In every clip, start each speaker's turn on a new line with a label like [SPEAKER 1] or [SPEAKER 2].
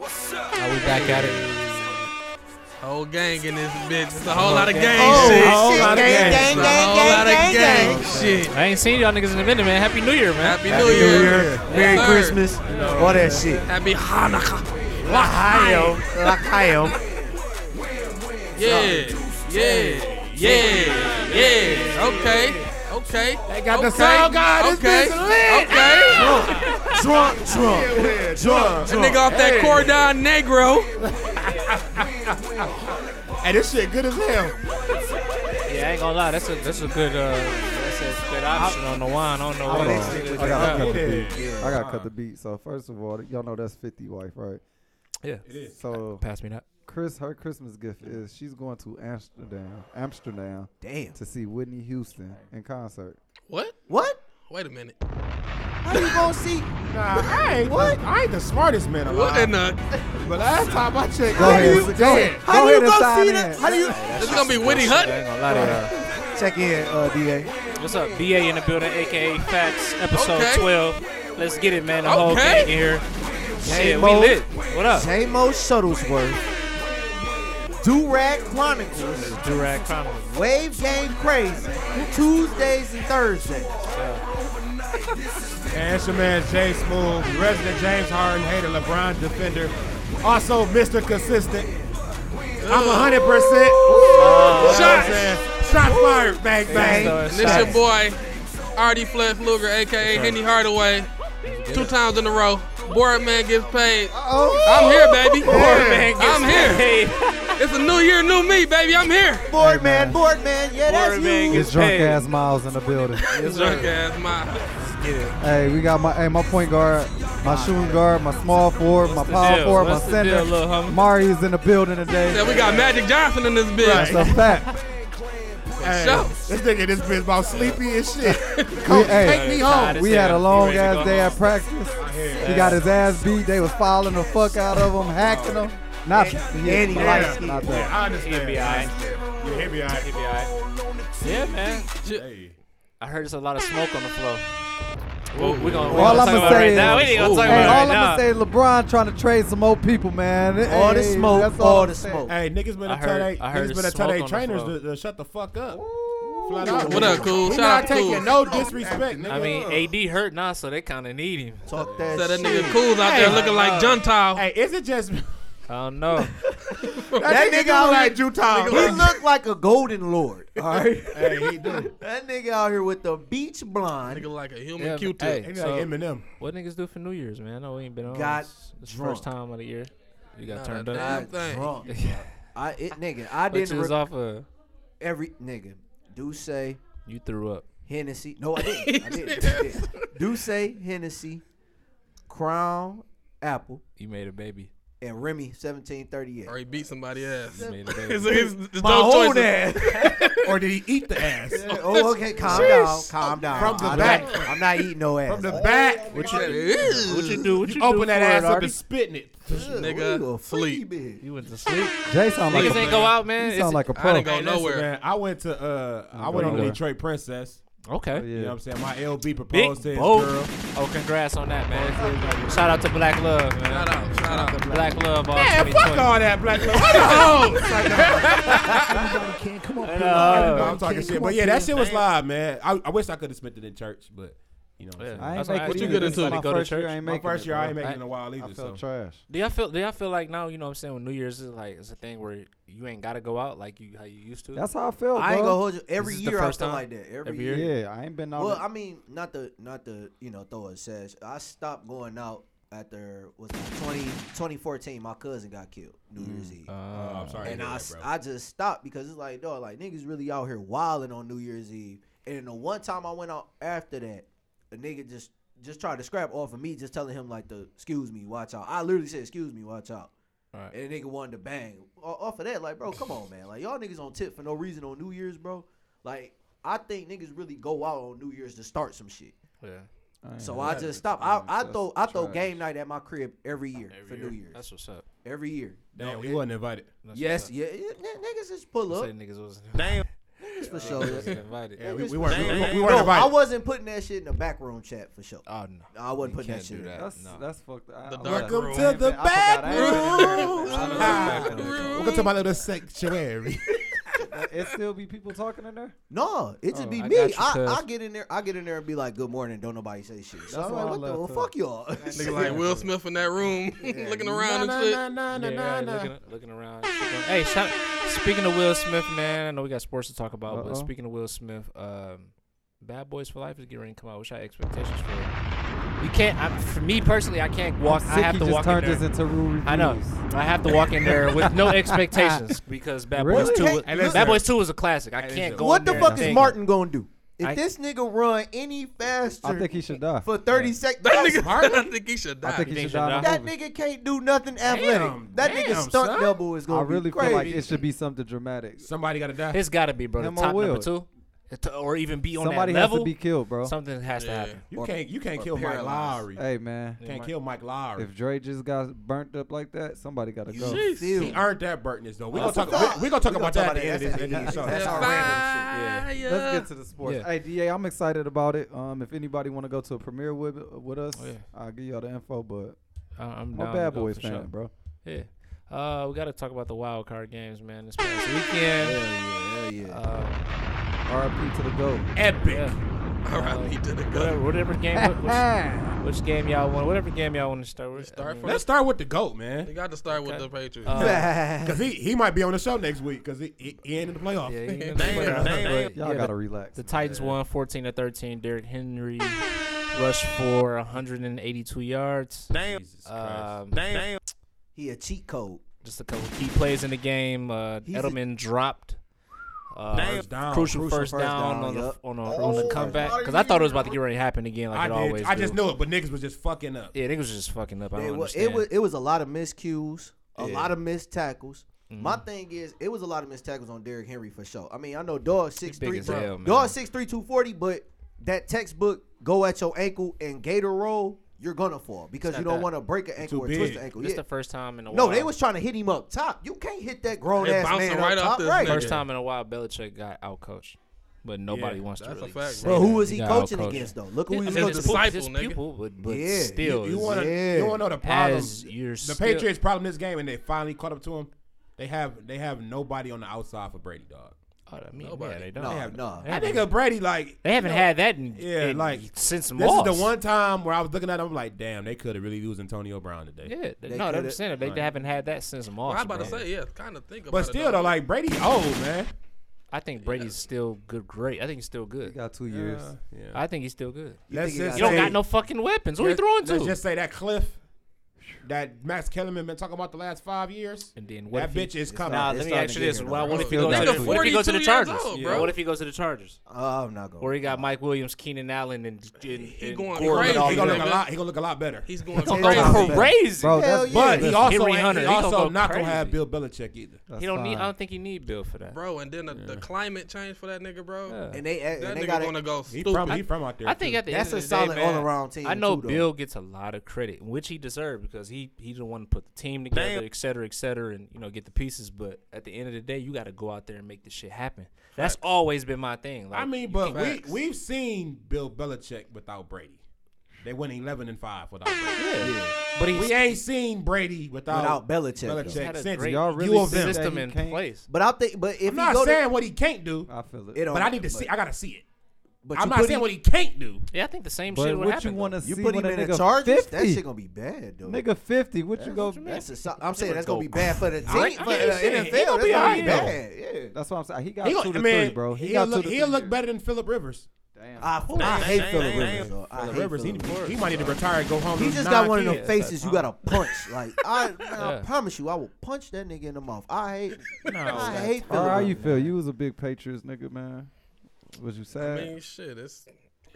[SPEAKER 1] Are we back at it?
[SPEAKER 2] Whole gang in this bitch. It's a whole lot of gang
[SPEAKER 3] Oh,
[SPEAKER 2] shit.
[SPEAKER 3] whole lot of
[SPEAKER 4] gang,
[SPEAKER 3] gang.
[SPEAKER 4] gang,
[SPEAKER 2] It's a
[SPEAKER 4] gang,
[SPEAKER 2] whole
[SPEAKER 4] gang,
[SPEAKER 2] lot of
[SPEAKER 4] gang,
[SPEAKER 2] gang,
[SPEAKER 4] gang.
[SPEAKER 2] shit.
[SPEAKER 1] I ain't seen y'all niggas in a minute, man. Happy New Year, man.
[SPEAKER 2] Happy,
[SPEAKER 3] Happy
[SPEAKER 2] New Year.
[SPEAKER 3] Merry
[SPEAKER 2] Yes, sir.
[SPEAKER 3] Christmas, all that shit.
[SPEAKER 2] Happy Hanukkah.
[SPEAKER 3] Lahayo, Lahayo.
[SPEAKER 2] Yeah, yeah, yeah, yeah. Okay, okay. They
[SPEAKER 1] got
[SPEAKER 2] okay.
[SPEAKER 1] the sound guy. This
[SPEAKER 2] Okay,
[SPEAKER 1] bitch
[SPEAKER 2] okay.
[SPEAKER 3] Drunk, drunk, drunk,
[SPEAKER 2] Nigga
[SPEAKER 3] drunk.
[SPEAKER 2] off that Cordon Negro.
[SPEAKER 3] Hey, this shit good as
[SPEAKER 1] Yeah,
[SPEAKER 3] hell.
[SPEAKER 1] I ain't gonna lie. That's a that's a good uh, that's a good option on the wine. I don't know.
[SPEAKER 5] Hold
[SPEAKER 1] what
[SPEAKER 5] on. I
[SPEAKER 1] it is.
[SPEAKER 5] gotta cut the
[SPEAKER 3] Yeah.
[SPEAKER 5] beat. I gotta cut the beat. So first of all, y'all know that's 50 wife, right?
[SPEAKER 1] Yeah,
[SPEAKER 5] So
[SPEAKER 1] pass me that.
[SPEAKER 5] Chris, her Christmas gift is she's going to Amsterdam, Amsterdam,
[SPEAKER 3] Damn.
[SPEAKER 5] to see Whitney Houston in concert.
[SPEAKER 2] What?
[SPEAKER 3] What?
[SPEAKER 2] Wait a minute.
[SPEAKER 3] How you gonna see?
[SPEAKER 6] Nah, I ain't, what? I ain't the smartest man alive.
[SPEAKER 2] What in the?
[SPEAKER 6] But last time I checked,
[SPEAKER 5] Go
[SPEAKER 6] I
[SPEAKER 5] ahead,
[SPEAKER 6] knew-
[SPEAKER 5] go ahead,
[SPEAKER 3] How do
[SPEAKER 5] go
[SPEAKER 3] you
[SPEAKER 5] ahead and
[SPEAKER 3] go
[SPEAKER 5] sign
[SPEAKER 3] see
[SPEAKER 5] in.
[SPEAKER 3] that? How do you
[SPEAKER 2] This is gonna be Whitney Hutton.
[SPEAKER 1] I ain't gonna lie to y'all.
[SPEAKER 3] check in, uh, Da?
[SPEAKER 1] What's up, BA in the building, aka Facts, episode
[SPEAKER 2] Okay.
[SPEAKER 1] 12. Let's get it, man. The whole
[SPEAKER 2] Okay.
[SPEAKER 1] gang in here. Shit, we
[SPEAKER 3] Mo.
[SPEAKER 1] lit. What up?
[SPEAKER 3] J-Mo Shuttlesworth, Durag Chronicles,
[SPEAKER 1] Durag Chronicles.
[SPEAKER 3] Wave Game Crazy, Tuesdays and Thursdays.
[SPEAKER 6] And it's your man Jay Smooth, resident James Harden hater, LeBron defender, also Mr. Consistent. I'm 100. percent Shots, shots fired, bang bang.
[SPEAKER 1] Yes,
[SPEAKER 2] And
[SPEAKER 1] sir.
[SPEAKER 2] this your boy, Artie Flesh Luger, aka Henny Hardaway. Two times in a row. Board man gets paid. I'm here, baby.
[SPEAKER 1] Oh. Board man gets
[SPEAKER 2] I'm here.
[SPEAKER 1] paid.
[SPEAKER 2] It's a new year, new me, baby. I'm here.
[SPEAKER 3] Board man, board man, yeah, that's
[SPEAKER 1] Board man
[SPEAKER 3] you.
[SPEAKER 1] gets
[SPEAKER 5] It's drunk
[SPEAKER 1] paid.
[SPEAKER 5] ass Miles in the building.
[SPEAKER 2] Drunk ass my.
[SPEAKER 5] hey, we got my hey my point guard, my shooting guard, my small forward, my
[SPEAKER 1] the
[SPEAKER 5] power
[SPEAKER 1] deal?
[SPEAKER 5] forward,
[SPEAKER 1] What's
[SPEAKER 5] my
[SPEAKER 1] the deal,
[SPEAKER 5] center.
[SPEAKER 1] little homie?
[SPEAKER 5] Mari is in the building today.
[SPEAKER 2] That we got Magic Johnson in this bitch.
[SPEAKER 5] That's a fact.
[SPEAKER 6] Hey,
[SPEAKER 2] Shots.
[SPEAKER 6] this nigga, this bitch about sleepy and shit.
[SPEAKER 5] We,
[SPEAKER 6] Coach, Oh, take
[SPEAKER 5] hey,
[SPEAKER 6] me
[SPEAKER 1] Tired
[SPEAKER 6] home.
[SPEAKER 1] as
[SPEAKER 5] we had
[SPEAKER 1] hell.
[SPEAKER 5] a
[SPEAKER 1] He
[SPEAKER 5] long
[SPEAKER 1] ready to go
[SPEAKER 5] ass day
[SPEAKER 1] home.
[SPEAKER 5] at practice. He got his ass beat. They was fouling the fuck out of him, hacking him. Not
[SPEAKER 3] And he light skinned.
[SPEAKER 5] Not that.
[SPEAKER 6] Yeah, I understand.
[SPEAKER 1] He'll be all right.
[SPEAKER 6] Yeah, he'll be all right.
[SPEAKER 1] He'll be all right. Yeah, man. J-
[SPEAKER 6] Hey.
[SPEAKER 1] I heard there's a lot of smoke on the floor. Well, we gonna, we
[SPEAKER 5] All
[SPEAKER 1] gonna talk
[SPEAKER 5] I'ma
[SPEAKER 1] about it
[SPEAKER 5] say
[SPEAKER 1] right
[SPEAKER 5] is-
[SPEAKER 1] now. We ain't gonna talk
[SPEAKER 5] Hey,
[SPEAKER 1] about
[SPEAKER 5] all
[SPEAKER 1] it
[SPEAKER 5] I'm
[SPEAKER 1] right now.
[SPEAKER 5] gonna say, LeBron trying to trade some more people, man.
[SPEAKER 3] All the
[SPEAKER 5] Hey,
[SPEAKER 3] smoke,
[SPEAKER 5] that's
[SPEAKER 3] all
[SPEAKER 5] I'm
[SPEAKER 3] the
[SPEAKER 5] saying.
[SPEAKER 3] smoke.
[SPEAKER 6] Hey, niggas been
[SPEAKER 1] I
[SPEAKER 6] to tell
[SPEAKER 1] heard-
[SPEAKER 6] they,
[SPEAKER 1] I heard
[SPEAKER 6] niggas been to
[SPEAKER 1] smoke
[SPEAKER 6] tell they
[SPEAKER 1] on the
[SPEAKER 6] trainers
[SPEAKER 1] floor.
[SPEAKER 6] to, to shut the fuck up. Flat out.
[SPEAKER 2] What up, cool?
[SPEAKER 6] We
[SPEAKER 2] Shout out
[SPEAKER 6] not
[SPEAKER 2] to
[SPEAKER 6] taking
[SPEAKER 2] cool.
[SPEAKER 6] no disrespect, nigga.
[SPEAKER 1] I mean, AD hurt now, so they kind of need him.
[SPEAKER 3] Talk that,
[SPEAKER 2] So that
[SPEAKER 3] shit.
[SPEAKER 2] nigga Cool's out there
[SPEAKER 1] Hey.
[SPEAKER 2] looking like Gentile.
[SPEAKER 6] hey, is it just that,
[SPEAKER 1] I don't know.
[SPEAKER 3] That nigga
[SPEAKER 6] do
[SPEAKER 3] out
[SPEAKER 6] like
[SPEAKER 3] here-
[SPEAKER 6] Juton?
[SPEAKER 3] He look like a golden lord. All right,
[SPEAKER 6] hey, he do.
[SPEAKER 3] that nigga out here with the beach blonde
[SPEAKER 2] Nigga like a human
[SPEAKER 1] Yeah, but-
[SPEAKER 2] Q-tip.
[SPEAKER 1] hey.
[SPEAKER 6] He
[SPEAKER 1] So-
[SPEAKER 6] like Eminem.
[SPEAKER 1] what niggas do for New Year's, man? I know we ain't been on.
[SPEAKER 3] Got
[SPEAKER 1] It's- it's the
[SPEAKER 3] drunk.
[SPEAKER 1] first time of the year. You got
[SPEAKER 2] Not
[SPEAKER 1] turned
[SPEAKER 2] a
[SPEAKER 1] up.
[SPEAKER 2] damn
[SPEAKER 3] got
[SPEAKER 2] thing.
[SPEAKER 3] drunk. I it nigga. I
[SPEAKER 1] Which
[SPEAKER 3] didn't
[SPEAKER 1] is
[SPEAKER 3] re-
[SPEAKER 1] off of
[SPEAKER 3] every nigga. Duce,
[SPEAKER 1] you threw up.
[SPEAKER 3] Hennessy. No, I didn't. I didn't. I didn't. Duce, Hennessy, Crown, Apple,
[SPEAKER 1] You made a baby.
[SPEAKER 3] and Remy 1738.
[SPEAKER 2] Or he beat somebody ass.
[SPEAKER 1] You made a
[SPEAKER 2] It's,
[SPEAKER 1] baby.
[SPEAKER 2] it's, it's
[SPEAKER 3] My
[SPEAKER 2] those
[SPEAKER 3] own
[SPEAKER 2] choices.
[SPEAKER 3] ass.
[SPEAKER 6] Or did he eat the ass?
[SPEAKER 3] oh, okay. Calm down. Calm down.
[SPEAKER 6] From the
[SPEAKER 3] I'm Not,
[SPEAKER 6] back.
[SPEAKER 3] I'm not eating no ass.
[SPEAKER 6] From the back,
[SPEAKER 1] What
[SPEAKER 2] That
[SPEAKER 1] you,
[SPEAKER 2] is.
[SPEAKER 1] what you do? What you,
[SPEAKER 6] you
[SPEAKER 1] do
[SPEAKER 6] open that
[SPEAKER 1] for it,
[SPEAKER 6] ass up
[SPEAKER 1] Artie?
[SPEAKER 6] and spitting it.
[SPEAKER 2] nigga,
[SPEAKER 3] Ooh, a freaky
[SPEAKER 2] sleep.
[SPEAKER 3] bitch.
[SPEAKER 1] You went to sleep.
[SPEAKER 5] Jay sound like
[SPEAKER 1] Niggas
[SPEAKER 5] a,
[SPEAKER 1] ain't go out, man.
[SPEAKER 5] he
[SPEAKER 1] It's-
[SPEAKER 5] sound like a
[SPEAKER 2] I
[SPEAKER 5] pro.
[SPEAKER 2] didn't go
[SPEAKER 6] Hey, listen,
[SPEAKER 2] nowhere.
[SPEAKER 6] man, I went to uh, I went on the
[SPEAKER 5] nowhere.
[SPEAKER 6] Detroit Princess.
[SPEAKER 1] okay.
[SPEAKER 5] Yeah.
[SPEAKER 6] You know what I'm saying? My LB
[SPEAKER 1] Big
[SPEAKER 6] proposed to his
[SPEAKER 1] Bo.
[SPEAKER 6] girl.
[SPEAKER 1] Oh, congrats on that, man. Shout out to Black Love, man.
[SPEAKER 2] Shout out, shout out.
[SPEAKER 1] Black Love uh, all
[SPEAKER 6] Man, fuck
[SPEAKER 1] 2020.
[SPEAKER 6] all that black love. What the hell?
[SPEAKER 1] And, uh,
[SPEAKER 6] I'm talking shit, but yeah, that shit was live, man. I, I wish I could have spent it in church, but you know, what I'm
[SPEAKER 1] Yeah.
[SPEAKER 6] saying?
[SPEAKER 5] I ain't
[SPEAKER 1] That's why I
[SPEAKER 5] making
[SPEAKER 1] asked
[SPEAKER 5] it.
[SPEAKER 2] you to get
[SPEAKER 5] This is
[SPEAKER 2] into
[SPEAKER 5] my
[SPEAKER 1] it. Go to
[SPEAKER 5] first year,
[SPEAKER 1] church.
[SPEAKER 5] I ain't
[SPEAKER 6] my
[SPEAKER 5] making
[SPEAKER 6] first
[SPEAKER 5] it,
[SPEAKER 6] year, I
[SPEAKER 5] bro.
[SPEAKER 6] ain't making
[SPEAKER 1] I-
[SPEAKER 6] it in a while
[SPEAKER 5] I
[SPEAKER 6] either. So
[SPEAKER 5] felt trash.
[SPEAKER 1] do y'all feel? Do y'all feel like now? You know what I'm saying? With New Year's is like it's a thing where you ain't gotta go out like you how you used to.
[SPEAKER 5] That's how I felt,
[SPEAKER 3] I ain't gonna
[SPEAKER 5] bro.
[SPEAKER 3] hold you. Every
[SPEAKER 1] This is the
[SPEAKER 3] year I
[SPEAKER 1] first
[SPEAKER 3] feel
[SPEAKER 1] time?
[SPEAKER 3] like that. Every,
[SPEAKER 1] Every
[SPEAKER 3] year.
[SPEAKER 1] year?
[SPEAKER 5] Yeah, I ain't been out.
[SPEAKER 3] Well,
[SPEAKER 5] in-
[SPEAKER 3] I mean, not the not the you know throw a sash. I stopped going out after was it 20, 2014. My cousin got killed New Year's Eve,
[SPEAKER 6] Oh, I'm sorry. to
[SPEAKER 3] and
[SPEAKER 6] hear
[SPEAKER 3] I,
[SPEAKER 6] that,
[SPEAKER 3] s-
[SPEAKER 6] bro.
[SPEAKER 3] I just stopped because it's like dog, like niggas really out here wilding on New Year's Eve. And the one time I went out after that, a nigga just just tried to scrap off of me, just telling him like the excuse me, watch out. I literally said excuse me, watch out.
[SPEAKER 1] Alright.
[SPEAKER 3] And the nigga wanted to bang. O- Off of that, like, bro, come on, man. Like, y'all niggas on tip for no reason on New Year's, bro. Like, I think niggas really go out on New Year's to start some shit.
[SPEAKER 1] yeah.
[SPEAKER 5] ain't
[SPEAKER 3] So
[SPEAKER 5] had
[SPEAKER 3] I
[SPEAKER 5] it.
[SPEAKER 3] just stop. I, I
[SPEAKER 5] that's
[SPEAKER 3] throw I throw
[SPEAKER 5] trash.
[SPEAKER 3] game night at my crib every year for New Year's.
[SPEAKER 1] That's what's up.
[SPEAKER 3] every year.
[SPEAKER 6] Damn, we wasn't invited.
[SPEAKER 1] That's what's
[SPEAKER 3] Yes,
[SPEAKER 1] up.
[SPEAKER 3] yeah, yeah, n- niggas just pull
[SPEAKER 1] Say
[SPEAKER 3] up.
[SPEAKER 1] niggas wasn't.
[SPEAKER 3] for sure.
[SPEAKER 1] invited.
[SPEAKER 6] Yeah, we, we weren't, we, we weren't
[SPEAKER 3] No, I
[SPEAKER 6] invited.
[SPEAKER 3] wasn't putting that shit in the back room chat for sure.
[SPEAKER 1] Oh no.
[SPEAKER 3] I wasn't
[SPEAKER 1] You
[SPEAKER 3] putting that
[SPEAKER 1] can't
[SPEAKER 3] shit.
[SPEAKER 1] do
[SPEAKER 3] in.
[SPEAKER 1] that.
[SPEAKER 5] That's
[SPEAKER 1] no.
[SPEAKER 5] that's fucked. I,
[SPEAKER 2] The
[SPEAKER 5] I
[SPEAKER 2] dark
[SPEAKER 5] forgot-
[SPEAKER 2] room.
[SPEAKER 6] Welcome to the
[SPEAKER 5] I forgot
[SPEAKER 6] back
[SPEAKER 5] I ain't been in there.
[SPEAKER 6] room.
[SPEAKER 5] I don't know what's back room.
[SPEAKER 6] Welcome to my little sanctuary.
[SPEAKER 5] It still be people talking in there.
[SPEAKER 3] No, it just
[SPEAKER 1] Oh,
[SPEAKER 3] be
[SPEAKER 1] I
[SPEAKER 3] me.
[SPEAKER 1] got you,
[SPEAKER 3] I, I
[SPEAKER 1] cuz.
[SPEAKER 3] get in there, I get in there and be like, "Good morning." Don't nobody say shit. So
[SPEAKER 5] That's
[SPEAKER 3] I'm
[SPEAKER 5] why I
[SPEAKER 3] like, "What the
[SPEAKER 5] left,
[SPEAKER 3] well,
[SPEAKER 5] uh,
[SPEAKER 3] fuck y'all?"
[SPEAKER 2] Nigga like Will Smith in that room, looking around and shit.
[SPEAKER 1] Nah, nah, nah,
[SPEAKER 5] Yeah,
[SPEAKER 1] nah,
[SPEAKER 5] right,
[SPEAKER 1] nah.
[SPEAKER 5] looking-
[SPEAKER 1] Looking, looking around. hey, shout, speaking of Will Smith, man, I know we got sports to talk about,
[SPEAKER 5] Uh-oh.
[SPEAKER 1] but speaking of Will Smith, um, Bad Boys for Life is getting ready to come out. What's your expectations for it? You can't. I, for me personally, I can't walk. I
[SPEAKER 5] Sick,
[SPEAKER 1] have
[SPEAKER 5] you
[SPEAKER 1] to
[SPEAKER 5] just
[SPEAKER 1] walk in
[SPEAKER 5] turned
[SPEAKER 1] there.
[SPEAKER 5] this into Rue
[SPEAKER 1] I know.
[SPEAKER 5] Reviews.
[SPEAKER 1] I have to walk in there with no expectations because Bad
[SPEAKER 5] Really?
[SPEAKER 1] Boys Two.
[SPEAKER 3] Hey,
[SPEAKER 1] Was,
[SPEAKER 6] Hey, listen.
[SPEAKER 1] Bad Boys Two is a classic. I
[SPEAKER 6] Hey,
[SPEAKER 1] can't
[SPEAKER 6] listen.
[SPEAKER 1] go.
[SPEAKER 3] what
[SPEAKER 1] in
[SPEAKER 3] the
[SPEAKER 1] there
[SPEAKER 3] fuck is
[SPEAKER 1] thinking-
[SPEAKER 3] Martin gonna do if
[SPEAKER 1] I-
[SPEAKER 3] this nigga run any faster?
[SPEAKER 5] I think he should die.
[SPEAKER 3] for thirty seconds.
[SPEAKER 2] That nigga, I think he should die.
[SPEAKER 5] I think he
[SPEAKER 1] They
[SPEAKER 5] should
[SPEAKER 1] should
[SPEAKER 5] die. in the
[SPEAKER 1] die.
[SPEAKER 3] That
[SPEAKER 5] movie.
[SPEAKER 3] nigga can't do nothing athletic. that
[SPEAKER 6] damn,
[SPEAKER 3] nigga stunt
[SPEAKER 6] son.
[SPEAKER 3] double is
[SPEAKER 5] I
[SPEAKER 3] gonna
[SPEAKER 5] really
[SPEAKER 3] be crazy.
[SPEAKER 5] feel like it should be something dramatic.
[SPEAKER 6] Somebody gotta die.
[SPEAKER 1] It's got to be, bro. The
[SPEAKER 5] Him or
[SPEAKER 1] top
[SPEAKER 5] Will.
[SPEAKER 1] number two, It- or even be on
[SPEAKER 5] Somebody
[SPEAKER 1] that
[SPEAKER 5] has
[SPEAKER 1] level.
[SPEAKER 5] to be killed, bro.
[SPEAKER 1] Something has to
[SPEAKER 2] Yeah.
[SPEAKER 1] happen.
[SPEAKER 6] You can't. You can't
[SPEAKER 3] or
[SPEAKER 6] kill Mike
[SPEAKER 3] paralyzed.
[SPEAKER 6] Lowry.
[SPEAKER 5] Hey man,
[SPEAKER 6] Can't
[SPEAKER 1] Mike-
[SPEAKER 6] kill Mike Lowry.
[SPEAKER 5] if Dre just got burnt up like that, somebody gotta
[SPEAKER 3] You
[SPEAKER 5] go.
[SPEAKER 3] should feel-
[SPEAKER 6] He earned that burntness though. We
[SPEAKER 3] That's
[SPEAKER 6] gonna talk.
[SPEAKER 3] a fact.
[SPEAKER 6] We, we gonna talk
[SPEAKER 3] We
[SPEAKER 6] about
[SPEAKER 3] gonna
[SPEAKER 6] that
[SPEAKER 3] talk
[SPEAKER 6] at the end
[SPEAKER 3] about
[SPEAKER 6] of this- end of this
[SPEAKER 3] that.
[SPEAKER 6] show.
[SPEAKER 3] That's
[SPEAKER 6] That's
[SPEAKER 3] our
[SPEAKER 6] all
[SPEAKER 2] Fire.
[SPEAKER 1] random
[SPEAKER 5] Let's get to the sports.
[SPEAKER 1] Yeah.
[SPEAKER 5] Hey DA, I'm excited about it. Um, if anybody want to go to a premiere with with us,
[SPEAKER 1] Oh, yeah.
[SPEAKER 5] I'll give y'all the info. But
[SPEAKER 1] I- I'm
[SPEAKER 5] I'm a
[SPEAKER 1] down
[SPEAKER 5] bad
[SPEAKER 1] to go
[SPEAKER 5] boys
[SPEAKER 1] for
[SPEAKER 5] fan,
[SPEAKER 1] sure.
[SPEAKER 5] bro.
[SPEAKER 1] Yeah. Uh, we got to talk about the wild card games, man. This past weekend.
[SPEAKER 3] yeah, yeah, yeah.
[SPEAKER 1] Uh,
[SPEAKER 5] RIP to the goat.
[SPEAKER 1] yeah.
[SPEAKER 2] All right, he did a
[SPEAKER 1] Whatever,
[SPEAKER 2] good.
[SPEAKER 1] whatever game, which, which game y'all want, whatever game y'all want to start with.
[SPEAKER 2] Start
[SPEAKER 1] I mean,
[SPEAKER 6] Let's start with the goat,
[SPEAKER 2] You
[SPEAKER 6] man,
[SPEAKER 2] got to start with
[SPEAKER 1] Okay.
[SPEAKER 2] the Patriots.
[SPEAKER 1] Uh,
[SPEAKER 6] because he he might be on the show next week because he, he, he ain't in the playoffs.
[SPEAKER 1] yeah, you know,
[SPEAKER 2] Damn,
[SPEAKER 1] but-
[SPEAKER 2] damn.
[SPEAKER 1] but
[SPEAKER 5] Y'all
[SPEAKER 1] yeah,
[SPEAKER 5] gotta
[SPEAKER 1] the,
[SPEAKER 5] relax.
[SPEAKER 1] the Titans won 14 to 13. Derrick Henry rushed for 182 yards.
[SPEAKER 2] Damn.
[SPEAKER 6] Jesus Christ.
[SPEAKER 1] Um,
[SPEAKER 2] Damn.
[SPEAKER 3] He a cheat code.
[SPEAKER 1] just a couple key plays in the game. Uh,
[SPEAKER 3] He's a-
[SPEAKER 1] Edelman dropped. Uh,
[SPEAKER 2] Damn.
[SPEAKER 6] First down,
[SPEAKER 1] crucial,
[SPEAKER 3] Crucial
[SPEAKER 1] first,
[SPEAKER 3] first
[SPEAKER 1] down,
[SPEAKER 3] down,
[SPEAKER 1] on the
[SPEAKER 3] yup.
[SPEAKER 1] on a,
[SPEAKER 3] Crucial
[SPEAKER 1] on the
[SPEAKER 3] first
[SPEAKER 1] comeback
[SPEAKER 3] down.
[SPEAKER 1] because I thought it was about to get ready to happen again, like
[SPEAKER 6] I
[SPEAKER 1] it
[SPEAKER 6] did.
[SPEAKER 1] always.
[SPEAKER 6] I just
[SPEAKER 1] do.
[SPEAKER 6] knew it, but niggas was just fucking up.
[SPEAKER 1] Yeah, niggas was just fucking up. I
[SPEAKER 3] They
[SPEAKER 1] don't
[SPEAKER 3] wa-
[SPEAKER 1] understand.
[SPEAKER 3] it was it was a lot of miscues, a
[SPEAKER 1] Yeah. Mm-hmm.
[SPEAKER 3] lot of missed tackles. My thing is, it was a lot of missed tackles on Derrick Henry for sure. I mean, I know dog six
[SPEAKER 1] big
[SPEAKER 3] three,
[SPEAKER 1] as hell, man.
[SPEAKER 3] dog six three two forty, but that textbook go at your ankle and gator roll, you're gonna fall because
[SPEAKER 1] It's
[SPEAKER 3] you
[SPEAKER 1] not
[SPEAKER 3] don't
[SPEAKER 1] that.
[SPEAKER 3] want to break an ankle
[SPEAKER 6] too
[SPEAKER 3] or twist
[SPEAKER 6] big.
[SPEAKER 3] an ankle.
[SPEAKER 1] This
[SPEAKER 3] Yeah.
[SPEAKER 1] the first time in a while.
[SPEAKER 3] no, they was trying to hit him up top. You can't hit that grown
[SPEAKER 2] They
[SPEAKER 3] ass
[SPEAKER 2] bouncing
[SPEAKER 3] man
[SPEAKER 2] right
[SPEAKER 3] up
[SPEAKER 2] off
[SPEAKER 3] top,
[SPEAKER 2] this
[SPEAKER 3] right?
[SPEAKER 1] first
[SPEAKER 2] nigga.
[SPEAKER 1] time in a while Belichick got outcoached, but nobody
[SPEAKER 6] Yeah,
[SPEAKER 1] wants to
[SPEAKER 2] that's a
[SPEAKER 1] really.
[SPEAKER 2] fact,
[SPEAKER 1] say
[SPEAKER 2] bro.
[SPEAKER 3] But who was
[SPEAKER 1] that.
[SPEAKER 3] he
[SPEAKER 1] got
[SPEAKER 3] coaching
[SPEAKER 1] outcoached.
[SPEAKER 3] against though? Look who
[SPEAKER 1] His,
[SPEAKER 3] he was
[SPEAKER 2] his
[SPEAKER 3] coaching.
[SPEAKER 1] his,
[SPEAKER 3] against.
[SPEAKER 2] disciple,
[SPEAKER 1] pupil- his
[SPEAKER 2] nigga.
[SPEAKER 1] pupil, but, but
[SPEAKER 3] Yeah.
[SPEAKER 1] still,
[SPEAKER 6] You
[SPEAKER 1] it's-
[SPEAKER 6] want to?
[SPEAKER 3] Yeah.
[SPEAKER 6] You want to know the problem?
[SPEAKER 1] As you're
[SPEAKER 6] the
[SPEAKER 1] still-
[SPEAKER 6] Patriots' problem this game, and they finally caught up to him. They have they have nobody on the outside for Brady, dog.
[SPEAKER 1] Oh, I mean,
[SPEAKER 2] Nobody.
[SPEAKER 1] yeah, they don't.
[SPEAKER 3] No,
[SPEAKER 1] They,
[SPEAKER 3] no.
[SPEAKER 1] haven't,
[SPEAKER 6] I think of Brady like
[SPEAKER 1] they haven't
[SPEAKER 6] you know,
[SPEAKER 1] had that in,
[SPEAKER 6] Yeah,
[SPEAKER 1] in-
[SPEAKER 6] like,
[SPEAKER 1] since
[SPEAKER 6] This
[SPEAKER 1] Moss.
[SPEAKER 6] is the one time where I was looking at him like, damn, they could have really used Antonio Brown today.
[SPEAKER 1] Yeah, they,
[SPEAKER 3] They
[SPEAKER 1] no,
[SPEAKER 3] coulda-
[SPEAKER 1] I'm saying that they haven't had that since Moss.
[SPEAKER 2] I was about to
[SPEAKER 1] bro.
[SPEAKER 2] say, yeah, kind of think about
[SPEAKER 6] But
[SPEAKER 2] it.
[SPEAKER 6] still, though, like Brady, old man.
[SPEAKER 1] I think Brady's still good. Great. I think he's still
[SPEAKER 5] He
[SPEAKER 1] good.
[SPEAKER 5] got two years.
[SPEAKER 6] Uh, yeah.
[SPEAKER 1] I think he's still good.
[SPEAKER 6] let's
[SPEAKER 3] think he
[SPEAKER 6] just
[SPEAKER 1] You don't
[SPEAKER 6] say-
[SPEAKER 1] got no fucking weapons. Who are you
[SPEAKER 6] let's-
[SPEAKER 1] throwing to?
[SPEAKER 6] Let's just say that cliff that Max Kellerman been talking about the last five years.
[SPEAKER 1] and then what
[SPEAKER 6] that
[SPEAKER 1] if he-
[SPEAKER 6] bitch is coming.
[SPEAKER 1] Nah,
[SPEAKER 3] It's
[SPEAKER 1] let me
[SPEAKER 3] starting
[SPEAKER 1] ask
[SPEAKER 3] to
[SPEAKER 1] you
[SPEAKER 3] get
[SPEAKER 1] this.
[SPEAKER 3] here,
[SPEAKER 1] Well,
[SPEAKER 3] though.
[SPEAKER 1] what if he
[SPEAKER 5] Feel
[SPEAKER 1] goes
[SPEAKER 5] that
[SPEAKER 1] to the
[SPEAKER 5] too.
[SPEAKER 1] what if he goes to the
[SPEAKER 2] 42 years
[SPEAKER 1] Chargers?
[SPEAKER 2] old,
[SPEAKER 1] Yeah.
[SPEAKER 2] bro.
[SPEAKER 1] What if he goes to the Chargers?
[SPEAKER 3] Oh, I'm not going.
[SPEAKER 1] Or he got Mike Williams, Keenan Allen, and, and,
[SPEAKER 2] he
[SPEAKER 1] and
[SPEAKER 2] going
[SPEAKER 1] Gordon
[SPEAKER 2] crazy.
[SPEAKER 1] and all
[SPEAKER 6] He
[SPEAKER 1] them.
[SPEAKER 6] gonna
[SPEAKER 2] Hell
[SPEAKER 6] look a
[SPEAKER 2] yeah.
[SPEAKER 6] lot. He gonna look a lot better.
[SPEAKER 2] he's going
[SPEAKER 3] Don't
[SPEAKER 1] Go
[SPEAKER 2] crazy.
[SPEAKER 3] go crazy.
[SPEAKER 1] crazy.
[SPEAKER 3] Hell
[SPEAKER 5] Bro, that's
[SPEAKER 3] yeah.
[SPEAKER 6] But he
[SPEAKER 1] Listen,
[SPEAKER 6] also
[SPEAKER 1] Henry
[SPEAKER 6] ain't-
[SPEAKER 1] Hunter,
[SPEAKER 6] he
[SPEAKER 1] he gonna
[SPEAKER 6] also
[SPEAKER 1] go
[SPEAKER 6] not gonna
[SPEAKER 1] crazy.
[SPEAKER 6] have Bill Belichick either.
[SPEAKER 5] That's
[SPEAKER 1] he don't need.
[SPEAKER 5] fine.
[SPEAKER 1] I don't think he need Bill for that.
[SPEAKER 2] Bro, and then the, the climate change for that nigga, bro.
[SPEAKER 1] Yeah.
[SPEAKER 3] And they and
[SPEAKER 2] That
[SPEAKER 3] they
[SPEAKER 2] nigga
[SPEAKER 3] got
[SPEAKER 2] gonna
[SPEAKER 3] to
[SPEAKER 2] go
[SPEAKER 6] He
[SPEAKER 2] stupid.
[SPEAKER 6] from he from out there.
[SPEAKER 1] I think
[SPEAKER 6] too.
[SPEAKER 1] at the
[SPEAKER 3] That's
[SPEAKER 1] end of
[SPEAKER 3] a
[SPEAKER 1] the day,
[SPEAKER 3] solid
[SPEAKER 1] man,
[SPEAKER 3] all-around team,
[SPEAKER 1] I know
[SPEAKER 3] too, though.
[SPEAKER 1] Bill gets a lot of credit, which he deserved because he he the one to put the team together, et cetera, et cetera, and you know get the pieces. But at the end of the day, you got to go out there and make this shit happen. That's always been my thing. Like,
[SPEAKER 6] I mean,
[SPEAKER 1] you
[SPEAKER 6] but
[SPEAKER 1] can't-
[SPEAKER 6] we we've seen Bill Belichick without Brady. They went eleven and five without Brady.
[SPEAKER 1] yeah. but he's
[SPEAKER 6] We ain't seen Brady without,
[SPEAKER 3] without Belichick. though.
[SPEAKER 1] had a
[SPEAKER 6] Belichick since
[SPEAKER 1] great
[SPEAKER 5] Y'all
[SPEAKER 6] you
[SPEAKER 5] really
[SPEAKER 6] of them.
[SPEAKER 5] think that
[SPEAKER 1] system
[SPEAKER 5] he
[SPEAKER 1] in
[SPEAKER 5] can't-
[SPEAKER 1] place.
[SPEAKER 3] But I think, but if he
[SPEAKER 6] I'm not
[SPEAKER 3] go
[SPEAKER 6] saying
[SPEAKER 3] to,
[SPEAKER 6] what he can't do,
[SPEAKER 5] I feel it.
[SPEAKER 3] it don't-
[SPEAKER 6] but I need to
[SPEAKER 3] but-
[SPEAKER 6] see. I gotta see it.
[SPEAKER 3] But
[SPEAKER 6] I'm
[SPEAKER 3] you
[SPEAKER 6] not
[SPEAKER 3] put
[SPEAKER 6] saying
[SPEAKER 3] him-
[SPEAKER 6] what he can't do.
[SPEAKER 1] Yeah, I think the same shit
[SPEAKER 5] but
[SPEAKER 1] would
[SPEAKER 5] what
[SPEAKER 1] happen.
[SPEAKER 5] you
[SPEAKER 1] though.
[SPEAKER 5] want to see
[SPEAKER 3] You put him
[SPEAKER 5] when a
[SPEAKER 3] in
[SPEAKER 5] nigga
[SPEAKER 3] the Chargers.
[SPEAKER 5] 50?
[SPEAKER 3] That shit gonna be bad, though.
[SPEAKER 5] nigga 50. What you go?
[SPEAKER 3] that's a so- I'm saying
[SPEAKER 1] Nigga
[SPEAKER 3] that's gonna be
[SPEAKER 1] go-
[SPEAKER 3] bad for the team
[SPEAKER 6] I ain't-
[SPEAKER 3] for
[SPEAKER 6] I ain't
[SPEAKER 3] the
[SPEAKER 6] saying-
[SPEAKER 3] NFL.
[SPEAKER 6] he
[SPEAKER 3] That's
[SPEAKER 6] gonna
[SPEAKER 3] gonna
[SPEAKER 6] be
[SPEAKER 3] be
[SPEAKER 6] alright, though.
[SPEAKER 3] bad. Yeah.
[SPEAKER 5] That's what I'm saying. He got
[SPEAKER 6] He
[SPEAKER 5] two
[SPEAKER 6] gonna,
[SPEAKER 5] to
[SPEAKER 6] I mean,
[SPEAKER 5] three, bro. He
[SPEAKER 6] he'll
[SPEAKER 5] got
[SPEAKER 6] look,
[SPEAKER 5] two to
[SPEAKER 6] he'll
[SPEAKER 5] three.
[SPEAKER 6] look better than Philip Rivers.
[SPEAKER 3] I, fucking hate Philip Rivers. though. I hate
[SPEAKER 6] Philip Rivers, he,
[SPEAKER 3] Philip Rivers.
[SPEAKER 6] he might need to retire, and go home.
[SPEAKER 3] He
[SPEAKER 6] with
[SPEAKER 3] just
[SPEAKER 6] nine
[SPEAKER 3] got one of them
[SPEAKER 6] kids.
[SPEAKER 3] faces you gotta punch. Like I, man, I
[SPEAKER 1] Yeah.
[SPEAKER 3] promise you, I will punch that nigga in the mouth. I hate, I
[SPEAKER 6] that's-
[SPEAKER 3] hate
[SPEAKER 5] Or
[SPEAKER 3] Philip.
[SPEAKER 5] how you
[SPEAKER 3] Rivers.
[SPEAKER 5] feel? You was a big Patriots nigga, man. Was you
[SPEAKER 2] I
[SPEAKER 5] sad?
[SPEAKER 2] mean, shit, it's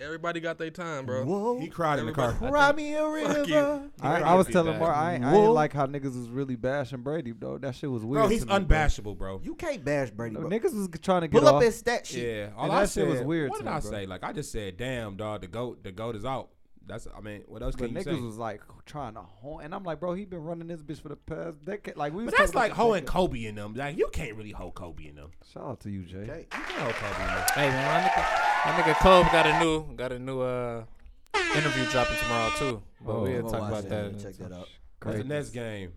[SPEAKER 2] everybody got their time, bro.
[SPEAKER 6] He
[SPEAKER 3] Whoa,
[SPEAKER 6] cried in the car.
[SPEAKER 3] cry me a
[SPEAKER 2] Fuck you.
[SPEAKER 3] river.
[SPEAKER 5] I,
[SPEAKER 6] Yeah,
[SPEAKER 5] I was
[SPEAKER 6] he
[SPEAKER 5] telling
[SPEAKER 6] bad.
[SPEAKER 5] Mark, I, ain't- I ain't
[SPEAKER 3] Whoa.
[SPEAKER 5] like how niggas was really bashing Brady, though. That shit was weird.
[SPEAKER 6] Bro, he's
[SPEAKER 5] to me,
[SPEAKER 6] unbashable, bro.
[SPEAKER 3] You can't bash Brady. Bro.
[SPEAKER 5] Niggas was trying to get
[SPEAKER 3] Pull up
[SPEAKER 5] off.
[SPEAKER 3] his stat sheet.
[SPEAKER 6] Yeah, all
[SPEAKER 5] And
[SPEAKER 6] I
[SPEAKER 5] that shit
[SPEAKER 6] said
[SPEAKER 5] was weird
[SPEAKER 6] What
[SPEAKER 5] to
[SPEAKER 6] did
[SPEAKER 5] me,
[SPEAKER 6] I
[SPEAKER 5] bro.
[SPEAKER 6] say? Like I just said, damn, dog, the goat, the goat is out. That's I mean, what else
[SPEAKER 5] But
[SPEAKER 6] can you say?
[SPEAKER 5] niggas was like trying to hone, and I'm like, bro, he been running this bitch for the past decade. Like we was
[SPEAKER 6] but that's
[SPEAKER 5] talking
[SPEAKER 6] like
[SPEAKER 5] about
[SPEAKER 6] hoeing
[SPEAKER 5] this
[SPEAKER 6] Kobe in them. Like you can't really hoe Kobe in them.
[SPEAKER 5] nigga. Shout out to you, Jay.
[SPEAKER 3] Okay.
[SPEAKER 6] You can't hoe Kobe in them.
[SPEAKER 1] Hey man, my nigga, my nigga Cove got a new got a new uh interview dropping tomorrow too. But
[SPEAKER 5] Oh.
[SPEAKER 1] we'll
[SPEAKER 3] Go
[SPEAKER 1] talk
[SPEAKER 3] watch
[SPEAKER 1] about that.
[SPEAKER 3] Check that out.
[SPEAKER 6] What's the
[SPEAKER 5] Great.
[SPEAKER 6] next game?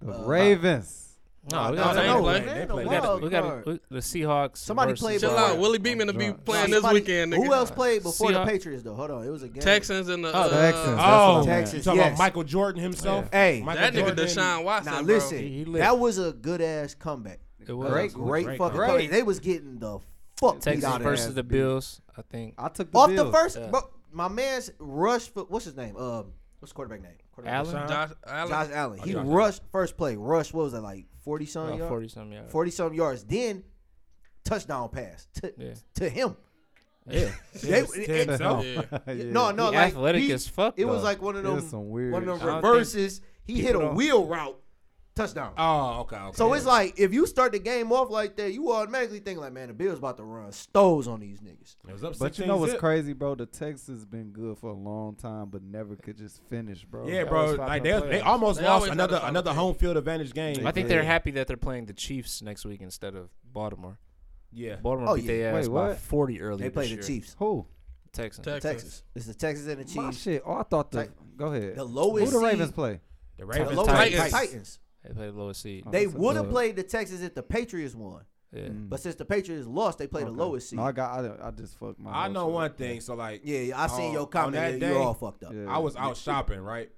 [SPEAKER 5] The
[SPEAKER 3] Uh,
[SPEAKER 5] Ravens.
[SPEAKER 1] No, we
[SPEAKER 2] No,
[SPEAKER 1] gotta
[SPEAKER 2] they
[SPEAKER 1] talk-
[SPEAKER 2] play.
[SPEAKER 3] Man,
[SPEAKER 6] They play.
[SPEAKER 3] the
[SPEAKER 1] we gotta,
[SPEAKER 3] wild
[SPEAKER 1] we gotta
[SPEAKER 3] card.
[SPEAKER 1] we, the Seahawks.
[SPEAKER 3] Oh, Somebody
[SPEAKER 1] versus- uh,
[SPEAKER 3] played
[SPEAKER 2] Chill
[SPEAKER 3] Boy.
[SPEAKER 2] out. Willie Beeman to
[SPEAKER 5] I'm
[SPEAKER 2] be
[SPEAKER 5] drunk.
[SPEAKER 2] playing
[SPEAKER 3] Nah,
[SPEAKER 2] this
[SPEAKER 3] somebody-
[SPEAKER 2] weekend,
[SPEAKER 3] Who
[SPEAKER 2] nigga.
[SPEAKER 3] else played before
[SPEAKER 1] Seahawks.
[SPEAKER 3] the Patriots though? Hold on, it was a game.
[SPEAKER 2] Texans and the.
[SPEAKER 5] Oh,
[SPEAKER 2] Uh,
[SPEAKER 5] Texans. That's what
[SPEAKER 6] Oh,
[SPEAKER 5] I'm
[SPEAKER 6] Texas,
[SPEAKER 5] saying.
[SPEAKER 6] talking about
[SPEAKER 3] yes.
[SPEAKER 6] Michael Jordan himself.
[SPEAKER 3] Hey,
[SPEAKER 6] Michael
[SPEAKER 2] That nigga
[SPEAKER 6] Jordan.
[SPEAKER 2] Deshaun Watson.
[SPEAKER 3] now
[SPEAKER 2] bro.
[SPEAKER 3] listen,
[SPEAKER 1] He lit.
[SPEAKER 3] that was a good ass comeback.
[SPEAKER 1] It was
[SPEAKER 5] Great,
[SPEAKER 3] Great,
[SPEAKER 6] Great
[SPEAKER 3] fucking
[SPEAKER 5] comeback.
[SPEAKER 3] comeback. They was getting the fuck beat
[SPEAKER 1] Texas
[SPEAKER 3] out of
[SPEAKER 5] versus
[SPEAKER 1] versus
[SPEAKER 3] them.
[SPEAKER 1] the Bills. I think
[SPEAKER 5] I took the
[SPEAKER 3] off the
[SPEAKER 5] Bills.
[SPEAKER 3] first.
[SPEAKER 1] Yeah.
[SPEAKER 3] Bro, my man's rushed for what's his name? Um, what's the quarterback name? Quarterback
[SPEAKER 1] Allen.
[SPEAKER 6] Deshaun.
[SPEAKER 2] Josh Allen.
[SPEAKER 3] Josh Allen. He
[SPEAKER 6] Oh, Josh
[SPEAKER 3] rushed first play. Rushed what was that like forty something yards?
[SPEAKER 1] forty something yards.
[SPEAKER 3] forty something yards. Then touchdown pass to,
[SPEAKER 1] Yeah.
[SPEAKER 3] to him.
[SPEAKER 1] Yeah,
[SPEAKER 3] They-
[SPEAKER 6] Yes,
[SPEAKER 3] it-
[SPEAKER 6] to
[SPEAKER 3] it-
[SPEAKER 6] himself.
[SPEAKER 2] Yeah.
[SPEAKER 5] Yeah.
[SPEAKER 3] No, no,
[SPEAKER 1] He
[SPEAKER 3] like
[SPEAKER 1] athletic
[SPEAKER 3] he-
[SPEAKER 1] as fuck,
[SPEAKER 3] It was
[SPEAKER 1] though.
[SPEAKER 3] like one of
[SPEAKER 5] There's
[SPEAKER 3] them,
[SPEAKER 5] some weird
[SPEAKER 3] one of
[SPEAKER 5] shit.
[SPEAKER 1] I
[SPEAKER 3] them
[SPEAKER 1] don't think
[SPEAKER 3] reverses. He hit a
[SPEAKER 1] people don't-
[SPEAKER 3] wheel route touchdown.
[SPEAKER 6] Oh, okay, okay.
[SPEAKER 3] so it's like if you start the game off like that, you automatically think like, man, the Bills about to run stoves on these niggas.
[SPEAKER 6] It was up
[SPEAKER 5] But you know
[SPEAKER 6] 16
[SPEAKER 5] what's
[SPEAKER 6] zip.
[SPEAKER 5] crazy, bro? The Texans been good for a long time, but never could just finish, bro.
[SPEAKER 6] Yeah,
[SPEAKER 1] They
[SPEAKER 6] bro.
[SPEAKER 1] always fight
[SPEAKER 6] Like
[SPEAKER 1] in
[SPEAKER 6] they,
[SPEAKER 1] the
[SPEAKER 6] they
[SPEAKER 1] playoffs.
[SPEAKER 6] almost
[SPEAKER 2] They
[SPEAKER 6] lost
[SPEAKER 2] always
[SPEAKER 6] another
[SPEAKER 2] gotta fight
[SPEAKER 6] another
[SPEAKER 2] in the
[SPEAKER 6] home field advantage game.
[SPEAKER 1] I think they're
[SPEAKER 5] Yeah.
[SPEAKER 1] happy that they're playing the Chiefs next week instead of Baltimore.
[SPEAKER 6] Yeah.
[SPEAKER 1] Baltimore
[SPEAKER 3] Oh,
[SPEAKER 1] beat
[SPEAKER 3] yeah.
[SPEAKER 1] their ass
[SPEAKER 5] Wait,
[SPEAKER 1] by
[SPEAKER 5] what?
[SPEAKER 1] forty early.
[SPEAKER 3] They play
[SPEAKER 1] this
[SPEAKER 3] the
[SPEAKER 1] year.
[SPEAKER 3] Chiefs,
[SPEAKER 5] Who?
[SPEAKER 1] Texans.
[SPEAKER 2] Texas.
[SPEAKER 3] Texas. It's the Texans and the
[SPEAKER 5] My
[SPEAKER 3] Chiefs.
[SPEAKER 5] shit. Oh, I thought the.
[SPEAKER 3] Tight-
[SPEAKER 5] Go ahead.
[SPEAKER 3] The
[SPEAKER 5] Who
[SPEAKER 3] lowest.
[SPEAKER 5] the
[SPEAKER 3] seed-
[SPEAKER 5] Ravens play?
[SPEAKER 6] The
[SPEAKER 3] The
[SPEAKER 6] Ravens.
[SPEAKER 3] lowest
[SPEAKER 1] Titans.
[SPEAKER 3] Titans.
[SPEAKER 2] Titans.
[SPEAKER 3] Titans.
[SPEAKER 1] They play the lowest seed.
[SPEAKER 5] Oh,
[SPEAKER 3] They
[SPEAKER 5] that's
[SPEAKER 3] would have
[SPEAKER 5] good.
[SPEAKER 3] played the Texans if the Patriots won,
[SPEAKER 1] Yeah.
[SPEAKER 3] but since the Patriots lost, they played the
[SPEAKER 5] Okay.
[SPEAKER 3] lowest seed.
[SPEAKER 5] No, I got. I, I just fucked my.
[SPEAKER 6] I
[SPEAKER 5] whole
[SPEAKER 6] know
[SPEAKER 5] shit
[SPEAKER 6] one
[SPEAKER 5] up.
[SPEAKER 6] thing. So like,
[SPEAKER 3] yeah, yeah, I seen
[SPEAKER 6] Oh, on-
[SPEAKER 3] your
[SPEAKER 6] on
[SPEAKER 3] comment.
[SPEAKER 6] that
[SPEAKER 3] Yeah,
[SPEAKER 6] day,
[SPEAKER 3] You're all fucked up.
[SPEAKER 5] Yeah.
[SPEAKER 6] I was out shopping, right?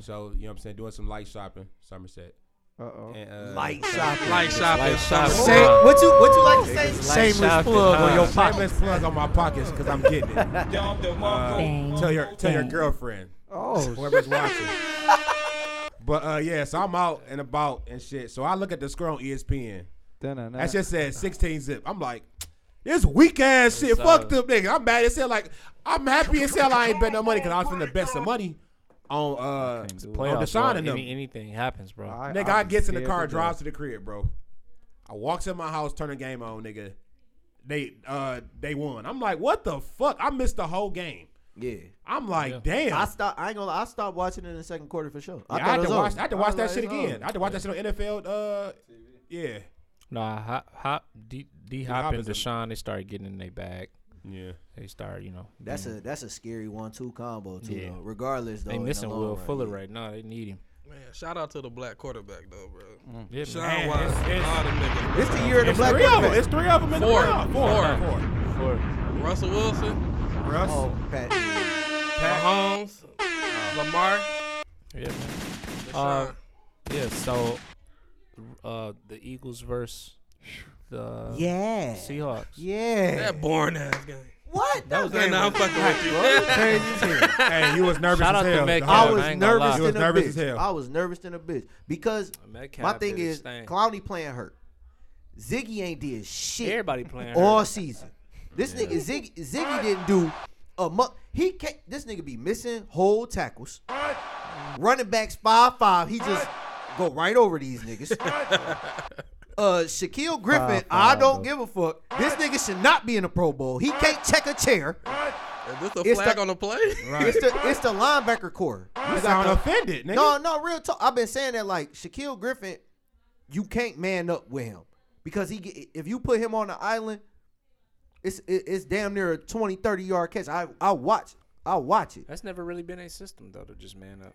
[SPEAKER 6] So you know what I'm saying, doing some light shopping, Somerset.
[SPEAKER 5] Uh oh.
[SPEAKER 6] And, uh,
[SPEAKER 3] Light shopping.
[SPEAKER 2] Like shopping.
[SPEAKER 1] Like shopping.
[SPEAKER 2] Summer-
[SPEAKER 3] Say- what you what you like to say? Shameless plug on your
[SPEAKER 6] Shameless plug on my pockets because I'm getting it. Uh, tell your tell your girlfriend
[SPEAKER 5] Oh, shit.
[SPEAKER 6] whoever's watching. But uh, yeah, so I'm out and about and shit. So I look at the score on E ESPN.
[SPEAKER 5] Dun-dun-dun.
[SPEAKER 6] That shit said 16 zip. I'm like, this weak ass shit. Fuck them niggas. I'm mad as hell. Like, I'm happy as hell. I ain't bet no money because I was finna bet some money on uh
[SPEAKER 5] Can't do it.
[SPEAKER 6] on
[SPEAKER 1] Playoffs,
[SPEAKER 6] Deshaun
[SPEAKER 1] bro.
[SPEAKER 6] and them.
[SPEAKER 1] Any, anything happens, bro.
[SPEAKER 5] I-
[SPEAKER 6] Nigga,
[SPEAKER 5] I
[SPEAKER 6] I
[SPEAKER 5] be
[SPEAKER 6] gets in the
[SPEAKER 5] scared
[SPEAKER 6] car,
[SPEAKER 5] to
[SPEAKER 6] drives to the crib, bro. I walks in my house, turn the game on, nigga. They uh they won. I'm like, what the fuck? I missed the whole game.
[SPEAKER 3] Yeah.
[SPEAKER 6] I'm like, damn.
[SPEAKER 3] I stopped. I ain't gonna. Lie, I stopped watching it in the second quarter for sure.
[SPEAKER 6] Yeah, I,
[SPEAKER 3] thought
[SPEAKER 6] had
[SPEAKER 3] it
[SPEAKER 6] to
[SPEAKER 3] was
[SPEAKER 6] watch.
[SPEAKER 3] over.
[SPEAKER 6] I had to
[SPEAKER 3] I
[SPEAKER 6] watch
[SPEAKER 3] was
[SPEAKER 6] that
[SPEAKER 3] like,
[SPEAKER 6] shit
[SPEAKER 3] it's
[SPEAKER 6] again.
[SPEAKER 3] over.
[SPEAKER 6] I had to watch that shit on NFL. Uh, yeah,
[SPEAKER 1] No, hop, hop, D, D hop, and
[SPEAKER 6] Hop is a-
[SPEAKER 1] Deshaun. They started getting in their bag.
[SPEAKER 6] yeah.
[SPEAKER 1] They start, you know.
[SPEAKER 3] That's a that's a scary one-two combo too.
[SPEAKER 1] Yeah.
[SPEAKER 3] Though. Regardless, though,
[SPEAKER 1] They
[SPEAKER 3] in the
[SPEAKER 1] missing
[SPEAKER 3] long
[SPEAKER 1] Will
[SPEAKER 3] run,
[SPEAKER 1] Fuller
[SPEAKER 3] yeah.
[SPEAKER 1] right now. They need him.
[SPEAKER 2] Man, shout out to the black quarterback though, bro.
[SPEAKER 1] Yeah,
[SPEAKER 2] Sean
[SPEAKER 1] Mm-hmm. man.
[SPEAKER 6] Man,
[SPEAKER 2] Watson,
[SPEAKER 6] it's- it's-
[SPEAKER 2] all them niggas.
[SPEAKER 3] It's the year of the
[SPEAKER 6] It's
[SPEAKER 3] black
[SPEAKER 6] three of them.
[SPEAKER 3] quarterback.
[SPEAKER 6] It's three of them in
[SPEAKER 2] Four.
[SPEAKER 6] the round. Four.
[SPEAKER 2] Four.
[SPEAKER 1] Four.
[SPEAKER 6] Four.
[SPEAKER 2] Russell Wilson,
[SPEAKER 6] Russ,
[SPEAKER 3] Oh, Pat.
[SPEAKER 6] Pat,
[SPEAKER 2] Mahomes, Lamar,
[SPEAKER 1] Yeah, man.
[SPEAKER 2] Deshaun.
[SPEAKER 1] Uh, yeah. So, uh, the Eagles versus the
[SPEAKER 3] Yeah.
[SPEAKER 1] Seahawks.
[SPEAKER 3] Yeah.
[SPEAKER 2] that boring ass game.
[SPEAKER 3] What? That was
[SPEAKER 2] Nah, nah, I'm fucking with you.
[SPEAKER 6] hey, you was nervous
[SPEAKER 1] Shout
[SPEAKER 6] as
[SPEAKER 1] out to
[SPEAKER 6] hell.
[SPEAKER 1] Metcalf.
[SPEAKER 6] I
[SPEAKER 3] I
[SPEAKER 1] Yeah,
[SPEAKER 6] was-
[SPEAKER 1] I
[SPEAKER 3] was
[SPEAKER 1] ain't gonna lie.
[SPEAKER 3] nervous
[SPEAKER 6] He was
[SPEAKER 3] in a
[SPEAKER 6] nervous as
[SPEAKER 3] bitch.
[SPEAKER 6] hell.
[SPEAKER 3] I was nervous in a bitch because
[SPEAKER 1] Metcalf
[SPEAKER 3] my thing
[SPEAKER 1] did his
[SPEAKER 3] is
[SPEAKER 1] thing.
[SPEAKER 3] Clowney playing hurt. Ziggy ain't did shit.
[SPEAKER 1] Everybody playing hurt.
[SPEAKER 3] all season. This nigga Ziggy Ziggy didn't do a month. He can't. This nigga be missing whole tackles. Running backs five five. He just go right over these niggas. Uh, Shaquille Griffin,
[SPEAKER 5] Five,
[SPEAKER 3] I
[SPEAKER 5] five,
[SPEAKER 3] don't
[SPEAKER 5] though.
[SPEAKER 3] give a fuck. This nigga should not be in the Pro Bowl. He can't check a chair.
[SPEAKER 2] Is this a
[SPEAKER 3] It's
[SPEAKER 2] flag
[SPEAKER 3] the-
[SPEAKER 2] on the play?
[SPEAKER 6] Right.
[SPEAKER 3] It's the it's the linebacker core.
[SPEAKER 6] You sound offended, nigga.
[SPEAKER 3] No, no, real talk. I've been saying that like Shaquille Griffin, you can't man up with him because he get- if you put him on the island, it's it- it's damn near a 20, 30 yard catch. I I watch I watch it,
[SPEAKER 1] That's never really been a system though to just man up.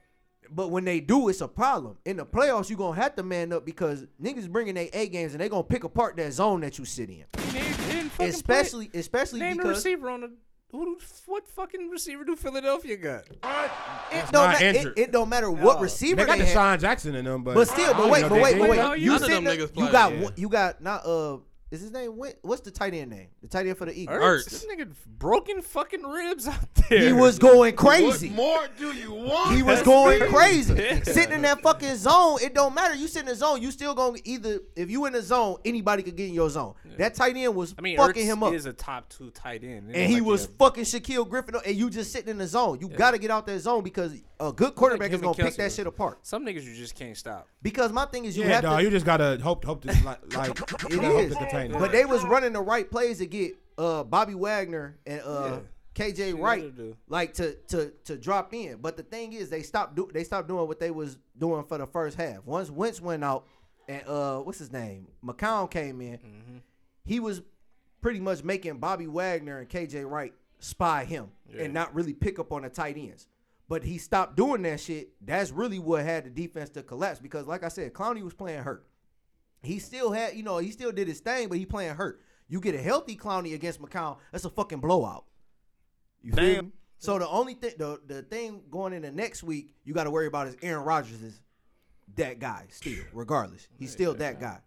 [SPEAKER 3] but when they do, it's a problem. In the playoffs, you gonna have to man up because niggas bringing their A games and they gonna pick apart that zone that you sit in,
[SPEAKER 1] He didn't- he didn't fucking
[SPEAKER 3] especially especially
[SPEAKER 1] play. name the
[SPEAKER 3] because
[SPEAKER 1] receiver on the. Who, do- what fucking receiver do Philadelphia got?
[SPEAKER 3] it
[SPEAKER 6] not
[SPEAKER 3] don't, ma- it,
[SPEAKER 6] injured.
[SPEAKER 3] it don't matter what
[SPEAKER 1] No.
[SPEAKER 3] receiver
[SPEAKER 6] They got
[SPEAKER 3] had.
[SPEAKER 6] Deshaun Jackson in them, but
[SPEAKER 3] But still,
[SPEAKER 6] I
[SPEAKER 3] but
[SPEAKER 6] don't
[SPEAKER 3] wait,
[SPEAKER 6] know
[SPEAKER 3] but
[SPEAKER 6] if
[SPEAKER 3] wait,
[SPEAKER 6] they
[SPEAKER 3] but
[SPEAKER 6] did.
[SPEAKER 1] No,
[SPEAKER 3] wait.
[SPEAKER 1] none
[SPEAKER 3] You
[SPEAKER 1] of
[SPEAKER 3] sitting
[SPEAKER 2] them
[SPEAKER 3] there-
[SPEAKER 2] niggas
[SPEAKER 3] you
[SPEAKER 2] play,
[SPEAKER 3] got
[SPEAKER 6] yeah.
[SPEAKER 3] one- you got not uh is his name Win- what's the tight end name? The tight end for the Eagles.
[SPEAKER 1] Ertz.
[SPEAKER 2] Ertz.
[SPEAKER 1] This nigga broken fucking ribs out there.
[SPEAKER 3] He was going crazy.
[SPEAKER 6] more do you want?
[SPEAKER 3] He was going crazy. Sitting in that fucking zone, it don't matter. You sit in the zone, you still gonna either if you in the zone, anybody could get in your zone. That tight end was
[SPEAKER 1] I mean,
[SPEAKER 3] fucking
[SPEAKER 1] Ertz
[SPEAKER 3] him up.
[SPEAKER 1] is a top two tight end, It ain't
[SPEAKER 3] and he
[SPEAKER 1] like
[SPEAKER 3] was
[SPEAKER 1] a-
[SPEAKER 3] fucking Shaquille Griffin up, and you just sitting in the zone. You gotta get out that zone because a good quarterback
[SPEAKER 1] him
[SPEAKER 3] is gonna
[SPEAKER 1] and
[SPEAKER 3] pick
[SPEAKER 1] Kelsey
[SPEAKER 3] that
[SPEAKER 1] was-
[SPEAKER 3] shit apart.
[SPEAKER 1] Some niggas you just can't stop.
[SPEAKER 3] Because my thing is you
[SPEAKER 6] Yeah,
[SPEAKER 3] have
[SPEAKER 6] dog.
[SPEAKER 3] to
[SPEAKER 6] you just gotta hope, hope to like, like you
[SPEAKER 3] It
[SPEAKER 6] gotta hope
[SPEAKER 3] is.
[SPEAKER 6] to contain it.
[SPEAKER 3] But they was running the right plays to get uh, Bobby Wagner and uh, KJ
[SPEAKER 1] gotta
[SPEAKER 3] Wright
[SPEAKER 1] do.
[SPEAKER 3] like to to to drop in. But the thing is, they stopped do they stopped doing what they was doing for the first half. Once Wentz went out, and uh, what's his name, McCown came in, he was pretty much making Bobby Wagner and KJ Wright spy him and not really pick up on the tight ends. But he stopped doing that shit. That's really what had the defense to collapse because, like I said, Clowney was playing hurt he still had, you know, he still did his thing, but he playing hurt. You get a healthy Clowney against McCown, that's a fucking blowout. You feel
[SPEAKER 6] Damn.
[SPEAKER 3] me? So the only thing, the, the thing going into next week, you got to worry about is Aaron Rodgers is that guy still, regardless. He's still that guy.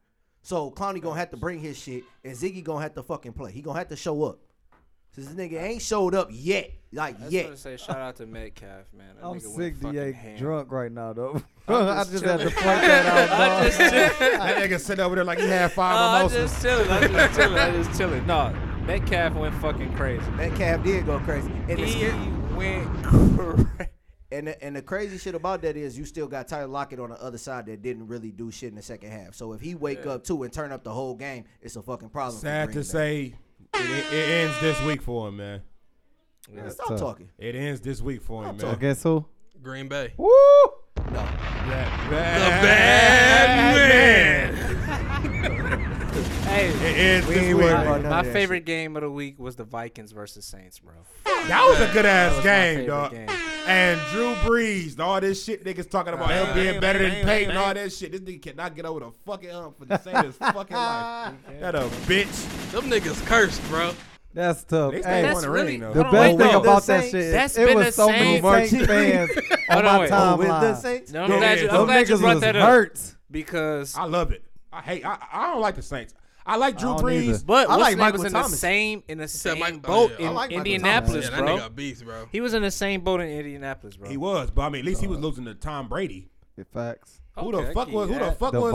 [SPEAKER 3] So Clowney gonna have to bring his shit, and Ziggy gonna have to fucking play. He gonna have to show up. Since this nigga ain't showed up yet, like
[SPEAKER 1] I just
[SPEAKER 3] yet.
[SPEAKER 1] want to say shout out to Metcalf, man. That
[SPEAKER 5] I'm
[SPEAKER 1] nigga went
[SPEAKER 5] sick,
[SPEAKER 1] fucking
[SPEAKER 5] DA,
[SPEAKER 1] ham.
[SPEAKER 5] drunk right now, though. I
[SPEAKER 1] just
[SPEAKER 5] just had to
[SPEAKER 1] chilling.
[SPEAKER 5] point that out, dog.
[SPEAKER 6] That nigga sitting over there like he had
[SPEAKER 1] No,
[SPEAKER 6] five
[SPEAKER 1] I'm
[SPEAKER 6] mimosas.
[SPEAKER 1] Oh, Uh, just chilling. I'm just chilling. I'm just chilling. No, Metcalf went fucking crazy.
[SPEAKER 3] That cab did go crazy. And the
[SPEAKER 1] He
[SPEAKER 3] scary-
[SPEAKER 1] went crazy.
[SPEAKER 3] And the, and the crazy shit about that is you still got Tyler Lockett on the other side that didn't really do shit in the second half. So if he wake up too and turn up the whole game, it's a fucking problem. for
[SPEAKER 6] Sad
[SPEAKER 3] Green
[SPEAKER 6] to
[SPEAKER 3] Bay.
[SPEAKER 6] say, it, it ends this week for him, man.
[SPEAKER 3] Man, stop
[SPEAKER 5] tough.
[SPEAKER 3] talking.
[SPEAKER 6] It ends this week for him, man.
[SPEAKER 5] Guess who?
[SPEAKER 2] Green Bay.
[SPEAKER 5] Woo!
[SPEAKER 6] That
[SPEAKER 2] The
[SPEAKER 6] bad,
[SPEAKER 2] bad man.
[SPEAKER 1] Hey,
[SPEAKER 6] It ends
[SPEAKER 3] We
[SPEAKER 6] this
[SPEAKER 3] ain't
[SPEAKER 6] week.
[SPEAKER 3] worried about
[SPEAKER 6] man.
[SPEAKER 3] none
[SPEAKER 1] my
[SPEAKER 3] of that
[SPEAKER 1] favorite game of the week was the Vikings versus Saints, bro.
[SPEAKER 6] That was a good ass
[SPEAKER 1] was my
[SPEAKER 6] game,
[SPEAKER 1] favorite
[SPEAKER 6] dog.
[SPEAKER 1] game.
[SPEAKER 6] And Drew Brees, all this shit niggas talking about him being better than Peyton, all that shit. This nigga cannot get over the fucking hump for the same his fucking life. That a bitch.
[SPEAKER 2] Them niggas cursed, bro.
[SPEAKER 5] That's tough.
[SPEAKER 6] They
[SPEAKER 5] Hey,
[SPEAKER 6] still won a ring though.
[SPEAKER 5] the
[SPEAKER 1] Hold on, wait,
[SPEAKER 5] best thing
[SPEAKER 1] no.
[SPEAKER 5] about that
[SPEAKER 3] Saints-
[SPEAKER 5] shit is
[SPEAKER 1] that's
[SPEAKER 5] it
[SPEAKER 1] been
[SPEAKER 5] was
[SPEAKER 1] the
[SPEAKER 5] so many
[SPEAKER 1] same-
[SPEAKER 5] Saints fans on
[SPEAKER 1] Hold on,
[SPEAKER 5] my
[SPEAKER 1] wait.
[SPEAKER 3] Oh, with the
[SPEAKER 5] timeline.
[SPEAKER 3] Saints?
[SPEAKER 1] No, I'm glad you,
[SPEAKER 6] Yeah,
[SPEAKER 1] I'm
[SPEAKER 5] Those
[SPEAKER 1] glad you
[SPEAKER 5] niggas
[SPEAKER 1] brought
[SPEAKER 5] was
[SPEAKER 1] that up
[SPEAKER 5] hurt.
[SPEAKER 1] because.
[SPEAKER 6] I love it. I hate. I, I don't like the Saints. I like Drew
[SPEAKER 5] don't
[SPEAKER 6] Brees.
[SPEAKER 5] either.
[SPEAKER 1] But
[SPEAKER 3] I
[SPEAKER 1] I
[SPEAKER 3] like
[SPEAKER 1] like
[SPEAKER 3] Michael
[SPEAKER 1] was in the
[SPEAKER 3] Thomas.
[SPEAKER 1] same in the
[SPEAKER 2] said
[SPEAKER 1] same
[SPEAKER 2] Mike-
[SPEAKER 1] boat
[SPEAKER 2] oh, yeah, I
[SPEAKER 1] in
[SPEAKER 6] like Michael
[SPEAKER 1] Indianapolis,
[SPEAKER 2] Yeah, that
[SPEAKER 1] bro.
[SPEAKER 2] nigga beast, bro.
[SPEAKER 1] He was in the same boat in Indianapolis, bro.
[SPEAKER 6] He was, but I mean, at least he
[SPEAKER 3] Uh,
[SPEAKER 6] was losing to Tom Brady.
[SPEAKER 5] Facts.
[SPEAKER 6] Who
[SPEAKER 1] Okay,
[SPEAKER 6] the
[SPEAKER 1] I
[SPEAKER 6] fuck
[SPEAKER 1] give
[SPEAKER 6] was?
[SPEAKER 1] you
[SPEAKER 6] Who the
[SPEAKER 1] that.
[SPEAKER 6] fuck
[SPEAKER 5] The
[SPEAKER 6] was? Uh,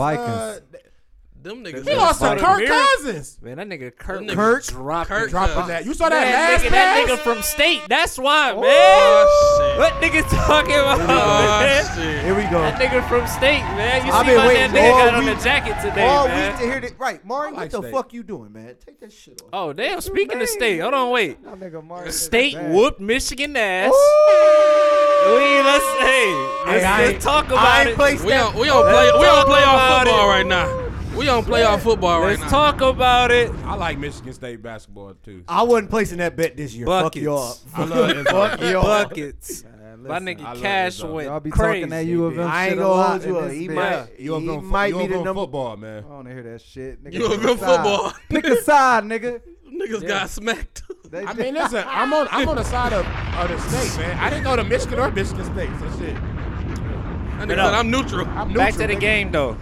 [SPEAKER 5] Vikings.
[SPEAKER 2] Them niggas.
[SPEAKER 6] he lost to
[SPEAKER 1] Vikings.
[SPEAKER 6] Kirk
[SPEAKER 1] Miracle.
[SPEAKER 6] Cousins.
[SPEAKER 1] Man, that nigga Kirk,
[SPEAKER 2] niggas-
[SPEAKER 1] Kirk dropped
[SPEAKER 2] Kirk
[SPEAKER 1] it.
[SPEAKER 6] Dropping
[SPEAKER 2] Cousins.
[SPEAKER 6] that. You saw that
[SPEAKER 1] Man,
[SPEAKER 6] last
[SPEAKER 1] nigga,
[SPEAKER 6] pass.
[SPEAKER 1] that nigga from state. That's why, man.
[SPEAKER 2] Oh, shit.
[SPEAKER 1] What nigga talking about, man?
[SPEAKER 2] Oh, shit.
[SPEAKER 3] Here we go.
[SPEAKER 1] That nigga from state, man. You
[SPEAKER 3] I've
[SPEAKER 1] see why
[SPEAKER 3] been
[SPEAKER 1] that
[SPEAKER 3] waiting
[SPEAKER 1] nigga
[SPEAKER 3] all
[SPEAKER 1] got on
[SPEAKER 3] week-
[SPEAKER 1] the jacket today,
[SPEAKER 3] All
[SPEAKER 1] man.
[SPEAKER 3] week to hear that. Right, Martin,
[SPEAKER 6] I
[SPEAKER 3] what
[SPEAKER 6] like
[SPEAKER 3] the
[SPEAKER 6] State.
[SPEAKER 3] fuck you doing, man? Take that shit off.
[SPEAKER 1] Oh, damn. Speaking of state, hold on, wait.
[SPEAKER 5] That nigga Martin is
[SPEAKER 1] State
[SPEAKER 5] bad.
[SPEAKER 1] whooped Michigan ass. We let's hey, let's,
[SPEAKER 6] I
[SPEAKER 1] let's
[SPEAKER 6] ain't-
[SPEAKER 1] talk
[SPEAKER 3] I
[SPEAKER 1] about
[SPEAKER 3] ain't
[SPEAKER 1] it.
[SPEAKER 3] placed
[SPEAKER 2] We
[SPEAKER 3] that.
[SPEAKER 2] don't, we don't play we
[SPEAKER 1] Talk
[SPEAKER 2] don't play
[SPEAKER 1] about
[SPEAKER 2] our football
[SPEAKER 1] it.
[SPEAKER 2] right now. We don't play our football right
[SPEAKER 1] Let's
[SPEAKER 2] now.
[SPEAKER 1] talk about it.
[SPEAKER 6] I like Michigan State basketball too.
[SPEAKER 3] I wasn't placing that bet this year.
[SPEAKER 1] Buckets.
[SPEAKER 3] Fuck y'all.
[SPEAKER 6] I love it. Fuck you.
[SPEAKER 1] Buckets.
[SPEAKER 5] Man,
[SPEAKER 1] My
[SPEAKER 5] listen,
[SPEAKER 6] I
[SPEAKER 1] nigga
[SPEAKER 6] love
[SPEAKER 1] Cash
[SPEAKER 6] this, dog.
[SPEAKER 1] went
[SPEAKER 5] Y'all be
[SPEAKER 1] crazy.
[SPEAKER 5] talking that U of M
[SPEAKER 3] I
[SPEAKER 5] shit
[SPEAKER 3] ain't
[SPEAKER 5] a
[SPEAKER 3] gonna
[SPEAKER 5] lot
[SPEAKER 3] hold you
[SPEAKER 5] in
[SPEAKER 3] up.
[SPEAKER 5] this
[SPEAKER 3] He
[SPEAKER 5] bitch.
[SPEAKER 3] might,
[SPEAKER 6] You up
[SPEAKER 3] he
[SPEAKER 6] on,
[SPEAKER 3] might
[SPEAKER 6] you
[SPEAKER 3] be
[SPEAKER 6] up
[SPEAKER 3] the
[SPEAKER 6] on
[SPEAKER 3] number.
[SPEAKER 6] football, man.
[SPEAKER 5] I don't wanna hear that shit. Nigga,
[SPEAKER 2] You
[SPEAKER 5] pick
[SPEAKER 2] of
[SPEAKER 5] a
[SPEAKER 2] M
[SPEAKER 5] side.
[SPEAKER 2] football.
[SPEAKER 5] Pick a side, nigga.
[SPEAKER 2] Niggas got smacked.
[SPEAKER 5] They
[SPEAKER 6] I
[SPEAKER 5] did-
[SPEAKER 6] mean, listen, I'm on I'm on the side of, of the state, man. I didn't go to Michigan or Michigan State, so shit.
[SPEAKER 2] That nigga
[SPEAKER 1] Get
[SPEAKER 2] said
[SPEAKER 1] up.
[SPEAKER 2] I'm neutral.
[SPEAKER 6] I'm neutral,
[SPEAKER 1] Back to the
[SPEAKER 6] nigga.
[SPEAKER 1] game though.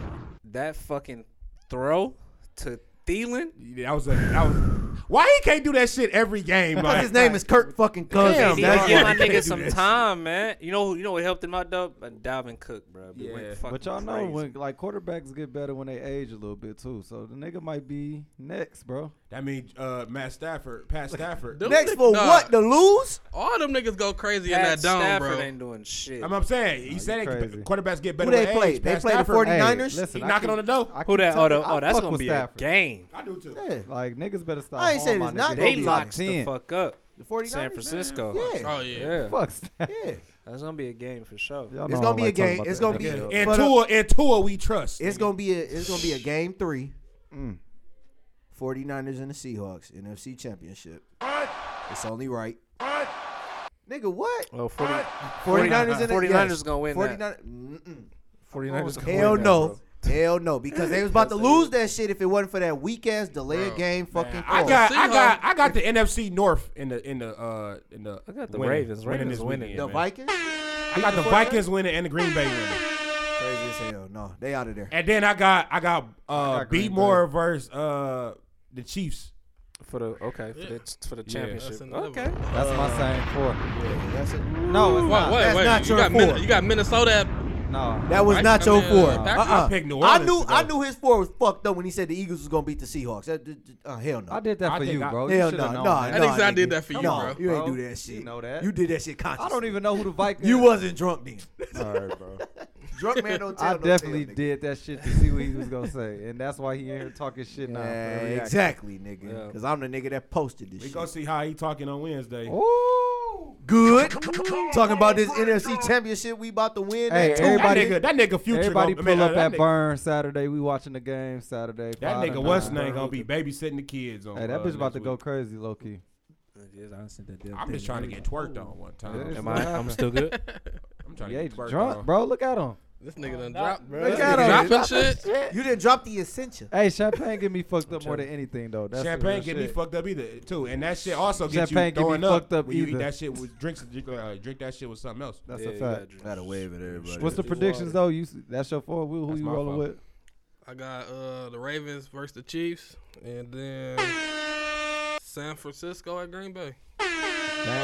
[SPEAKER 1] That fucking throw to Thielen.
[SPEAKER 6] Yeah, That was a that was. Why he can't do that shit every game? Like,
[SPEAKER 3] His name is Kirk fucking Cousins.
[SPEAKER 6] Damn,
[SPEAKER 1] He
[SPEAKER 6] that's
[SPEAKER 1] gotta give
[SPEAKER 6] why
[SPEAKER 1] my
[SPEAKER 6] they do
[SPEAKER 1] nigga some
[SPEAKER 6] that shit.
[SPEAKER 1] time, man. You know, you know what helped him out though? Uh, Dalvin Cook, bro. But,
[SPEAKER 6] Yeah.
[SPEAKER 5] But y'all know when like quarterbacks get better when they age a little bit too. So the nigga might be next, bro.
[SPEAKER 6] That means uh, Matt Stafford, Pat Stafford.
[SPEAKER 2] Them
[SPEAKER 3] Next
[SPEAKER 2] niggas-
[SPEAKER 3] for
[SPEAKER 2] nah,
[SPEAKER 3] what? To lose?
[SPEAKER 2] All them niggas go crazy in
[SPEAKER 1] Pat
[SPEAKER 2] that dome,
[SPEAKER 1] Stafford
[SPEAKER 2] bro.
[SPEAKER 1] ain't doing shit.
[SPEAKER 6] I'm, I'm saying he said
[SPEAKER 5] you
[SPEAKER 6] they-
[SPEAKER 5] crazy.
[SPEAKER 6] quarterbacks get better.
[SPEAKER 3] Who they
[SPEAKER 6] with
[SPEAKER 3] play?
[SPEAKER 6] Age.
[SPEAKER 3] They
[SPEAKER 6] Pat
[SPEAKER 3] play the
[SPEAKER 6] Stafford,
[SPEAKER 3] 40
[SPEAKER 5] Hey,
[SPEAKER 3] 49ers?
[SPEAKER 5] listen,
[SPEAKER 6] He
[SPEAKER 5] I
[SPEAKER 6] knocking
[SPEAKER 5] keep-
[SPEAKER 6] on the door.
[SPEAKER 5] I
[SPEAKER 6] I,
[SPEAKER 5] keep
[SPEAKER 1] Who that? Oh,
[SPEAKER 5] telling
[SPEAKER 1] the,
[SPEAKER 5] you, I
[SPEAKER 1] oh that's
[SPEAKER 5] fuck
[SPEAKER 1] gonna
[SPEAKER 5] with
[SPEAKER 1] be
[SPEAKER 5] Stafford.
[SPEAKER 1] a game.
[SPEAKER 6] do too.
[SPEAKER 3] Yeah.
[SPEAKER 5] Like niggas better stop.
[SPEAKER 3] I ain't saying it's not
[SPEAKER 1] They
[SPEAKER 3] Gonna be
[SPEAKER 1] locks
[SPEAKER 5] like
[SPEAKER 1] the
[SPEAKER 5] 10.
[SPEAKER 1] fuck up.
[SPEAKER 3] The 49ers,
[SPEAKER 1] San
[SPEAKER 3] man.
[SPEAKER 1] Francisco.
[SPEAKER 3] Yeah.
[SPEAKER 2] Oh yeah.
[SPEAKER 1] Yeah.
[SPEAKER 5] Fuck Stafford.
[SPEAKER 3] Yeah.
[SPEAKER 1] That's gonna be a game for sure.
[SPEAKER 5] Y'all know
[SPEAKER 3] It's
[SPEAKER 5] I
[SPEAKER 3] gonna
[SPEAKER 5] don't
[SPEAKER 3] be a
[SPEAKER 5] like talking
[SPEAKER 3] game.
[SPEAKER 5] about
[SPEAKER 3] It's
[SPEAKER 5] that.
[SPEAKER 3] gonna be.
[SPEAKER 5] Yeah.
[SPEAKER 6] And
[SPEAKER 3] but, uh,
[SPEAKER 6] Tua, and Tua, we trust.
[SPEAKER 3] It's gonna be a it's gonna be a game three. 49ers and the Seahawks NFC Championship. It's only right. Nigga, what?
[SPEAKER 1] Well, 40,
[SPEAKER 3] 49ers and the
[SPEAKER 1] 49ers
[SPEAKER 3] yes.
[SPEAKER 1] gonna win
[SPEAKER 3] 49 mm-mm.
[SPEAKER 1] 49ers gonna
[SPEAKER 3] Hell
[SPEAKER 1] win that,
[SPEAKER 3] no.
[SPEAKER 1] bro.
[SPEAKER 3] Hell no. Because they was about to lose that shit if it wasn't for that weak ass delay of
[SPEAKER 2] Bro,
[SPEAKER 3] game fucking
[SPEAKER 6] I
[SPEAKER 3] call.
[SPEAKER 6] got,
[SPEAKER 2] Seahawks.
[SPEAKER 6] I got, I got the NFC North in the in the uh in the. I
[SPEAKER 1] got the Ravens. Ravens winning.
[SPEAKER 3] the
[SPEAKER 1] man.
[SPEAKER 3] Vikings?
[SPEAKER 6] I got the Vikings winning and the Green Bay winning.
[SPEAKER 3] Crazy as hell. No, they out of there.
[SPEAKER 6] And then I got I got uh
[SPEAKER 5] got
[SPEAKER 6] B
[SPEAKER 5] Green
[SPEAKER 6] Moore versus uh the Chiefs.
[SPEAKER 1] for the okay for the for the championship.
[SPEAKER 2] That's another
[SPEAKER 1] okay,
[SPEAKER 2] one.
[SPEAKER 5] That's my
[SPEAKER 3] Uh,
[SPEAKER 5] same four.
[SPEAKER 3] That's it.
[SPEAKER 5] No, it's
[SPEAKER 2] Wait,
[SPEAKER 5] not.
[SPEAKER 2] wait,
[SPEAKER 3] That's
[SPEAKER 2] wait.
[SPEAKER 3] not
[SPEAKER 2] you,
[SPEAKER 3] your
[SPEAKER 2] got
[SPEAKER 3] four.
[SPEAKER 2] Min- you got Minnesota. at-
[SPEAKER 5] No.
[SPEAKER 3] That was
[SPEAKER 2] Right?
[SPEAKER 3] not
[SPEAKER 2] I
[SPEAKER 3] your
[SPEAKER 2] mean,
[SPEAKER 3] four.
[SPEAKER 2] uh, back-
[SPEAKER 3] Uh-uh.
[SPEAKER 6] I picked New
[SPEAKER 3] I
[SPEAKER 6] Orleans
[SPEAKER 3] knew
[SPEAKER 6] to go.
[SPEAKER 3] I knew his four was fucked up when he said the Eagles was gonna beat the Seahawks. That, uh, hell no.
[SPEAKER 5] I did that
[SPEAKER 6] I
[SPEAKER 5] for
[SPEAKER 6] think
[SPEAKER 5] you,
[SPEAKER 6] I-
[SPEAKER 5] bro. Oh, You
[SPEAKER 3] Hell
[SPEAKER 5] shoulda
[SPEAKER 3] no,
[SPEAKER 5] known
[SPEAKER 3] no,
[SPEAKER 5] that.
[SPEAKER 2] That
[SPEAKER 3] no,
[SPEAKER 2] niggas, I did
[SPEAKER 3] nigga.
[SPEAKER 2] that for you,
[SPEAKER 3] no,
[SPEAKER 2] bro.
[SPEAKER 3] You ain't
[SPEAKER 5] Bro,
[SPEAKER 3] do that shit.
[SPEAKER 5] you know that.
[SPEAKER 3] You did that shit consciously.
[SPEAKER 5] I don't even know who the Vikings.
[SPEAKER 3] You wasn't drunk then.
[SPEAKER 5] All right, bro.
[SPEAKER 3] Drunk man don't tell
[SPEAKER 5] I
[SPEAKER 3] no tale,
[SPEAKER 5] definitely
[SPEAKER 3] nigga.
[SPEAKER 5] did that shit to see what he was gonna say, and that's why he in here talking shit now.
[SPEAKER 3] Yeah,
[SPEAKER 5] bro.
[SPEAKER 3] exactly, nigga.
[SPEAKER 1] Yeah.
[SPEAKER 3] Cause I'm the nigga that posted this
[SPEAKER 6] We
[SPEAKER 3] shit.
[SPEAKER 6] go see how he talking on Wednesday.
[SPEAKER 5] Oh, Ooh.
[SPEAKER 3] Good. Talking about this NFC championship we about to win.
[SPEAKER 5] Hey,
[SPEAKER 3] that too.
[SPEAKER 6] That
[SPEAKER 5] everybody-
[SPEAKER 6] nigga, that nigga future.
[SPEAKER 5] Everybody
[SPEAKER 6] gonna-
[SPEAKER 5] pull
[SPEAKER 6] I mean, uh,
[SPEAKER 5] up
[SPEAKER 6] that
[SPEAKER 5] at
[SPEAKER 6] nigga-
[SPEAKER 5] Burn Saturday. We watching the game Saturday.
[SPEAKER 6] That
[SPEAKER 5] five to
[SPEAKER 6] nigga, what's
[SPEAKER 5] nine.
[SPEAKER 6] name gonna be babysitting the kids on?
[SPEAKER 5] Hey, that
[SPEAKER 6] uh,
[SPEAKER 5] bitch about
[SPEAKER 6] next
[SPEAKER 5] to go
[SPEAKER 6] week.
[SPEAKER 5] crazy, low key.
[SPEAKER 6] I'm just trying to get twerked on one time.
[SPEAKER 5] Yeah.
[SPEAKER 1] Am I? I'm still good.
[SPEAKER 6] I'm trying
[SPEAKER 5] Yeah,
[SPEAKER 6] to
[SPEAKER 5] he's
[SPEAKER 6] get twerked
[SPEAKER 5] drunk,
[SPEAKER 6] on.
[SPEAKER 5] bro. Look at him.
[SPEAKER 2] This nigga done dropped.
[SPEAKER 5] bro.
[SPEAKER 2] This
[SPEAKER 5] Look at
[SPEAKER 2] nigga
[SPEAKER 5] him.
[SPEAKER 2] dropping shit.
[SPEAKER 3] you didn't drop the essential.
[SPEAKER 5] Hey, champagne get me fucked up more than anything though. That's the
[SPEAKER 6] Champagne
[SPEAKER 5] real
[SPEAKER 6] get me
[SPEAKER 5] shit.
[SPEAKER 6] fucked up either too, and that shit also gets
[SPEAKER 5] Champagne
[SPEAKER 6] you
[SPEAKER 5] get me
[SPEAKER 6] throwing up.
[SPEAKER 5] fucked up
[SPEAKER 6] when you eat
[SPEAKER 5] either.
[SPEAKER 6] that shit with drinks, uh, drink that shit with something else.
[SPEAKER 5] That's
[SPEAKER 1] Yeah,
[SPEAKER 5] a
[SPEAKER 1] you
[SPEAKER 5] fact.
[SPEAKER 1] gotta drink.
[SPEAKER 3] Gotta wave at everybody.
[SPEAKER 5] What's the predictions though? You s- that's your four wheel. Who
[SPEAKER 6] That's
[SPEAKER 5] you
[SPEAKER 6] my
[SPEAKER 5] rolling
[SPEAKER 6] fault.
[SPEAKER 5] with?
[SPEAKER 2] I got uh the Ravens versus the Chiefs, and then San Francisco at Green Bay.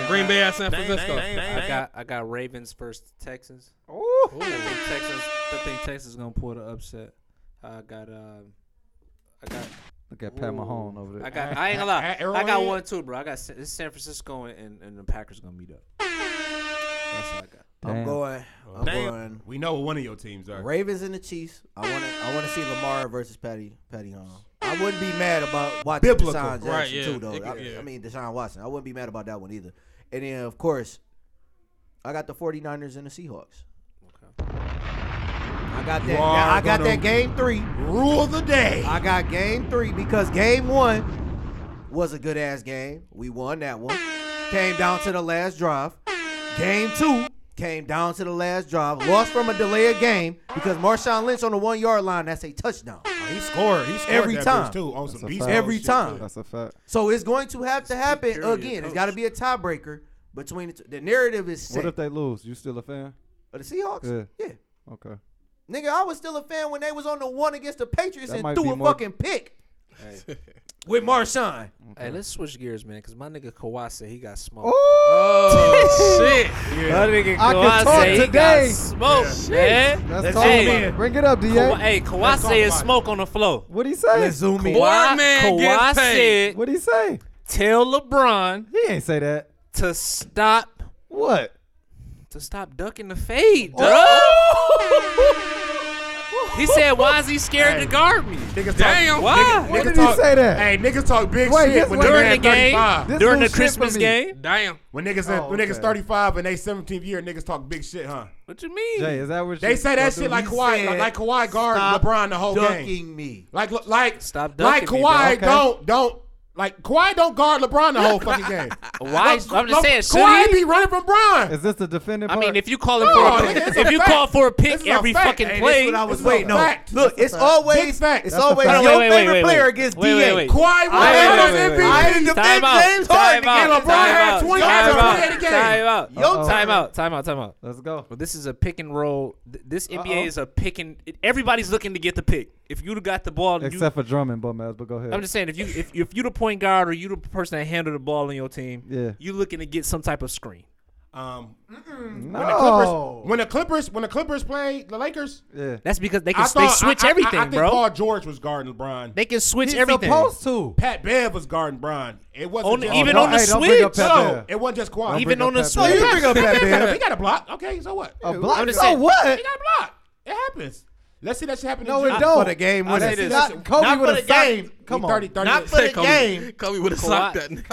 [SPEAKER 2] Green Bay at San Francisco.
[SPEAKER 1] I got I got Ravens versus Texans.
[SPEAKER 5] Ooh.
[SPEAKER 1] I think Texas. I think Texas is gonna pull the upset. I got um. I got,
[SPEAKER 5] Look at Pat
[SPEAKER 1] Ooh.
[SPEAKER 5] Mahone over
[SPEAKER 1] I
[SPEAKER 5] there.
[SPEAKER 1] got, I ain't gonna
[SPEAKER 6] At
[SPEAKER 1] lie. I got
[SPEAKER 6] Arrowhead?
[SPEAKER 1] one too, bro. I got San- it's San Francisco and, and, and the Packers gonna meet up. That's what I got.
[SPEAKER 5] Damn.
[SPEAKER 3] I'm going. I'm
[SPEAKER 6] Damn.
[SPEAKER 3] going.
[SPEAKER 6] We know what one of your teams are.
[SPEAKER 3] Ravens and the Chiefs. I want to. I want to see Lamar versus Patty. Patty Holmes. I wouldn't be mad about watching
[SPEAKER 6] Biblical.
[SPEAKER 3] Deshaun Jackson
[SPEAKER 2] Right, yeah.
[SPEAKER 3] too, though.
[SPEAKER 2] It
[SPEAKER 3] I,
[SPEAKER 2] could- yeah.
[SPEAKER 3] I mean Deshaun Watson. I wouldn't be mad about that one either. And then of course, I got the 49ers and the Seahawks. I got
[SPEAKER 6] You
[SPEAKER 3] that.
[SPEAKER 6] are
[SPEAKER 3] I got
[SPEAKER 6] gonna-
[SPEAKER 3] that game three.
[SPEAKER 6] Rule the day.
[SPEAKER 3] I got game three because game one was a good ass game. We won that one. Came down to the last drive. Game two came down to the last drive. Lost from a delayed game because Marshawn Lynch on the one yard line. That's a touchdown.
[SPEAKER 6] Oh, He scored. He scored
[SPEAKER 3] Every
[SPEAKER 6] that
[SPEAKER 3] time.
[SPEAKER 6] bitch, too on some
[SPEAKER 5] a
[SPEAKER 6] beast
[SPEAKER 5] fact.
[SPEAKER 6] mode
[SPEAKER 3] Every
[SPEAKER 6] shit,
[SPEAKER 3] time.
[SPEAKER 6] too.
[SPEAKER 5] That's a fact.
[SPEAKER 3] So it's going to have to happen
[SPEAKER 1] period,
[SPEAKER 3] again. It's
[SPEAKER 1] coach.
[SPEAKER 3] got to be a tiebreaker between the two. The narrative is set.
[SPEAKER 5] What if they lose? You still a fan?
[SPEAKER 3] Of the Seahawks? Yeah.
[SPEAKER 5] Okay.
[SPEAKER 3] Nigga, I was still a fan when they was on the one against the Patriots
[SPEAKER 5] That
[SPEAKER 3] and
[SPEAKER 5] might
[SPEAKER 3] threw
[SPEAKER 5] be
[SPEAKER 3] a
[SPEAKER 5] more-
[SPEAKER 3] fucking pick with Marshawn.
[SPEAKER 1] Hey, let's switch gears, man, because my nigga Kawhi said he got smoked.
[SPEAKER 5] Ooh.
[SPEAKER 2] Oh shit!
[SPEAKER 1] My nigga
[SPEAKER 5] I can talk
[SPEAKER 1] said he
[SPEAKER 5] today.
[SPEAKER 1] got smoked, man.
[SPEAKER 5] That's
[SPEAKER 1] Let's
[SPEAKER 5] talk
[SPEAKER 1] see.
[SPEAKER 5] about it. Bring it up,
[SPEAKER 1] Kawhi,
[SPEAKER 5] DA.
[SPEAKER 1] hey, Kawhi
[SPEAKER 6] talk
[SPEAKER 1] said
[SPEAKER 6] about it.
[SPEAKER 1] smoke on the floor.
[SPEAKER 5] What he say?
[SPEAKER 3] Let's zoom in.
[SPEAKER 2] Boy, man
[SPEAKER 1] Kawhi
[SPEAKER 2] gets paid.
[SPEAKER 1] said,
[SPEAKER 5] What he say?
[SPEAKER 1] tell LeBron
[SPEAKER 5] He ain't say that.
[SPEAKER 1] to stop
[SPEAKER 5] What?
[SPEAKER 1] to stop ducking the fade, bro. he said, why is he scared
[SPEAKER 6] Hey.
[SPEAKER 1] to guard me?
[SPEAKER 6] Niggas
[SPEAKER 2] Damn,
[SPEAKER 6] talk.
[SPEAKER 1] Why?
[SPEAKER 5] When
[SPEAKER 6] niggas
[SPEAKER 5] did he
[SPEAKER 6] talk-
[SPEAKER 5] say that?
[SPEAKER 6] Hey, niggas talk big
[SPEAKER 5] Wait,
[SPEAKER 6] shit
[SPEAKER 5] this
[SPEAKER 6] when
[SPEAKER 5] was-
[SPEAKER 6] niggas
[SPEAKER 1] During
[SPEAKER 6] at
[SPEAKER 1] the game?
[SPEAKER 6] 35.
[SPEAKER 5] This
[SPEAKER 1] During
[SPEAKER 5] new
[SPEAKER 1] the
[SPEAKER 5] shit for
[SPEAKER 1] Christmas
[SPEAKER 5] me.
[SPEAKER 1] game?
[SPEAKER 2] Damn.
[SPEAKER 6] When niggas at-
[SPEAKER 5] Oh,
[SPEAKER 6] when niggas
[SPEAKER 5] okay.
[SPEAKER 6] 35 and they 17th year, niggas talk big shit, huh?
[SPEAKER 1] What you mean?
[SPEAKER 5] Jay, is that what
[SPEAKER 6] They
[SPEAKER 5] you-
[SPEAKER 6] say that
[SPEAKER 5] so
[SPEAKER 6] shit
[SPEAKER 5] do
[SPEAKER 6] like
[SPEAKER 5] you-
[SPEAKER 6] Kawhi,
[SPEAKER 3] said,
[SPEAKER 6] like Kawhi guard
[SPEAKER 3] Stop
[SPEAKER 6] LeBron the whole
[SPEAKER 3] ducking
[SPEAKER 6] game.
[SPEAKER 3] me.
[SPEAKER 6] Like like
[SPEAKER 1] Stop
[SPEAKER 6] like
[SPEAKER 1] ducking me, bro.
[SPEAKER 6] Kawhi
[SPEAKER 5] Okay.
[SPEAKER 6] don't don't like Kawhi don't guard LeBron the whole fucking game.
[SPEAKER 1] Why? I'm just saying, should
[SPEAKER 6] Kawhi
[SPEAKER 1] he?
[SPEAKER 6] be running from Bron.
[SPEAKER 5] Is this the defending?
[SPEAKER 1] I
[SPEAKER 5] part?
[SPEAKER 1] mean, if you call him
[SPEAKER 6] No,
[SPEAKER 1] for a
[SPEAKER 6] nigga, it's
[SPEAKER 1] pick,
[SPEAKER 6] a
[SPEAKER 1] if you
[SPEAKER 6] fact.
[SPEAKER 1] call for a
[SPEAKER 6] This
[SPEAKER 1] pick
[SPEAKER 6] is a
[SPEAKER 1] every
[SPEAKER 6] fact.
[SPEAKER 1] fucking
[SPEAKER 6] Hey, this
[SPEAKER 1] play,
[SPEAKER 3] what I was
[SPEAKER 6] It's a
[SPEAKER 3] waiting on.
[SPEAKER 6] fact.
[SPEAKER 3] Look,
[SPEAKER 5] That's
[SPEAKER 3] it's
[SPEAKER 5] a fact.
[SPEAKER 6] Big
[SPEAKER 3] always
[SPEAKER 6] fact.
[SPEAKER 3] it's
[SPEAKER 6] That's a
[SPEAKER 3] always
[SPEAKER 5] fact.
[SPEAKER 3] your
[SPEAKER 1] Wait, wait, wait,
[SPEAKER 3] favorite
[SPEAKER 1] wait,
[SPEAKER 3] player
[SPEAKER 1] wait.
[SPEAKER 3] against
[SPEAKER 1] Wait,
[SPEAKER 3] DA.
[SPEAKER 1] wait, wait.
[SPEAKER 6] Kawhi won
[SPEAKER 1] wait,
[SPEAKER 6] Finals
[SPEAKER 1] wait, wait,
[SPEAKER 6] MVP.
[SPEAKER 1] wait.
[SPEAKER 3] I didn't defend
[SPEAKER 1] Time out.
[SPEAKER 3] James
[SPEAKER 1] Time
[SPEAKER 3] Harden.
[SPEAKER 1] out.
[SPEAKER 6] And LeBron had
[SPEAKER 1] Time out.
[SPEAKER 6] 20
[SPEAKER 1] Time
[SPEAKER 6] yards
[SPEAKER 1] out.
[SPEAKER 6] in the game.
[SPEAKER 1] Time out.
[SPEAKER 5] Uh-oh.
[SPEAKER 1] Time out. Time out. Time out.
[SPEAKER 5] let's go.
[SPEAKER 1] Well, this is a pick and roll. Th- This NBA
[SPEAKER 5] Uh-oh.
[SPEAKER 1] is a pick and it- everybody's looking to get the pick. If you'd have got the ball, you-
[SPEAKER 5] Except for Drummond, bum ass. But go ahead.
[SPEAKER 1] I'm just saying if you if, if you the point guard or you the person that handle the ball on your team,
[SPEAKER 5] Yeah.
[SPEAKER 1] you looking to get some type of screen.
[SPEAKER 6] Um, when the
[SPEAKER 5] no.
[SPEAKER 6] Clippers when the Clippers when the Clippers played the Lakers,
[SPEAKER 5] yeah.
[SPEAKER 1] That's because they can
[SPEAKER 6] I
[SPEAKER 1] s- they
[SPEAKER 6] thought
[SPEAKER 1] switch
[SPEAKER 6] I, I,
[SPEAKER 1] everything,
[SPEAKER 6] I, I think
[SPEAKER 1] bro.
[SPEAKER 6] Paul George was guarding LeBron.
[SPEAKER 1] they can switch
[SPEAKER 5] He's
[SPEAKER 1] everything.
[SPEAKER 5] supposed to.
[SPEAKER 6] Pat Bev was guarding Bron. It wasn't
[SPEAKER 1] On-
[SPEAKER 6] just,
[SPEAKER 1] even
[SPEAKER 5] no,
[SPEAKER 1] on the
[SPEAKER 5] hey, don't bring up
[SPEAKER 1] switch.
[SPEAKER 5] Pat
[SPEAKER 6] no,
[SPEAKER 5] Bev.
[SPEAKER 6] it wasn't just Kawhi.
[SPEAKER 1] Even on the
[SPEAKER 5] Pat Bev.
[SPEAKER 1] switch.
[SPEAKER 6] bring up Pat Bev. Oh. He got a block. Okay, so what?
[SPEAKER 5] A block.
[SPEAKER 1] I'm just
[SPEAKER 5] so
[SPEAKER 1] saying-
[SPEAKER 5] what?
[SPEAKER 6] He got a block. It happens. Let's see that shit happen.
[SPEAKER 5] No, it
[SPEAKER 6] in June.
[SPEAKER 5] don't.
[SPEAKER 3] for the game
[SPEAKER 6] I'll
[SPEAKER 3] winner.
[SPEAKER 6] say this.
[SPEAKER 5] Not Kobe
[SPEAKER 3] Not
[SPEAKER 5] with
[SPEAKER 3] for
[SPEAKER 5] a
[SPEAKER 3] the
[SPEAKER 5] sock.
[SPEAKER 3] game.
[SPEAKER 5] Come on.
[SPEAKER 6] 30, 30,
[SPEAKER 3] Not for the
[SPEAKER 6] Kobe.
[SPEAKER 3] game.
[SPEAKER 2] Kobe would have socked that.
[SPEAKER 1] Kawhi,
[SPEAKER 2] nigga.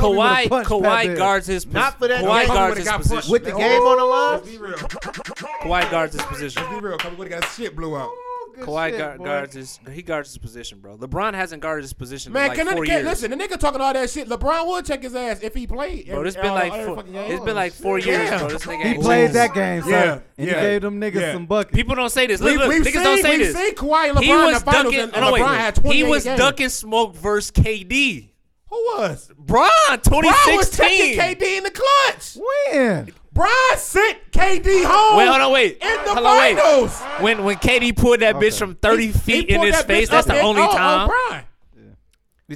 [SPEAKER 1] Kawhi,
[SPEAKER 5] punched Pat
[SPEAKER 1] Kawhi
[SPEAKER 5] Bev.
[SPEAKER 1] guards his position.
[SPEAKER 3] Not for that
[SPEAKER 1] Kawhi
[SPEAKER 3] game.
[SPEAKER 6] Kobe
[SPEAKER 1] guards
[SPEAKER 6] would've
[SPEAKER 1] his
[SPEAKER 6] got
[SPEAKER 1] position.
[SPEAKER 6] punched.
[SPEAKER 3] With the
[SPEAKER 6] Let's
[SPEAKER 3] game on the line?
[SPEAKER 6] be real.
[SPEAKER 1] Kawhi guards his position.
[SPEAKER 6] Be real. Kobe would have got his shit blew out.
[SPEAKER 5] Oh,
[SPEAKER 1] Kawhi guard, guards his he guards his position, bro. LeBron hasn't guarded his position
[SPEAKER 6] Man,
[SPEAKER 1] in
[SPEAKER 6] can
[SPEAKER 1] like
[SPEAKER 6] the
[SPEAKER 1] four
[SPEAKER 6] kid,
[SPEAKER 1] years.
[SPEAKER 6] listen, the nigga talking all that shit. LeBron would check his ass if he played.
[SPEAKER 1] Bro,
[SPEAKER 6] every-
[SPEAKER 1] it's been
[SPEAKER 6] all-
[SPEAKER 1] like
[SPEAKER 6] all
[SPEAKER 1] four,
[SPEAKER 6] fucking
[SPEAKER 1] it's
[SPEAKER 6] game.
[SPEAKER 1] been like four years,
[SPEAKER 6] Yeah.
[SPEAKER 1] bro. This nigga
[SPEAKER 5] He
[SPEAKER 1] ain't
[SPEAKER 5] played
[SPEAKER 1] shit.
[SPEAKER 5] that game, son.
[SPEAKER 6] Yeah,
[SPEAKER 5] And
[SPEAKER 6] yeah,
[SPEAKER 5] he gave them niggas
[SPEAKER 6] yeah.
[SPEAKER 5] some buckets.
[SPEAKER 1] People don't say this. Look,
[SPEAKER 6] We-
[SPEAKER 1] look,
[SPEAKER 6] we've
[SPEAKER 1] niggas
[SPEAKER 6] seen-
[SPEAKER 1] don't say
[SPEAKER 6] we've
[SPEAKER 1] this.
[SPEAKER 6] seen Kawhi and
[SPEAKER 1] he
[SPEAKER 6] LeBron in
[SPEAKER 1] was
[SPEAKER 6] the finals,
[SPEAKER 1] ducking.
[SPEAKER 6] and
[SPEAKER 1] no, wait,
[SPEAKER 6] LeBron had 28
[SPEAKER 1] he was
[SPEAKER 6] games.
[SPEAKER 1] ducking smoke versus KD.
[SPEAKER 6] Who was?
[SPEAKER 1] Bron,
[SPEAKER 6] Bron was taking
[SPEAKER 1] 2016.
[SPEAKER 6] KD in the clutch.
[SPEAKER 5] When?
[SPEAKER 6] Bron sent KD home.
[SPEAKER 1] Wait, hold on, wait.
[SPEAKER 6] In the
[SPEAKER 1] Hold on, wait.
[SPEAKER 6] finals.
[SPEAKER 1] When when KD pulled that
[SPEAKER 5] Okay.
[SPEAKER 1] bitch from 30
[SPEAKER 6] He-
[SPEAKER 1] feet
[SPEAKER 6] he
[SPEAKER 1] in
[SPEAKER 6] pulled
[SPEAKER 1] his
[SPEAKER 6] that
[SPEAKER 1] face,
[SPEAKER 6] bitch
[SPEAKER 1] that's
[SPEAKER 6] up
[SPEAKER 1] the
[SPEAKER 6] in- Oh,
[SPEAKER 1] only
[SPEAKER 6] on- on
[SPEAKER 1] time.
[SPEAKER 6] Bron.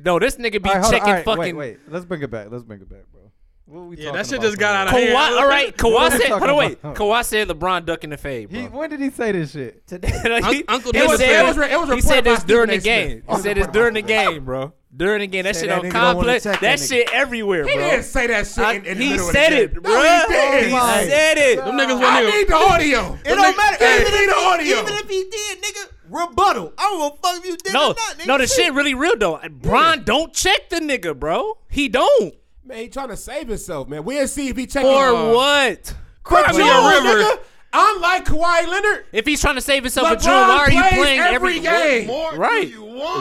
[SPEAKER 1] No, this nigga be
[SPEAKER 5] All right, hold on.
[SPEAKER 1] checking
[SPEAKER 5] All right,
[SPEAKER 1] fucking.
[SPEAKER 5] Wait, wait. Let's bring it back. Let's bring it back, bro. What we
[SPEAKER 2] Yeah,
[SPEAKER 5] talking
[SPEAKER 2] that shit
[SPEAKER 5] about
[SPEAKER 2] just got
[SPEAKER 5] here?
[SPEAKER 2] out of hand.
[SPEAKER 1] Kawhi, all right,
[SPEAKER 5] What
[SPEAKER 1] Kawhi
[SPEAKER 5] we
[SPEAKER 1] said.
[SPEAKER 5] talking
[SPEAKER 1] Hold on, wait.
[SPEAKER 5] about?
[SPEAKER 1] Kawhi said LeBron ducking the fade, bro.
[SPEAKER 5] He, when did he say this shit?
[SPEAKER 1] Like, he-
[SPEAKER 2] Uncle
[SPEAKER 1] he
[SPEAKER 2] It was-
[SPEAKER 1] said-
[SPEAKER 2] it was
[SPEAKER 6] re- it was
[SPEAKER 1] he said
[SPEAKER 6] reported by
[SPEAKER 1] this during the
[SPEAKER 6] Stephen A.
[SPEAKER 1] game. He said this during the game, bro. During the game, that
[SPEAKER 3] Say
[SPEAKER 1] shit
[SPEAKER 3] that
[SPEAKER 1] on
[SPEAKER 3] nigga don't wanna
[SPEAKER 1] complex.
[SPEAKER 3] check
[SPEAKER 1] That,
[SPEAKER 3] that nigga.
[SPEAKER 1] shit everywhere, bro.
[SPEAKER 6] He didn't say that shit
[SPEAKER 1] I-
[SPEAKER 6] in, in the
[SPEAKER 1] he
[SPEAKER 6] middle
[SPEAKER 1] said
[SPEAKER 6] of the game.
[SPEAKER 1] it, bro.
[SPEAKER 6] No, he didn't.
[SPEAKER 1] he said it.
[SPEAKER 2] Them niggas
[SPEAKER 6] I
[SPEAKER 2] wasn't even.
[SPEAKER 6] need the audio.
[SPEAKER 3] It don't matter.
[SPEAKER 6] Hey,
[SPEAKER 3] even,
[SPEAKER 6] play the
[SPEAKER 3] if,
[SPEAKER 6] audio.
[SPEAKER 3] even if he did, nigga, rebuttal. I don't give a fuck if you did or
[SPEAKER 1] No,
[SPEAKER 3] not, nigga.
[SPEAKER 1] no, the shit really real though. Bron don't check the nigga, bro. He don't.
[SPEAKER 6] Man, he trying to save himself, man. We'll see if he checking.
[SPEAKER 1] For
[SPEAKER 6] Uh,
[SPEAKER 1] what?
[SPEAKER 6] Cry
[SPEAKER 2] Cry
[SPEAKER 6] me
[SPEAKER 2] me a river.
[SPEAKER 6] Nigga. Unlike Kawhi Leonard,
[SPEAKER 1] If he's trying to save himself a
[SPEAKER 6] LeBron
[SPEAKER 1] Drew, why are you
[SPEAKER 6] plays
[SPEAKER 1] playing every,
[SPEAKER 6] every game.
[SPEAKER 1] Right?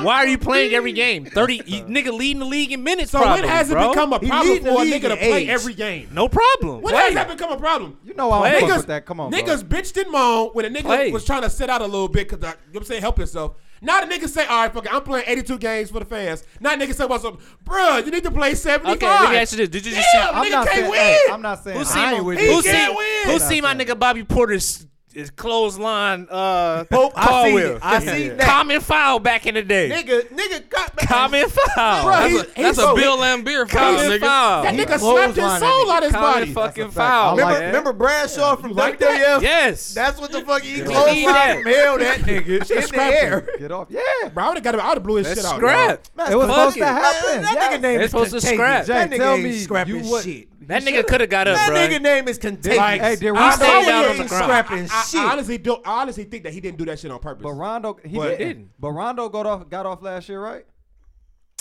[SPEAKER 1] Why are you playing every game? Thirty you- nigga leading the league in minutes.
[SPEAKER 6] so
[SPEAKER 1] probably,
[SPEAKER 6] it hasn't
[SPEAKER 1] bro.
[SPEAKER 6] become a
[SPEAKER 3] He
[SPEAKER 6] problem
[SPEAKER 3] leading the
[SPEAKER 6] for a
[SPEAKER 3] league
[SPEAKER 6] nigga to
[SPEAKER 3] in
[SPEAKER 6] play
[SPEAKER 3] age.
[SPEAKER 6] every game.
[SPEAKER 1] no problem.
[SPEAKER 6] When
[SPEAKER 1] Play.
[SPEAKER 6] has that become a problem?
[SPEAKER 5] You know I
[SPEAKER 1] Play.
[SPEAKER 5] don't fuck
[SPEAKER 1] Niggas-
[SPEAKER 5] with that. Come on,
[SPEAKER 6] niggas bitched and moaned when a nigga
[SPEAKER 1] Play.
[SPEAKER 6] was trying to sit out a little bit because you know what I'm saying help yourself. Now the niggas say, all right, fuck it, I'm playing 82 games for the fans. Now niggas say, what's up, bruh? You need to play 75.
[SPEAKER 1] Okay, let me ask you this. Did you just
[SPEAKER 6] Yeah,
[SPEAKER 1] see?
[SPEAKER 5] Bro. I'm
[SPEAKER 6] nigga
[SPEAKER 5] not
[SPEAKER 6] can't
[SPEAKER 5] saying.
[SPEAKER 6] win.
[SPEAKER 5] hey, I'm not saying.
[SPEAKER 1] Who
[SPEAKER 5] I
[SPEAKER 1] seen,
[SPEAKER 5] ain't with
[SPEAKER 1] who
[SPEAKER 5] you.
[SPEAKER 6] He can't
[SPEAKER 1] seen,
[SPEAKER 6] win.
[SPEAKER 1] who seen my nigga Bobby Porter's his clothesline uh,
[SPEAKER 3] Pope, I
[SPEAKER 1] car
[SPEAKER 3] seen
[SPEAKER 1] wheel?
[SPEAKER 3] it. I seen that.
[SPEAKER 1] Common foul back in the day.
[SPEAKER 3] Nigga, nigga, cut back.
[SPEAKER 1] Common foul.
[SPEAKER 6] Bruh,
[SPEAKER 2] That's
[SPEAKER 6] he's-
[SPEAKER 2] a, that's
[SPEAKER 6] he's-
[SPEAKER 2] a Bill Lambier foul,
[SPEAKER 1] Common
[SPEAKER 2] nigga.
[SPEAKER 1] foul.
[SPEAKER 6] That
[SPEAKER 5] He
[SPEAKER 6] nigga
[SPEAKER 5] clotheslined
[SPEAKER 6] slapped his
[SPEAKER 5] that
[SPEAKER 6] soul
[SPEAKER 5] nigga.
[SPEAKER 6] out his
[SPEAKER 1] Common
[SPEAKER 6] body.
[SPEAKER 1] fucking
[SPEAKER 5] That's a fact. I
[SPEAKER 1] foul.
[SPEAKER 5] like
[SPEAKER 3] Remember,
[SPEAKER 5] that.
[SPEAKER 3] remember Bradshaw from
[SPEAKER 6] like
[SPEAKER 3] like WWF?
[SPEAKER 1] Yes.
[SPEAKER 3] That's what the fuck he
[SPEAKER 1] need
[SPEAKER 3] closed
[SPEAKER 1] that.
[SPEAKER 3] out from hell that nigga in the
[SPEAKER 6] scrapped
[SPEAKER 3] air.
[SPEAKER 5] Get off. Yeah.
[SPEAKER 6] Bro, I would have got him. I would have blew his shit out.
[SPEAKER 1] Scrap.
[SPEAKER 5] It was
[SPEAKER 1] Fuck
[SPEAKER 5] supposed
[SPEAKER 1] it.
[SPEAKER 5] to happen.
[SPEAKER 3] Man, that
[SPEAKER 5] yes.
[SPEAKER 3] nigga name
[SPEAKER 1] It's
[SPEAKER 3] is
[SPEAKER 1] supposed to
[SPEAKER 3] contagious.
[SPEAKER 1] scrap.
[SPEAKER 5] Jay,
[SPEAKER 3] That nigga
[SPEAKER 5] tell
[SPEAKER 3] ain't
[SPEAKER 5] me
[SPEAKER 3] scrapping
[SPEAKER 5] you what-
[SPEAKER 3] shit.
[SPEAKER 1] That nigga could have got up,
[SPEAKER 3] That
[SPEAKER 1] bro.
[SPEAKER 3] nigga name is
[SPEAKER 6] Like,
[SPEAKER 3] contagious.
[SPEAKER 5] hey, did
[SPEAKER 6] I
[SPEAKER 5] Rondo-
[SPEAKER 1] stayed
[SPEAKER 6] honestly-
[SPEAKER 1] out on the
[SPEAKER 6] I-
[SPEAKER 1] ground.
[SPEAKER 3] Scrapping
[SPEAKER 6] I,
[SPEAKER 3] shit.
[SPEAKER 6] I honestly do. I honestly think that he didn't do that shit on purpose.
[SPEAKER 5] But Rondo, he
[SPEAKER 6] What?
[SPEAKER 5] didn't.
[SPEAKER 1] Didn't.
[SPEAKER 5] But Rondo got off, got off last year, right?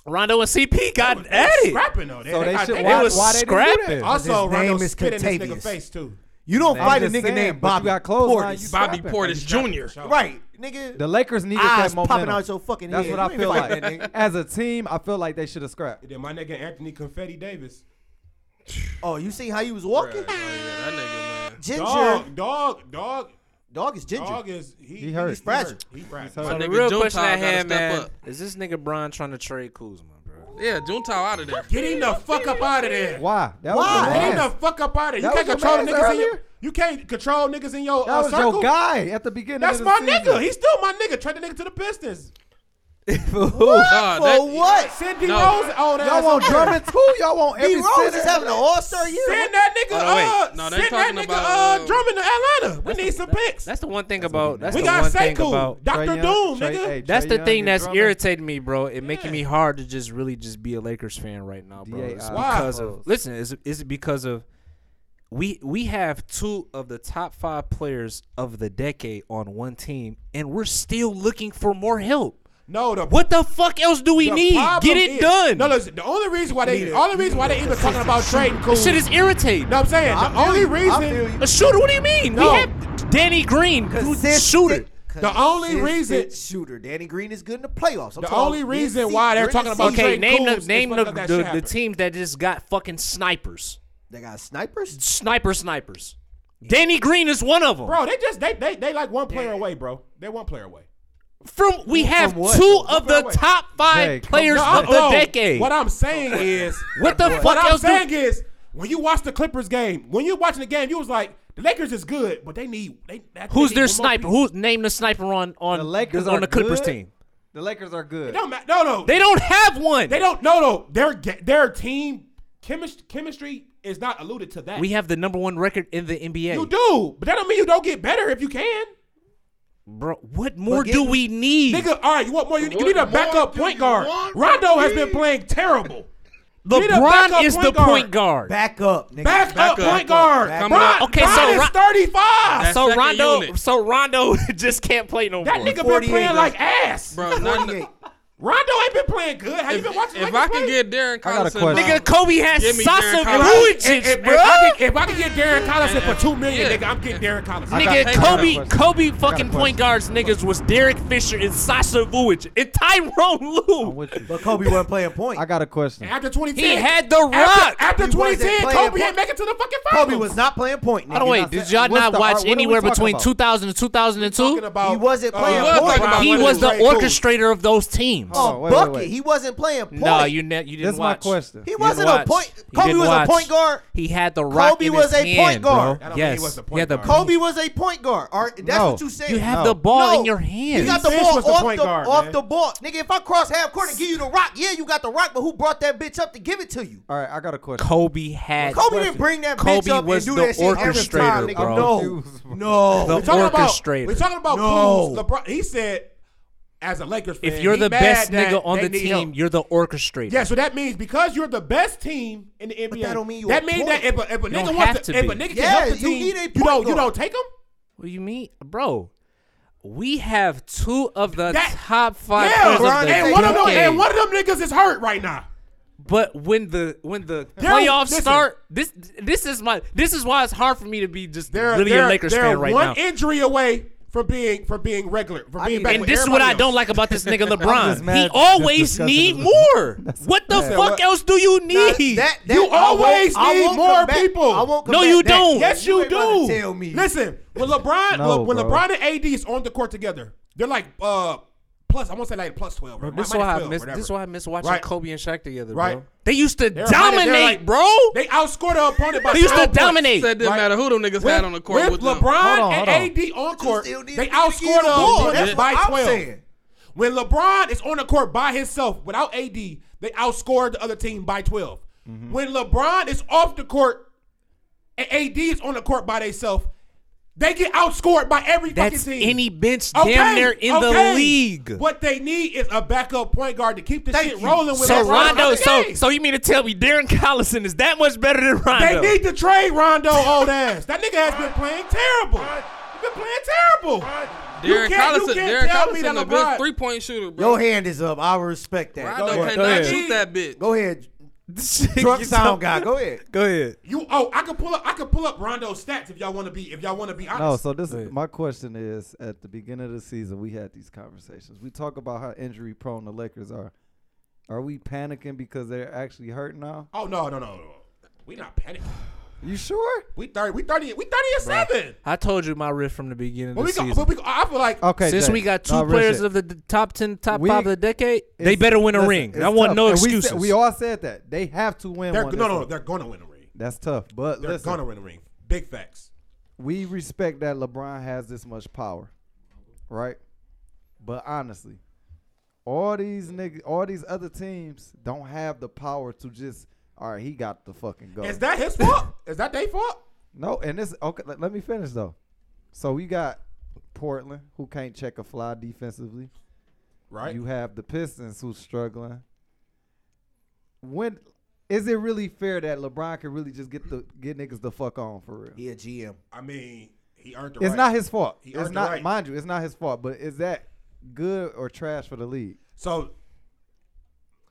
[SPEAKER 1] Rondo and CP got
[SPEAKER 6] They
[SPEAKER 1] at
[SPEAKER 6] was
[SPEAKER 1] it.
[SPEAKER 6] Scrapping though. They,
[SPEAKER 5] So they
[SPEAKER 6] got-
[SPEAKER 5] should.
[SPEAKER 6] they
[SPEAKER 5] Why,
[SPEAKER 1] It was
[SPEAKER 5] why they didn't do
[SPEAKER 1] scrapping.
[SPEAKER 5] that?
[SPEAKER 6] Also,
[SPEAKER 3] His
[SPEAKER 6] Rondo
[SPEAKER 3] name is
[SPEAKER 6] spit in this nigga
[SPEAKER 3] Contavious.
[SPEAKER 6] face too.
[SPEAKER 3] You don't
[SPEAKER 5] I'm
[SPEAKER 3] fight a
[SPEAKER 5] just
[SPEAKER 3] nigga
[SPEAKER 5] saying,
[SPEAKER 3] named
[SPEAKER 5] but you
[SPEAKER 3] Bobby
[SPEAKER 5] got clothesline,
[SPEAKER 3] Portis.
[SPEAKER 5] you
[SPEAKER 2] Bobby
[SPEAKER 5] Scrapping.
[SPEAKER 2] Portis Jr.
[SPEAKER 3] Right, nigga.
[SPEAKER 5] The Lakers needed
[SPEAKER 3] Eyes
[SPEAKER 5] that
[SPEAKER 3] popping
[SPEAKER 5] momentum.
[SPEAKER 3] out your fucking
[SPEAKER 5] That's
[SPEAKER 3] head.
[SPEAKER 5] what I
[SPEAKER 3] You
[SPEAKER 5] feel
[SPEAKER 3] ain't fighting
[SPEAKER 5] like.
[SPEAKER 3] that nigga.
[SPEAKER 5] As a team, I feel like they should have scrapped.
[SPEAKER 6] Then my nigga Anthony Confetti Davis.
[SPEAKER 3] Oh, you seen how he was
[SPEAKER 2] Oh, yeah,
[SPEAKER 3] walking?
[SPEAKER 2] that nigga, man.
[SPEAKER 3] Ginger.
[SPEAKER 6] Dog, Oh, dog, dog,
[SPEAKER 3] Dog is ginger.
[SPEAKER 6] dog is he?
[SPEAKER 5] He hurt.
[SPEAKER 6] He's
[SPEAKER 3] fragile.
[SPEAKER 6] He fragile.
[SPEAKER 5] hurt.
[SPEAKER 1] So
[SPEAKER 2] My
[SPEAKER 1] the
[SPEAKER 2] nigga
[SPEAKER 1] real
[SPEAKER 2] Joe
[SPEAKER 1] question I
[SPEAKER 2] Todd gotta
[SPEAKER 1] had,
[SPEAKER 2] step
[SPEAKER 1] man,
[SPEAKER 2] up.
[SPEAKER 1] is this nigga Bron trying to trade Kuzma, bro?
[SPEAKER 2] Yeah, Juntao out of there.
[SPEAKER 6] Get him the fuck up out of there.
[SPEAKER 5] Why? That
[SPEAKER 3] Why?
[SPEAKER 5] Was
[SPEAKER 6] Get
[SPEAKER 5] your
[SPEAKER 6] him the
[SPEAKER 5] man.
[SPEAKER 6] fuck up out of there. You
[SPEAKER 5] That
[SPEAKER 6] can't
[SPEAKER 5] was
[SPEAKER 6] control
[SPEAKER 5] your
[SPEAKER 6] niggas
[SPEAKER 5] man's
[SPEAKER 6] in your.
[SPEAKER 5] earlier?
[SPEAKER 6] You can't control niggas in your.
[SPEAKER 5] That
[SPEAKER 6] uh,
[SPEAKER 5] was
[SPEAKER 6] circle.
[SPEAKER 5] your guy at the beginning.
[SPEAKER 6] That's
[SPEAKER 5] of
[SPEAKER 6] my
[SPEAKER 5] the
[SPEAKER 6] nigga. He's still my nigga. Trade the nigga to the Pistons.
[SPEAKER 2] Nah,
[SPEAKER 3] For
[SPEAKER 2] that-
[SPEAKER 3] what?
[SPEAKER 6] Cindy
[SPEAKER 2] No.
[SPEAKER 6] Rose. Oh, that
[SPEAKER 5] Y'all want Drummond too? Y'all want
[SPEAKER 3] B.
[SPEAKER 5] every
[SPEAKER 3] Rose is
[SPEAKER 5] center?
[SPEAKER 3] having an all star year.
[SPEAKER 6] Send that nigga.
[SPEAKER 2] Oh, wait.
[SPEAKER 6] uh,
[SPEAKER 2] No, they
[SPEAKER 6] send that
[SPEAKER 2] talking
[SPEAKER 6] nigga.
[SPEAKER 2] about,
[SPEAKER 6] uh,
[SPEAKER 2] uh,
[SPEAKER 6] Drummond to Atlanta. We need some picks.
[SPEAKER 1] That's the one thing about. That's
[SPEAKER 6] we
[SPEAKER 1] the
[SPEAKER 6] got
[SPEAKER 1] one thing
[SPEAKER 6] Sekou,
[SPEAKER 1] about.
[SPEAKER 5] Trae
[SPEAKER 6] Doctor
[SPEAKER 5] Young- Trae-
[SPEAKER 6] Doom, nigga.
[SPEAKER 5] hey,
[SPEAKER 1] That's
[SPEAKER 5] Trae
[SPEAKER 1] the
[SPEAKER 5] Young
[SPEAKER 1] thing
[SPEAKER 5] and
[SPEAKER 1] that's
[SPEAKER 5] Drummond.
[SPEAKER 1] irritating me, bro. It making
[SPEAKER 6] Yeah.
[SPEAKER 1] me hard to just really just be a Lakers fan right now, bro.
[SPEAKER 5] DA
[SPEAKER 1] It's
[SPEAKER 5] eyes
[SPEAKER 1] because
[SPEAKER 5] closed.
[SPEAKER 1] of listen. Is is it because of we we have two of the top five players of the decade on one team, and we're still looking for more help.
[SPEAKER 6] No, the
[SPEAKER 1] What the fuck else do we
[SPEAKER 6] the
[SPEAKER 1] need?
[SPEAKER 6] problem
[SPEAKER 1] Get it
[SPEAKER 6] is-
[SPEAKER 1] done.
[SPEAKER 6] No, listen. The only reason why they, all the reason why they even talking about trading cool.
[SPEAKER 1] This shit is irritating.
[SPEAKER 6] No, I'm saying the
[SPEAKER 3] I
[SPEAKER 6] only
[SPEAKER 3] feel you. I feel
[SPEAKER 6] reason.
[SPEAKER 3] you.
[SPEAKER 1] A shooter? What do you mean?
[SPEAKER 6] No.
[SPEAKER 1] We have Danny Green, who's shooter.
[SPEAKER 6] The only
[SPEAKER 3] Consistent
[SPEAKER 6] reason-
[SPEAKER 3] shater. Danny Green is good in the playoffs. I'm
[SPEAKER 6] The
[SPEAKER 3] talking
[SPEAKER 6] only
[SPEAKER 3] about
[SPEAKER 6] reason
[SPEAKER 3] mid-season.
[SPEAKER 6] why they're
[SPEAKER 3] During
[SPEAKER 6] talking about
[SPEAKER 3] season,
[SPEAKER 1] Okay,
[SPEAKER 6] Trey
[SPEAKER 1] name
[SPEAKER 6] Coles
[SPEAKER 1] the
[SPEAKER 6] is
[SPEAKER 1] name
[SPEAKER 6] fucking
[SPEAKER 1] the,
[SPEAKER 6] up that
[SPEAKER 1] the,
[SPEAKER 6] shit
[SPEAKER 1] the
[SPEAKER 6] happened.
[SPEAKER 1] team that just got fucking snipers,
[SPEAKER 3] they got snipers.
[SPEAKER 1] sniper snipers. Danny Green is one of them.
[SPEAKER 6] bro, they just they they they like one player away, bro. They one player away.
[SPEAKER 1] From we have
[SPEAKER 5] what?
[SPEAKER 1] two of
[SPEAKER 6] Bro,
[SPEAKER 1] the
[SPEAKER 6] wait.
[SPEAKER 1] top five
[SPEAKER 5] Jay, come
[SPEAKER 1] players
[SPEAKER 6] No,
[SPEAKER 1] of the
[SPEAKER 6] no,
[SPEAKER 1] decade.
[SPEAKER 6] What I'm saying is,
[SPEAKER 1] What the
[SPEAKER 6] what
[SPEAKER 1] fuck
[SPEAKER 6] I'm
[SPEAKER 1] else do-
[SPEAKER 6] saying is, when you watch the Clippers game, when you're watching the game, you was like, the Lakers is good, but they need they. they
[SPEAKER 1] Who's
[SPEAKER 6] need
[SPEAKER 1] their
[SPEAKER 6] one more
[SPEAKER 1] sniper?
[SPEAKER 6] piece.
[SPEAKER 1] Who's name the sniper on on
[SPEAKER 5] The Lakers
[SPEAKER 1] on
[SPEAKER 5] are
[SPEAKER 1] the Clippers
[SPEAKER 5] good.
[SPEAKER 1] team?
[SPEAKER 5] The Lakers are good.
[SPEAKER 6] No, ma- no, no.
[SPEAKER 1] They don't have one.
[SPEAKER 6] They don't. No, no. Their ga- their team chemistry chemistry is not alluded to that.
[SPEAKER 1] We have the number one record in the NBA.
[SPEAKER 6] you do, but that don't mean you don't get better if you can.
[SPEAKER 1] Bro, what more
[SPEAKER 3] But
[SPEAKER 1] do
[SPEAKER 3] get-
[SPEAKER 1] we need?
[SPEAKER 6] Nigga, all right, you want more? You, you need a backup point guard. Rondo has been playing terrible. need a backup
[SPEAKER 1] LeBron is
[SPEAKER 6] point
[SPEAKER 1] the
[SPEAKER 6] guard.
[SPEAKER 1] point guard.
[SPEAKER 3] Back up, nigga.
[SPEAKER 6] Back, up,
[SPEAKER 2] Backup.
[SPEAKER 6] point guard.
[SPEAKER 3] Backup.
[SPEAKER 6] Bron,
[SPEAKER 1] Okay,
[SPEAKER 6] Bron
[SPEAKER 1] so
[SPEAKER 6] is
[SPEAKER 1] Ron-
[SPEAKER 6] 35.
[SPEAKER 2] That's-
[SPEAKER 1] So
[SPEAKER 2] second
[SPEAKER 1] Rondo,
[SPEAKER 2] unit.
[SPEAKER 1] so Rondo just can't play no
[SPEAKER 6] that
[SPEAKER 1] more.
[SPEAKER 6] nigga been
[SPEAKER 3] 48
[SPEAKER 6] playing
[SPEAKER 3] left.
[SPEAKER 6] like ass.
[SPEAKER 2] Bro, not,
[SPEAKER 3] Forty-eight.
[SPEAKER 6] Rondo ain't been playing good. Have you
[SPEAKER 2] if,
[SPEAKER 6] been watching?
[SPEAKER 2] if
[SPEAKER 6] Lakers
[SPEAKER 2] I
[SPEAKER 6] play?
[SPEAKER 2] can get Darren
[SPEAKER 5] got a
[SPEAKER 2] Collison,
[SPEAKER 5] question.
[SPEAKER 1] Nigga, Kobe has
[SPEAKER 2] Give me
[SPEAKER 1] Sasa
[SPEAKER 2] Darren Collison.
[SPEAKER 6] if, if,
[SPEAKER 1] Vujicic,
[SPEAKER 6] if
[SPEAKER 1] bro.
[SPEAKER 6] I can, if I can get Darren Collison
[SPEAKER 2] And-
[SPEAKER 6] for two million,
[SPEAKER 2] yeah.
[SPEAKER 6] nigga, I'm getting Darren Collison.
[SPEAKER 5] I
[SPEAKER 1] Nigga,
[SPEAKER 5] got a
[SPEAKER 1] Kobe,
[SPEAKER 5] question.
[SPEAKER 1] Kobe
[SPEAKER 5] got a
[SPEAKER 1] fucking
[SPEAKER 5] question.
[SPEAKER 1] point guards niggas was Derek Fisher and Sasa Vujic and Tyrone
[SPEAKER 5] I'm
[SPEAKER 1] Lue.
[SPEAKER 5] with you.
[SPEAKER 3] But Kobe wasn't playing point.
[SPEAKER 5] I got a question.
[SPEAKER 6] after 2010,
[SPEAKER 1] He had the rock.
[SPEAKER 6] After,
[SPEAKER 3] He
[SPEAKER 6] after
[SPEAKER 3] wasn't
[SPEAKER 6] 2010,
[SPEAKER 3] playing
[SPEAKER 6] Kobe
[SPEAKER 3] point.
[SPEAKER 6] ain't making to the fucking finals.
[SPEAKER 3] Kobe was not playing point. Nigga.
[SPEAKER 1] By the way, did y'all
[SPEAKER 5] What's
[SPEAKER 1] not
[SPEAKER 5] the-
[SPEAKER 1] watch
[SPEAKER 5] what are we
[SPEAKER 1] anywhere
[SPEAKER 5] talking
[SPEAKER 1] between
[SPEAKER 5] about?
[SPEAKER 1] 2000 and
[SPEAKER 6] talking
[SPEAKER 1] 2002?
[SPEAKER 6] about.
[SPEAKER 3] He wasn't playing
[SPEAKER 2] point.
[SPEAKER 6] talking about
[SPEAKER 1] He
[SPEAKER 6] when
[SPEAKER 1] was the
[SPEAKER 6] Trey Cool-
[SPEAKER 1] orchestrator of those teams.
[SPEAKER 5] Hold
[SPEAKER 3] a
[SPEAKER 5] on, wait, wait,
[SPEAKER 3] bucket.
[SPEAKER 5] wait.
[SPEAKER 3] Oh, He wasn't playing point.
[SPEAKER 1] No, you ne- you didn't
[SPEAKER 5] That's my
[SPEAKER 1] watch.
[SPEAKER 5] question.
[SPEAKER 3] He
[SPEAKER 1] You
[SPEAKER 3] wasn't
[SPEAKER 1] didn't
[SPEAKER 3] a
[SPEAKER 1] watch.
[SPEAKER 3] point.
[SPEAKER 1] You
[SPEAKER 3] Kobe
[SPEAKER 1] didn't
[SPEAKER 3] was a
[SPEAKER 1] watch.
[SPEAKER 3] point guard.
[SPEAKER 1] He had the rock.
[SPEAKER 3] Kobe
[SPEAKER 1] in
[SPEAKER 3] was
[SPEAKER 1] his
[SPEAKER 3] a point
[SPEAKER 1] hand, bro.
[SPEAKER 3] guard.
[SPEAKER 6] I don't mean he
[SPEAKER 1] Yes,
[SPEAKER 6] was the
[SPEAKER 1] he had
[SPEAKER 6] point
[SPEAKER 1] the
[SPEAKER 6] guard.
[SPEAKER 3] Kobe was a point guard. All right, that's
[SPEAKER 5] No.
[SPEAKER 3] what you said.
[SPEAKER 1] You have
[SPEAKER 5] No.
[SPEAKER 1] the ball
[SPEAKER 3] No.
[SPEAKER 1] in your hand.
[SPEAKER 3] You got the
[SPEAKER 6] Fish
[SPEAKER 3] ball
[SPEAKER 6] was the
[SPEAKER 3] off,
[SPEAKER 6] point
[SPEAKER 3] the,
[SPEAKER 6] guard,
[SPEAKER 3] off
[SPEAKER 6] man.
[SPEAKER 3] the ball. Nigga, if I cross half court and give you the rock, yeah, you got the rock, but who brought that bitch up to give it to you?
[SPEAKER 5] All right, I got a question.
[SPEAKER 1] Kobe had.
[SPEAKER 3] Kobe didn't bring that bitch
[SPEAKER 1] Kobe
[SPEAKER 3] up
[SPEAKER 1] was
[SPEAKER 3] and do
[SPEAKER 1] the
[SPEAKER 3] that shit every time,
[SPEAKER 1] orchestrator,
[SPEAKER 3] nigga.
[SPEAKER 1] bro.
[SPEAKER 3] No. No.
[SPEAKER 1] The
[SPEAKER 6] we're talking
[SPEAKER 1] orchestrator.
[SPEAKER 6] About, we're talking about
[SPEAKER 3] No.
[SPEAKER 6] Kuz, LeBron. He said, as a Lakers fan,
[SPEAKER 1] If you're
[SPEAKER 6] he
[SPEAKER 1] the
[SPEAKER 6] mad
[SPEAKER 1] best
[SPEAKER 6] that
[SPEAKER 1] nigga on
[SPEAKER 6] they
[SPEAKER 1] the
[SPEAKER 6] need
[SPEAKER 1] team,
[SPEAKER 6] help.
[SPEAKER 1] you're the orchestrator.
[SPEAKER 6] yeah. So that means because you're the best team in the NBA,
[SPEAKER 3] that don't mean you
[SPEAKER 6] that
[SPEAKER 3] a
[SPEAKER 6] means
[SPEAKER 3] point.
[SPEAKER 6] that if a, if a
[SPEAKER 1] don't
[SPEAKER 6] nigga wants
[SPEAKER 1] have
[SPEAKER 6] to,
[SPEAKER 1] to
[SPEAKER 6] if a
[SPEAKER 1] be.
[SPEAKER 6] nigga
[SPEAKER 3] Yeah,
[SPEAKER 6] can help the
[SPEAKER 3] you
[SPEAKER 6] team,
[SPEAKER 3] need a point
[SPEAKER 6] you don't you
[SPEAKER 3] guard.
[SPEAKER 6] don't take him.
[SPEAKER 1] What do you mean, bro? We have two of the
[SPEAKER 6] That-
[SPEAKER 1] top five
[SPEAKER 6] Yeah,
[SPEAKER 1] players of
[SPEAKER 6] LeBron,
[SPEAKER 1] the
[SPEAKER 6] and one of them
[SPEAKER 1] decade.
[SPEAKER 6] and one of them niggas is hurt right now.
[SPEAKER 1] But when the when the
[SPEAKER 6] They're-
[SPEAKER 1] playoffs
[SPEAKER 6] listen.
[SPEAKER 1] start, this this is my this is why it's hard for me to be just
[SPEAKER 6] They're,
[SPEAKER 1] really
[SPEAKER 6] they're,
[SPEAKER 1] a Lakers
[SPEAKER 6] they're
[SPEAKER 1] fan right
[SPEAKER 6] one
[SPEAKER 1] now.
[SPEAKER 6] injury away from being from being regular from being
[SPEAKER 5] need-
[SPEAKER 6] back.
[SPEAKER 1] and
[SPEAKER 6] with
[SPEAKER 1] this is what I
[SPEAKER 6] everybody
[SPEAKER 1] don't
[SPEAKER 6] else.
[SPEAKER 1] like about this nigga
[SPEAKER 5] just
[SPEAKER 1] LeBron.
[SPEAKER 5] mad
[SPEAKER 1] He
[SPEAKER 5] just
[SPEAKER 1] always
[SPEAKER 5] discussing
[SPEAKER 1] need
[SPEAKER 5] this.
[SPEAKER 1] more. What the fuck
[SPEAKER 5] what-
[SPEAKER 1] else do you need?
[SPEAKER 3] That- that-
[SPEAKER 6] You
[SPEAKER 3] I won't-
[SPEAKER 6] always
[SPEAKER 3] I
[SPEAKER 6] need
[SPEAKER 3] won't
[SPEAKER 6] more
[SPEAKER 3] combat-
[SPEAKER 6] people.
[SPEAKER 3] I won't
[SPEAKER 1] No,
[SPEAKER 3] combat
[SPEAKER 1] you
[SPEAKER 3] that.
[SPEAKER 1] don't.
[SPEAKER 6] Yes, you,
[SPEAKER 3] ain't about
[SPEAKER 6] do.
[SPEAKER 3] to Tell me.
[SPEAKER 6] Listen, when LeBron,
[SPEAKER 5] No,
[SPEAKER 6] when
[SPEAKER 5] bro.
[SPEAKER 6] LeBron and AD is on the court together, they're like uh plus. I want to say like plus twelve. Right?
[SPEAKER 1] This is
[SPEAKER 6] Minus
[SPEAKER 1] why I
[SPEAKER 6] 12,
[SPEAKER 1] miss.
[SPEAKER 6] whatever.
[SPEAKER 1] This is why I miss watching
[SPEAKER 6] Right.
[SPEAKER 1] Kobe and Shaq together,
[SPEAKER 6] Right.
[SPEAKER 1] bro. They used to
[SPEAKER 6] They're right,
[SPEAKER 1] dominate,
[SPEAKER 6] they're like-
[SPEAKER 1] bro.
[SPEAKER 6] They outscored the opponent by.
[SPEAKER 1] They used to
[SPEAKER 6] 12 points.
[SPEAKER 1] dominate.
[SPEAKER 2] Said it didn't
[SPEAKER 6] Right.
[SPEAKER 2] matter who them niggas had on the court with,
[SPEAKER 6] with LeBron
[SPEAKER 2] them.
[SPEAKER 5] on, hold
[SPEAKER 6] and AD on court,
[SPEAKER 3] still need
[SPEAKER 6] they
[SPEAKER 3] to get
[SPEAKER 6] outscored
[SPEAKER 3] the
[SPEAKER 6] the
[SPEAKER 3] ball.
[SPEAKER 6] opponent
[SPEAKER 3] That's
[SPEAKER 6] by
[SPEAKER 3] what I'm
[SPEAKER 6] 12.
[SPEAKER 3] saying.
[SPEAKER 6] When LeBron is on the court by himself without AD, they outscored the other team by 12. When LeBron is off the court and AD is on the court by themselves, they get outscored by every
[SPEAKER 1] That's
[SPEAKER 6] fucking team.
[SPEAKER 1] any bench
[SPEAKER 6] Okay,
[SPEAKER 1] damn near in
[SPEAKER 6] okay.
[SPEAKER 1] the league.
[SPEAKER 6] What they need is a backup point guard to keep the
[SPEAKER 3] Thank
[SPEAKER 6] shit
[SPEAKER 3] you.
[SPEAKER 6] rolling with
[SPEAKER 1] So
[SPEAKER 6] LeBron out
[SPEAKER 1] Rondo,
[SPEAKER 6] the
[SPEAKER 1] so
[SPEAKER 6] game.
[SPEAKER 1] so you mean to tell me Darren Collison is that much better than
[SPEAKER 6] They
[SPEAKER 1] Rondo?
[SPEAKER 6] need to trade Rondo old ass. That nigga has been playing terrible. He's been playing terrible.
[SPEAKER 2] Derrick
[SPEAKER 6] you can't,
[SPEAKER 2] Collison,
[SPEAKER 6] you can't
[SPEAKER 2] Derrick
[SPEAKER 6] tell me
[SPEAKER 2] Collison,
[SPEAKER 6] that
[SPEAKER 2] the best
[SPEAKER 6] LeBron.
[SPEAKER 2] three point shooter, bro.
[SPEAKER 3] Your hand is up. I respect that. Go
[SPEAKER 2] Rondo
[SPEAKER 3] ahead.
[SPEAKER 2] cannot
[SPEAKER 6] ahead.
[SPEAKER 2] shoot that bitch.
[SPEAKER 3] Go ahead.
[SPEAKER 1] This shit
[SPEAKER 3] Drunk
[SPEAKER 1] gets
[SPEAKER 3] sound
[SPEAKER 1] up-
[SPEAKER 3] guy. Go ahead.
[SPEAKER 1] Go ahead.
[SPEAKER 6] You oh, I can pull up. I can pull up Rondo's stats if y'all want to be. If y'all want to be
[SPEAKER 5] No,
[SPEAKER 6] honest.
[SPEAKER 5] so this is my question is at the beginning of the season we had these conversations. We talk about how injury prone the Lakers are. Are we panicking because they're actually hurt now?
[SPEAKER 6] oh no, no, no, no. We not panicking.
[SPEAKER 5] You sure?
[SPEAKER 6] We thirty. We thirty. We thirty and seven.
[SPEAKER 1] I told you my riff from the beginning
[SPEAKER 6] But
[SPEAKER 1] of
[SPEAKER 6] we,
[SPEAKER 1] the
[SPEAKER 6] go,
[SPEAKER 1] season.
[SPEAKER 6] but we go, I feel like
[SPEAKER 5] Okay.
[SPEAKER 1] Since
[SPEAKER 5] Jay.
[SPEAKER 1] we got two
[SPEAKER 5] No, real
[SPEAKER 1] players
[SPEAKER 5] shit.
[SPEAKER 1] of the d- top ten, top
[SPEAKER 5] We-
[SPEAKER 1] five of the decade, they
[SPEAKER 5] It's-
[SPEAKER 1] better win a
[SPEAKER 5] listen,
[SPEAKER 1] ring.
[SPEAKER 5] it's
[SPEAKER 1] I want
[SPEAKER 5] tough.
[SPEAKER 1] no
[SPEAKER 5] And we said-
[SPEAKER 1] excuses.
[SPEAKER 5] We, all said that they have to win.
[SPEAKER 6] they're
[SPEAKER 5] one.
[SPEAKER 6] no,
[SPEAKER 5] That's-
[SPEAKER 6] no. They're gonna win a ring.
[SPEAKER 5] That's tough. But
[SPEAKER 6] They're
[SPEAKER 5] listen,
[SPEAKER 6] gonna win a ring. Big facts.
[SPEAKER 5] we respect that LeBron has this much power, right? But honestly, all these niggas, all these other teams don't have the power to just. All right, he got the fucking go.
[SPEAKER 6] Is that his fault? Is that their fault?
[SPEAKER 5] No, and this okay. Let, let me finish though. So we got Portland, who can't check a fly defensively.
[SPEAKER 6] Right.
[SPEAKER 5] You have the Pistons, who's struggling. When is it really fair that LeBron can really just get the get niggas the fuck on for real?
[SPEAKER 3] He a GM.
[SPEAKER 6] I mean, he earned the
[SPEAKER 5] It's
[SPEAKER 6] right.
[SPEAKER 5] not his fault.
[SPEAKER 6] He
[SPEAKER 5] it's
[SPEAKER 6] earned the
[SPEAKER 5] not,
[SPEAKER 6] right.
[SPEAKER 5] mind you, it's not his fault. But is that good or trash for the league?
[SPEAKER 6] So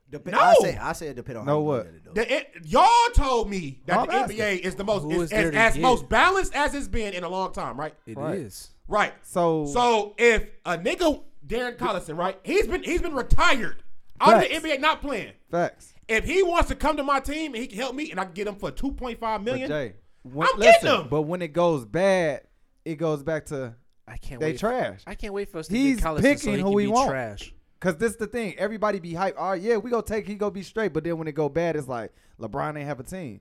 [SPEAKER 3] Dep-
[SPEAKER 6] No.
[SPEAKER 3] I say, I say it depends on
[SPEAKER 5] No
[SPEAKER 3] how you
[SPEAKER 5] what?
[SPEAKER 3] look at it, though.
[SPEAKER 6] The, it, y'all told me that
[SPEAKER 5] I'm
[SPEAKER 6] the
[SPEAKER 5] asking.
[SPEAKER 6] NBA is the most
[SPEAKER 1] Who
[SPEAKER 6] is,
[SPEAKER 1] is there
[SPEAKER 6] is
[SPEAKER 1] to
[SPEAKER 6] as
[SPEAKER 1] get?
[SPEAKER 6] most balanced as it's been in a long time, right?
[SPEAKER 1] It
[SPEAKER 5] Right.
[SPEAKER 1] is.
[SPEAKER 6] Right.
[SPEAKER 5] So-
[SPEAKER 6] so if a nigga Darren Collison, right, he's been he's been retired out
[SPEAKER 5] Facts.
[SPEAKER 6] of the NBA, not playing.
[SPEAKER 5] Facts.
[SPEAKER 6] If he wants to come to my team and he can help me, and I can get him for two point five
[SPEAKER 5] But
[SPEAKER 6] million,
[SPEAKER 5] Jay, when,
[SPEAKER 6] I'm getting him.
[SPEAKER 5] But when it goes bad, it goes back to
[SPEAKER 1] I can't.
[SPEAKER 5] They
[SPEAKER 1] wait.
[SPEAKER 5] trash.
[SPEAKER 1] I can't wait for us to
[SPEAKER 5] He's
[SPEAKER 1] get Collison so
[SPEAKER 5] picking
[SPEAKER 1] he
[SPEAKER 5] who
[SPEAKER 1] can
[SPEAKER 5] he
[SPEAKER 1] be
[SPEAKER 5] want.
[SPEAKER 1] trash.
[SPEAKER 5] Cause this the thing, everybody be hype. All right, yeah, we gonna take. He gonna be straight. But then when it go bad, it's like LeBron ain't have a team.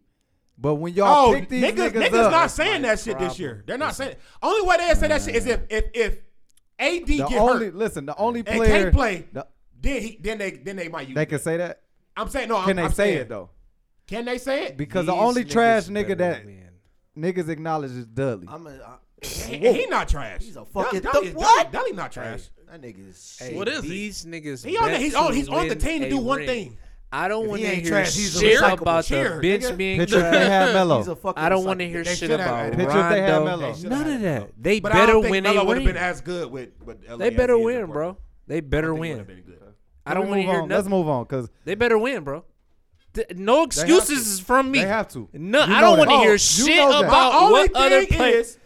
[SPEAKER 5] But when y'all
[SPEAKER 6] oh,
[SPEAKER 5] pick these
[SPEAKER 6] niggas,
[SPEAKER 5] niggas,
[SPEAKER 6] niggas,
[SPEAKER 5] up,
[SPEAKER 6] not saying that shit this year. They're not saying. Only way they say that shit is if if if AD
[SPEAKER 5] the
[SPEAKER 6] get
[SPEAKER 5] only
[SPEAKER 6] hurt
[SPEAKER 5] listen, the only
[SPEAKER 6] and
[SPEAKER 5] player
[SPEAKER 6] can't play,
[SPEAKER 5] the-
[SPEAKER 6] then he then they then they might use.
[SPEAKER 5] they
[SPEAKER 6] it.
[SPEAKER 5] can say that.
[SPEAKER 6] I'm saying no.
[SPEAKER 5] Can
[SPEAKER 6] I'm,
[SPEAKER 5] they
[SPEAKER 6] I'm
[SPEAKER 5] say
[SPEAKER 6] saying,
[SPEAKER 5] it though?
[SPEAKER 6] Can they say it?
[SPEAKER 5] Because the
[SPEAKER 1] These
[SPEAKER 5] only trash
[SPEAKER 1] niggas better
[SPEAKER 5] nigga that
[SPEAKER 1] win.
[SPEAKER 5] niggas acknowledge is Dudley.
[SPEAKER 3] I'm a, I,
[SPEAKER 6] He, he not trash.
[SPEAKER 3] He's a fucking
[SPEAKER 6] Dudley, Dudley,
[SPEAKER 3] th- what?
[SPEAKER 6] Dudley not trash.
[SPEAKER 3] that nigga is shit.
[SPEAKER 1] Hey,
[SPEAKER 2] What is he?
[SPEAKER 1] these niggas?
[SPEAKER 6] He on the-
[SPEAKER 1] bet
[SPEAKER 6] he's on-
[SPEAKER 1] to
[SPEAKER 6] he's on the
[SPEAKER 1] win
[SPEAKER 6] team to
[SPEAKER 1] a
[SPEAKER 6] do one
[SPEAKER 1] ring.
[SPEAKER 6] thing.
[SPEAKER 1] I don't want to
[SPEAKER 3] ain't
[SPEAKER 1] hear
[SPEAKER 3] trash, he's a
[SPEAKER 1] shit
[SPEAKER 3] recyclable
[SPEAKER 1] about
[SPEAKER 6] cheer,
[SPEAKER 1] the bench
[SPEAKER 6] nigga.
[SPEAKER 1] being.
[SPEAKER 5] Picture if they had
[SPEAKER 3] He's a
[SPEAKER 5] Mello.
[SPEAKER 3] fucking
[SPEAKER 1] I don't want to
[SPEAKER 3] recyclable.
[SPEAKER 1] hear
[SPEAKER 6] They
[SPEAKER 1] shit
[SPEAKER 6] should have
[SPEAKER 1] about
[SPEAKER 6] had-
[SPEAKER 5] Picture if they had
[SPEAKER 1] Rondo.
[SPEAKER 5] Melo.
[SPEAKER 1] None of that. They
[SPEAKER 6] But I
[SPEAKER 1] better
[SPEAKER 6] don't think
[SPEAKER 1] win
[SPEAKER 6] Melo
[SPEAKER 1] a
[SPEAKER 6] would have
[SPEAKER 1] ring.
[SPEAKER 6] been as good with. with LA
[SPEAKER 1] They
[SPEAKER 6] as
[SPEAKER 1] better
[SPEAKER 6] he is
[SPEAKER 1] win,
[SPEAKER 6] with
[SPEAKER 1] bro.
[SPEAKER 6] Portland.
[SPEAKER 1] They better
[SPEAKER 6] I think he
[SPEAKER 1] win.
[SPEAKER 6] would've been good.
[SPEAKER 1] I don't want
[SPEAKER 5] Let me
[SPEAKER 1] to
[SPEAKER 5] move
[SPEAKER 1] hear
[SPEAKER 5] on.
[SPEAKER 1] nothing.
[SPEAKER 5] Let's move on because
[SPEAKER 1] They better win, bro. Th- no excuses is from me.
[SPEAKER 5] They have to.
[SPEAKER 1] No,
[SPEAKER 5] You know
[SPEAKER 1] I don't
[SPEAKER 5] that.
[SPEAKER 1] want to
[SPEAKER 5] Oh,
[SPEAKER 1] hear
[SPEAKER 5] you
[SPEAKER 1] shit
[SPEAKER 5] know that.
[SPEAKER 6] My
[SPEAKER 1] about
[SPEAKER 6] only
[SPEAKER 1] what other
[SPEAKER 6] thing
[SPEAKER 1] players.
[SPEAKER 6] is,